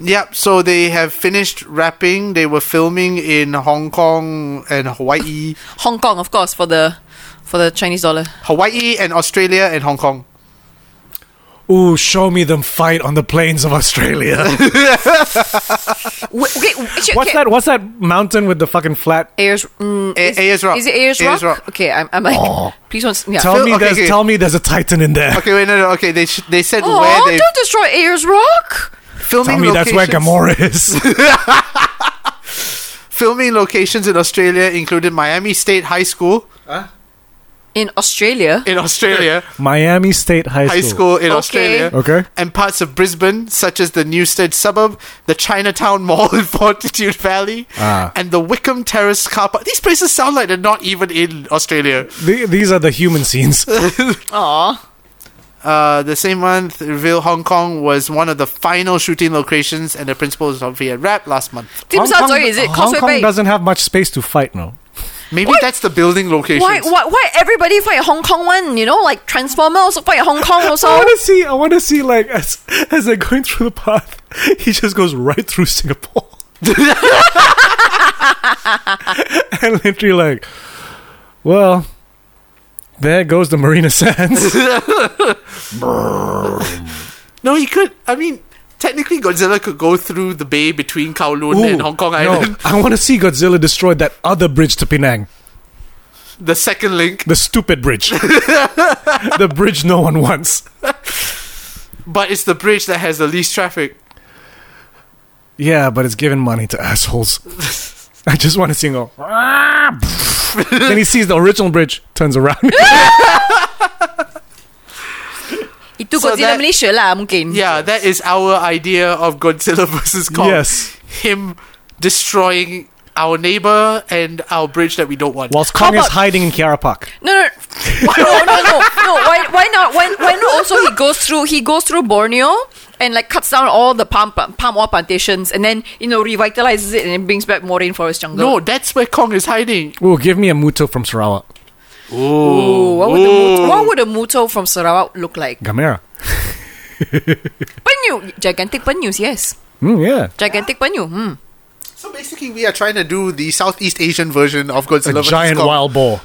[SPEAKER 2] yep. So they have finished wrapping. They were filming in Hong Kong and Hawaii,
[SPEAKER 1] Hong Kong, of course, for the for the Chinese dollar.
[SPEAKER 2] Hawaii and Australia and Hong Kong.
[SPEAKER 3] Ooh, show me them fight on the plains of Australia.
[SPEAKER 1] Wait, okay, actually,
[SPEAKER 3] what's
[SPEAKER 1] okay.
[SPEAKER 3] that? What's that mountain with the fucking flat?
[SPEAKER 1] Ayers, mm,
[SPEAKER 2] A-
[SPEAKER 1] is,
[SPEAKER 2] Ayers Rock.
[SPEAKER 1] Is it Ayers Rock?
[SPEAKER 2] Ayers Rock.
[SPEAKER 1] Okay, I'm, I'm like,
[SPEAKER 3] Oh.
[SPEAKER 1] please don't. Yeah.
[SPEAKER 3] Tell
[SPEAKER 2] Phil-
[SPEAKER 3] me,
[SPEAKER 2] okay,
[SPEAKER 3] there's,
[SPEAKER 2] okay.
[SPEAKER 3] tell me, there's a titan in there.
[SPEAKER 2] Okay, wait, no, no. Okay, they sh- they said
[SPEAKER 1] oh,
[SPEAKER 2] where they
[SPEAKER 1] don't destroy Ayers Rock.
[SPEAKER 2] filming.
[SPEAKER 3] Tell me that's where
[SPEAKER 2] locations-
[SPEAKER 3] Gamora is.
[SPEAKER 2] Filming locations in Australia included Miami State High School
[SPEAKER 1] In Australia,
[SPEAKER 2] in Australia.
[SPEAKER 3] Miami State High School.
[SPEAKER 2] high school in
[SPEAKER 1] Okay.
[SPEAKER 2] Australia.
[SPEAKER 3] Okay.
[SPEAKER 2] And parts of Brisbane, such as the Newstead suburb, the Chinatown Mall in Fortitude Valley,
[SPEAKER 3] Ah.
[SPEAKER 2] and the Wickham Terrace car park. These places sound like they're not even in Australia.
[SPEAKER 3] The- these are the human scenes.
[SPEAKER 1] aw,
[SPEAKER 2] Uh, the same month, Reveal Hong Kong was one of the final shooting locations, and the principal was on Viet Rap last month.
[SPEAKER 1] Tim Sat Zoe, is it
[SPEAKER 3] Hong
[SPEAKER 1] Causeway
[SPEAKER 3] Kong
[SPEAKER 1] Bay?
[SPEAKER 3] doesn't have much space to fight, no.
[SPEAKER 2] Maybe that's the building location.
[SPEAKER 1] Why, why, why everybody fight Hong Kong one? You know, like Transformer also fight Hong Kong
[SPEAKER 3] I
[SPEAKER 1] also.
[SPEAKER 3] want to see. I want to see like as as they're going through the path, he just goes right through Singapore. and literally like, well, there goes the Marina Sands.
[SPEAKER 2] No, he could. I mean, technically, Godzilla could go through the bay between Kowloon and Hong Kong
[SPEAKER 3] no,
[SPEAKER 2] Island,
[SPEAKER 3] I want to see Godzilla destroy that other bridge to Penang,
[SPEAKER 2] the second link.
[SPEAKER 3] the stupid bridge, the bridge no one wants.
[SPEAKER 2] But it's the bridge that has the least traffic.
[SPEAKER 3] Yeah, but it's giving money to assholes. I just want to see him go. "Ah, pff." then he sees the original bridge, turns around.
[SPEAKER 1] Itu
[SPEAKER 2] So
[SPEAKER 1] Godzilla
[SPEAKER 2] that-
[SPEAKER 1] Malaysia lah mungkin.
[SPEAKER 2] Yeah, that is our idea of Godzilla versus Kong.
[SPEAKER 3] Yes.
[SPEAKER 2] Him destroying our neighbor and our bridge that we don't want.
[SPEAKER 3] Whilst
[SPEAKER 1] How
[SPEAKER 3] Kong is
[SPEAKER 1] about-
[SPEAKER 3] hiding in Kiara Park.
[SPEAKER 1] No, no, Why- no, no, no, no. Why, why not? Why, why not? Also, he goes through. He goes through Borneo and like cuts down all the palm palm oil plantations, and then you know revitalizes it and it brings back more rainforest jungle.
[SPEAKER 2] no, that's where Kong is hiding.
[SPEAKER 3] Ooh, give me a Muto from Sarawak.
[SPEAKER 1] Ooh, what would the muto, what would a muto from Sarawak look like?
[SPEAKER 3] Gamera.
[SPEAKER 1] Penyu, gigantic penyus, yes,
[SPEAKER 3] Mm, yeah.
[SPEAKER 1] gigantic penyu. Hmm.
[SPEAKER 2] So basically, we are trying to do the Southeast Asian version of
[SPEAKER 3] A
[SPEAKER 2] Godzilla versus
[SPEAKER 3] giant
[SPEAKER 2] Kong.
[SPEAKER 3] wild boar.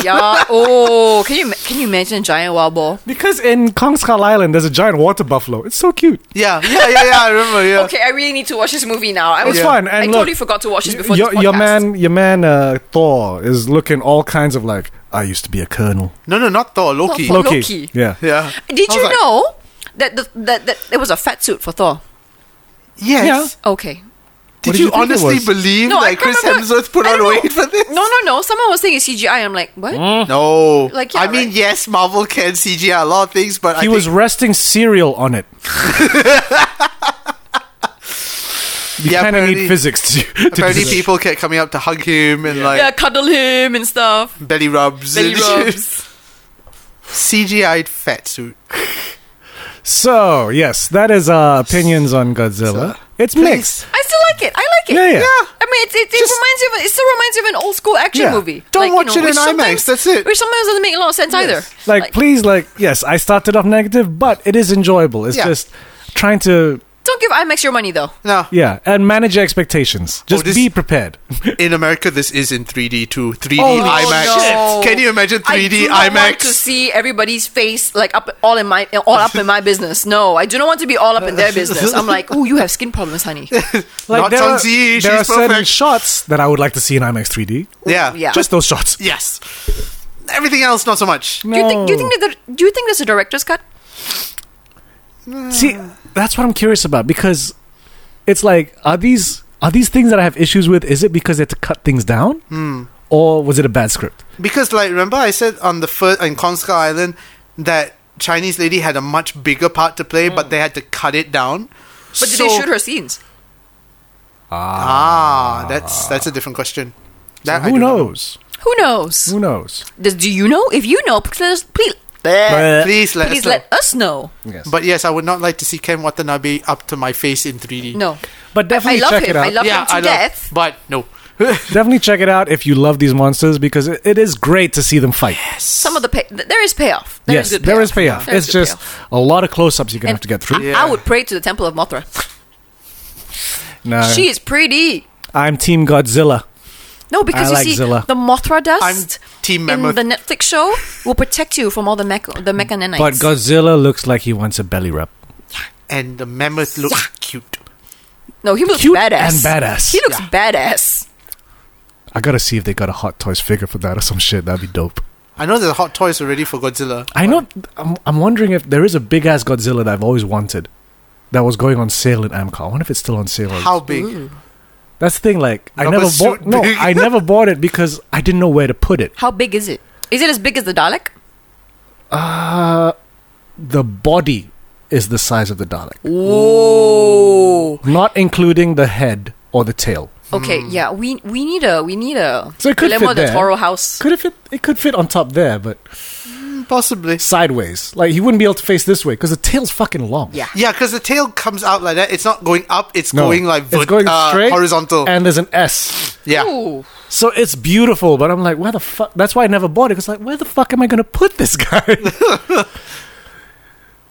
[SPEAKER 1] Yeah. Oh, can you can you imagine a giant wild boar?
[SPEAKER 3] Because in Kong Skull Island, there's a giant water buffalo. It's so cute.
[SPEAKER 2] Yeah, yeah, yeah, yeah. I remember. Yeah.
[SPEAKER 1] Okay, I really need to watch this movie now. I
[SPEAKER 3] It's
[SPEAKER 1] was
[SPEAKER 3] fun. And
[SPEAKER 1] I
[SPEAKER 3] look,
[SPEAKER 1] totally forgot to watch this before
[SPEAKER 3] your,
[SPEAKER 1] this podcast.
[SPEAKER 3] your man, your man, uh, Thor is looking all kinds of like. I used to be a colonel.
[SPEAKER 2] No, no, not Thor. Loki.
[SPEAKER 1] Not Thor.
[SPEAKER 3] Loki.
[SPEAKER 1] Loki.
[SPEAKER 3] Yeah.
[SPEAKER 2] Yeah.
[SPEAKER 1] Did
[SPEAKER 2] I
[SPEAKER 1] you
[SPEAKER 2] was like,
[SPEAKER 1] know that the, that that there was a fat suit for Thor?
[SPEAKER 2] Yes.
[SPEAKER 1] Okay.
[SPEAKER 2] Did,
[SPEAKER 3] did
[SPEAKER 2] you,
[SPEAKER 3] you think it
[SPEAKER 2] honestly
[SPEAKER 3] was?
[SPEAKER 2] believe
[SPEAKER 1] No, I can't
[SPEAKER 2] that Chris
[SPEAKER 1] remember-
[SPEAKER 2] Hemsworth put
[SPEAKER 1] I
[SPEAKER 2] on
[SPEAKER 1] don't know.
[SPEAKER 2] weight for this?
[SPEAKER 1] No, no, no. Someone was saying it's CGI. I'm like, what?
[SPEAKER 2] Mm. No.
[SPEAKER 1] Like,
[SPEAKER 2] I
[SPEAKER 1] yeah,
[SPEAKER 2] mean,
[SPEAKER 1] right.
[SPEAKER 2] yes, Marvel can CGI a lot of things, but I
[SPEAKER 3] He
[SPEAKER 2] think
[SPEAKER 3] was resting cereal on it. you
[SPEAKER 2] Yeah,
[SPEAKER 3] kind of
[SPEAKER 2] apparently-
[SPEAKER 3] need physics to, to do
[SPEAKER 2] apparently
[SPEAKER 3] that.
[SPEAKER 2] people kept coming up to hug him and like
[SPEAKER 1] Yeah, cuddle him and stuff.
[SPEAKER 2] belly rubs.
[SPEAKER 1] Belly
[SPEAKER 2] and-
[SPEAKER 1] rubs.
[SPEAKER 2] CGI'd fat suit.
[SPEAKER 3] So yes, that is uh, opinions on Godzilla.
[SPEAKER 2] So,
[SPEAKER 3] it's mixed.
[SPEAKER 1] I still like it. I like it.
[SPEAKER 3] Yeah, yeah. Yeah.
[SPEAKER 1] I mean, it, it, it
[SPEAKER 2] Just-
[SPEAKER 1] reminds you. Of, it still reminds you of an old school action
[SPEAKER 3] Yeah.
[SPEAKER 1] movie.
[SPEAKER 2] Don't
[SPEAKER 1] Like, you
[SPEAKER 2] watch
[SPEAKER 1] know,
[SPEAKER 2] it in
[SPEAKER 1] which
[SPEAKER 2] IMAX,
[SPEAKER 1] sometimes-
[SPEAKER 2] that's it.
[SPEAKER 1] Which sometimes doesn't make a lot of sense either.
[SPEAKER 3] like, please like yes i started off negative but it is enjoyable it's
[SPEAKER 2] Yeah.
[SPEAKER 3] just trying to
[SPEAKER 1] Don't give IMAX your money though.
[SPEAKER 2] Now,
[SPEAKER 3] Yeah, and manage your expectations.
[SPEAKER 2] Oh,
[SPEAKER 3] Just
[SPEAKER 2] this-
[SPEAKER 3] be prepared.
[SPEAKER 2] in America, this is in 3D too. 3D
[SPEAKER 3] Holy
[SPEAKER 2] IMAX.
[SPEAKER 1] Oh, shit.
[SPEAKER 2] Can you imagine
[SPEAKER 1] I
[SPEAKER 2] 3D
[SPEAKER 1] do not want
[SPEAKER 2] IMAX?
[SPEAKER 1] to see everybody's face like up all in my all up in my business. No, I do not want to be all up in their business. I'm like, oh, you have skin problems, honey.
[SPEAKER 2] Not
[SPEAKER 3] there are,
[SPEAKER 2] Chauncey,
[SPEAKER 3] there are
[SPEAKER 2] she's
[SPEAKER 3] certain
[SPEAKER 2] perfect.
[SPEAKER 3] shots that I would like to see in IMAX 3D.
[SPEAKER 2] yeah.
[SPEAKER 1] Yeah.
[SPEAKER 3] Just those shots.
[SPEAKER 2] Yes. Everything else, not so much.
[SPEAKER 1] Do you think? Do you think that? The, do you think there's a director's cut?
[SPEAKER 3] See, that's what I'm curious about because it's like, are these are these things that I have issues with? Is it because they had to cut things down,
[SPEAKER 2] Hmm.
[SPEAKER 3] or was it a bad script?
[SPEAKER 2] Because, like, remember I said on the first in Konska Island that Chinese lady had a much bigger part to play, but they had to cut it down.
[SPEAKER 1] But did they shoot her scenes?
[SPEAKER 2] Ah, that's that's a different question. That I
[SPEAKER 3] Who
[SPEAKER 2] do not
[SPEAKER 3] knows?
[SPEAKER 1] Who knows?
[SPEAKER 3] Who knows?
[SPEAKER 1] Does, do you know? If you know, please please,
[SPEAKER 3] Bleh.
[SPEAKER 2] Please let
[SPEAKER 1] please
[SPEAKER 2] us know.
[SPEAKER 1] let us know.
[SPEAKER 3] Yes.
[SPEAKER 2] But yes, I would not like to see Ken Watanabe up to my face in 3D.
[SPEAKER 1] No,
[SPEAKER 3] But
[SPEAKER 1] I
[SPEAKER 3] definitely
[SPEAKER 1] love
[SPEAKER 3] check
[SPEAKER 1] him.
[SPEAKER 3] it out.
[SPEAKER 1] I love
[SPEAKER 2] yeah,
[SPEAKER 1] him to
[SPEAKER 2] I love,
[SPEAKER 1] death.
[SPEAKER 2] but no.
[SPEAKER 3] definitely check it out if you love these monsters because it, it is great to see them fight.
[SPEAKER 1] Some of the pay- th- there is payoff. There
[SPEAKER 3] yes,
[SPEAKER 1] is good
[SPEAKER 3] there is payoff.
[SPEAKER 1] There is
[SPEAKER 3] It's
[SPEAKER 1] good
[SPEAKER 3] just
[SPEAKER 1] payoff.
[SPEAKER 3] a lot of close-ups you're gonna
[SPEAKER 1] And
[SPEAKER 3] have to get through.
[SPEAKER 1] I- I would pray to the temple of Mothra.
[SPEAKER 3] No,
[SPEAKER 1] she is pretty.
[SPEAKER 3] I'm Team Godzilla.
[SPEAKER 1] No, because
[SPEAKER 3] I
[SPEAKER 1] you
[SPEAKER 3] like
[SPEAKER 1] see,
[SPEAKER 3] Zilla.
[SPEAKER 1] the Mothra dust
[SPEAKER 2] I'm Team
[SPEAKER 1] in
[SPEAKER 2] Mammoth.
[SPEAKER 1] the Netflix show will protect you from all the mecha the mechananites.
[SPEAKER 3] But Godzilla looks like he wants a belly rub.
[SPEAKER 2] and the mammoth looks cute.
[SPEAKER 1] no, he looks
[SPEAKER 3] Cute
[SPEAKER 1] badass.
[SPEAKER 3] and badass.
[SPEAKER 1] He looks badass.
[SPEAKER 3] I gotta see if they got a Hot Toys figure for that or some shit. That'd be dope.
[SPEAKER 2] I know there's hot toys already for Godzilla.
[SPEAKER 3] I know. I'm, I'm wondering if there is a big ass Godzilla that I've always wanted that was going on sale in Amco. I wonder if it's still on sale.
[SPEAKER 2] How big?
[SPEAKER 3] That's the thing. Like I
[SPEAKER 2] Rubber
[SPEAKER 3] never
[SPEAKER 2] suit
[SPEAKER 3] bought. No,
[SPEAKER 2] big.
[SPEAKER 3] I never bought it because I didn't know where to put it.
[SPEAKER 1] How big is it? Is it as big as the Dalek?
[SPEAKER 3] The body is the size of the Dalek,
[SPEAKER 1] Whoa.
[SPEAKER 3] not including the head or the tail.
[SPEAKER 1] Okay, yeah, we we need a we need a
[SPEAKER 3] Hmm. So it could
[SPEAKER 1] Guillermo
[SPEAKER 3] fit
[SPEAKER 1] del
[SPEAKER 3] there.
[SPEAKER 1] Toro house.
[SPEAKER 3] Could it fit? It could fit on top there, but
[SPEAKER 2] Possibly.
[SPEAKER 3] sideways. Like he wouldn't be able to face this way because the tail's fucking long.
[SPEAKER 1] Yeah.
[SPEAKER 2] Yeah, because the tail comes out like that. It's not going up. It's
[SPEAKER 3] No,
[SPEAKER 2] going like
[SPEAKER 3] it's
[SPEAKER 2] vert-
[SPEAKER 3] going
[SPEAKER 2] uh,
[SPEAKER 3] straight
[SPEAKER 2] horizontal.
[SPEAKER 3] and there's an S.
[SPEAKER 2] yeah.
[SPEAKER 1] Ooh.
[SPEAKER 3] So it's beautiful, but I'm like, where the fuck? That's why I never bought it. Cause like, where the fuck am I gonna put this guy?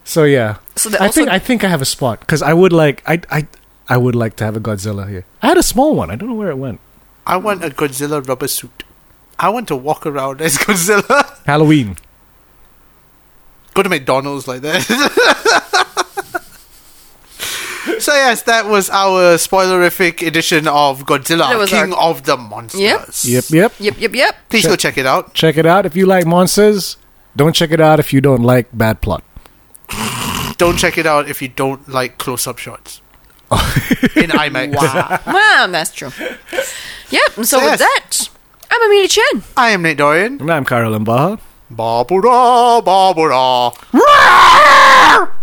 [SPEAKER 3] so yeah,
[SPEAKER 1] So they
[SPEAKER 3] I think
[SPEAKER 1] also-
[SPEAKER 3] I think I have a spot because I would like I I I would like to have a Godzilla here. I had a small one. I don't know where it went.
[SPEAKER 2] I want a Godzilla rubber suit. I want to walk around as Godzilla.
[SPEAKER 3] Halloween.
[SPEAKER 2] Go to McDonald's like that. so yes, that was our spoilerific edition of
[SPEAKER 1] That
[SPEAKER 2] Godzilla,
[SPEAKER 1] was
[SPEAKER 2] King
[SPEAKER 1] our-
[SPEAKER 2] of the Monsters.
[SPEAKER 3] Yep, yep.
[SPEAKER 1] Yep, yep, yep.
[SPEAKER 2] Please go check it out.
[SPEAKER 3] Check it out if you like monsters. Don't check it out if you don't like bad plot.
[SPEAKER 2] Don't check it out if you don't like close-up shots in IMAX.
[SPEAKER 1] Wow, that's true. Yep, and so
[SPEAKER 2] Yes.
[SPEAKER 1] with that, I'm Amelia Chen.
[SPEAKER 2] I am Nate Dorian.
[SPEAKER 3] And I'm Carolyn Baha.
[SPEAKER 2] Barbara, Barbara.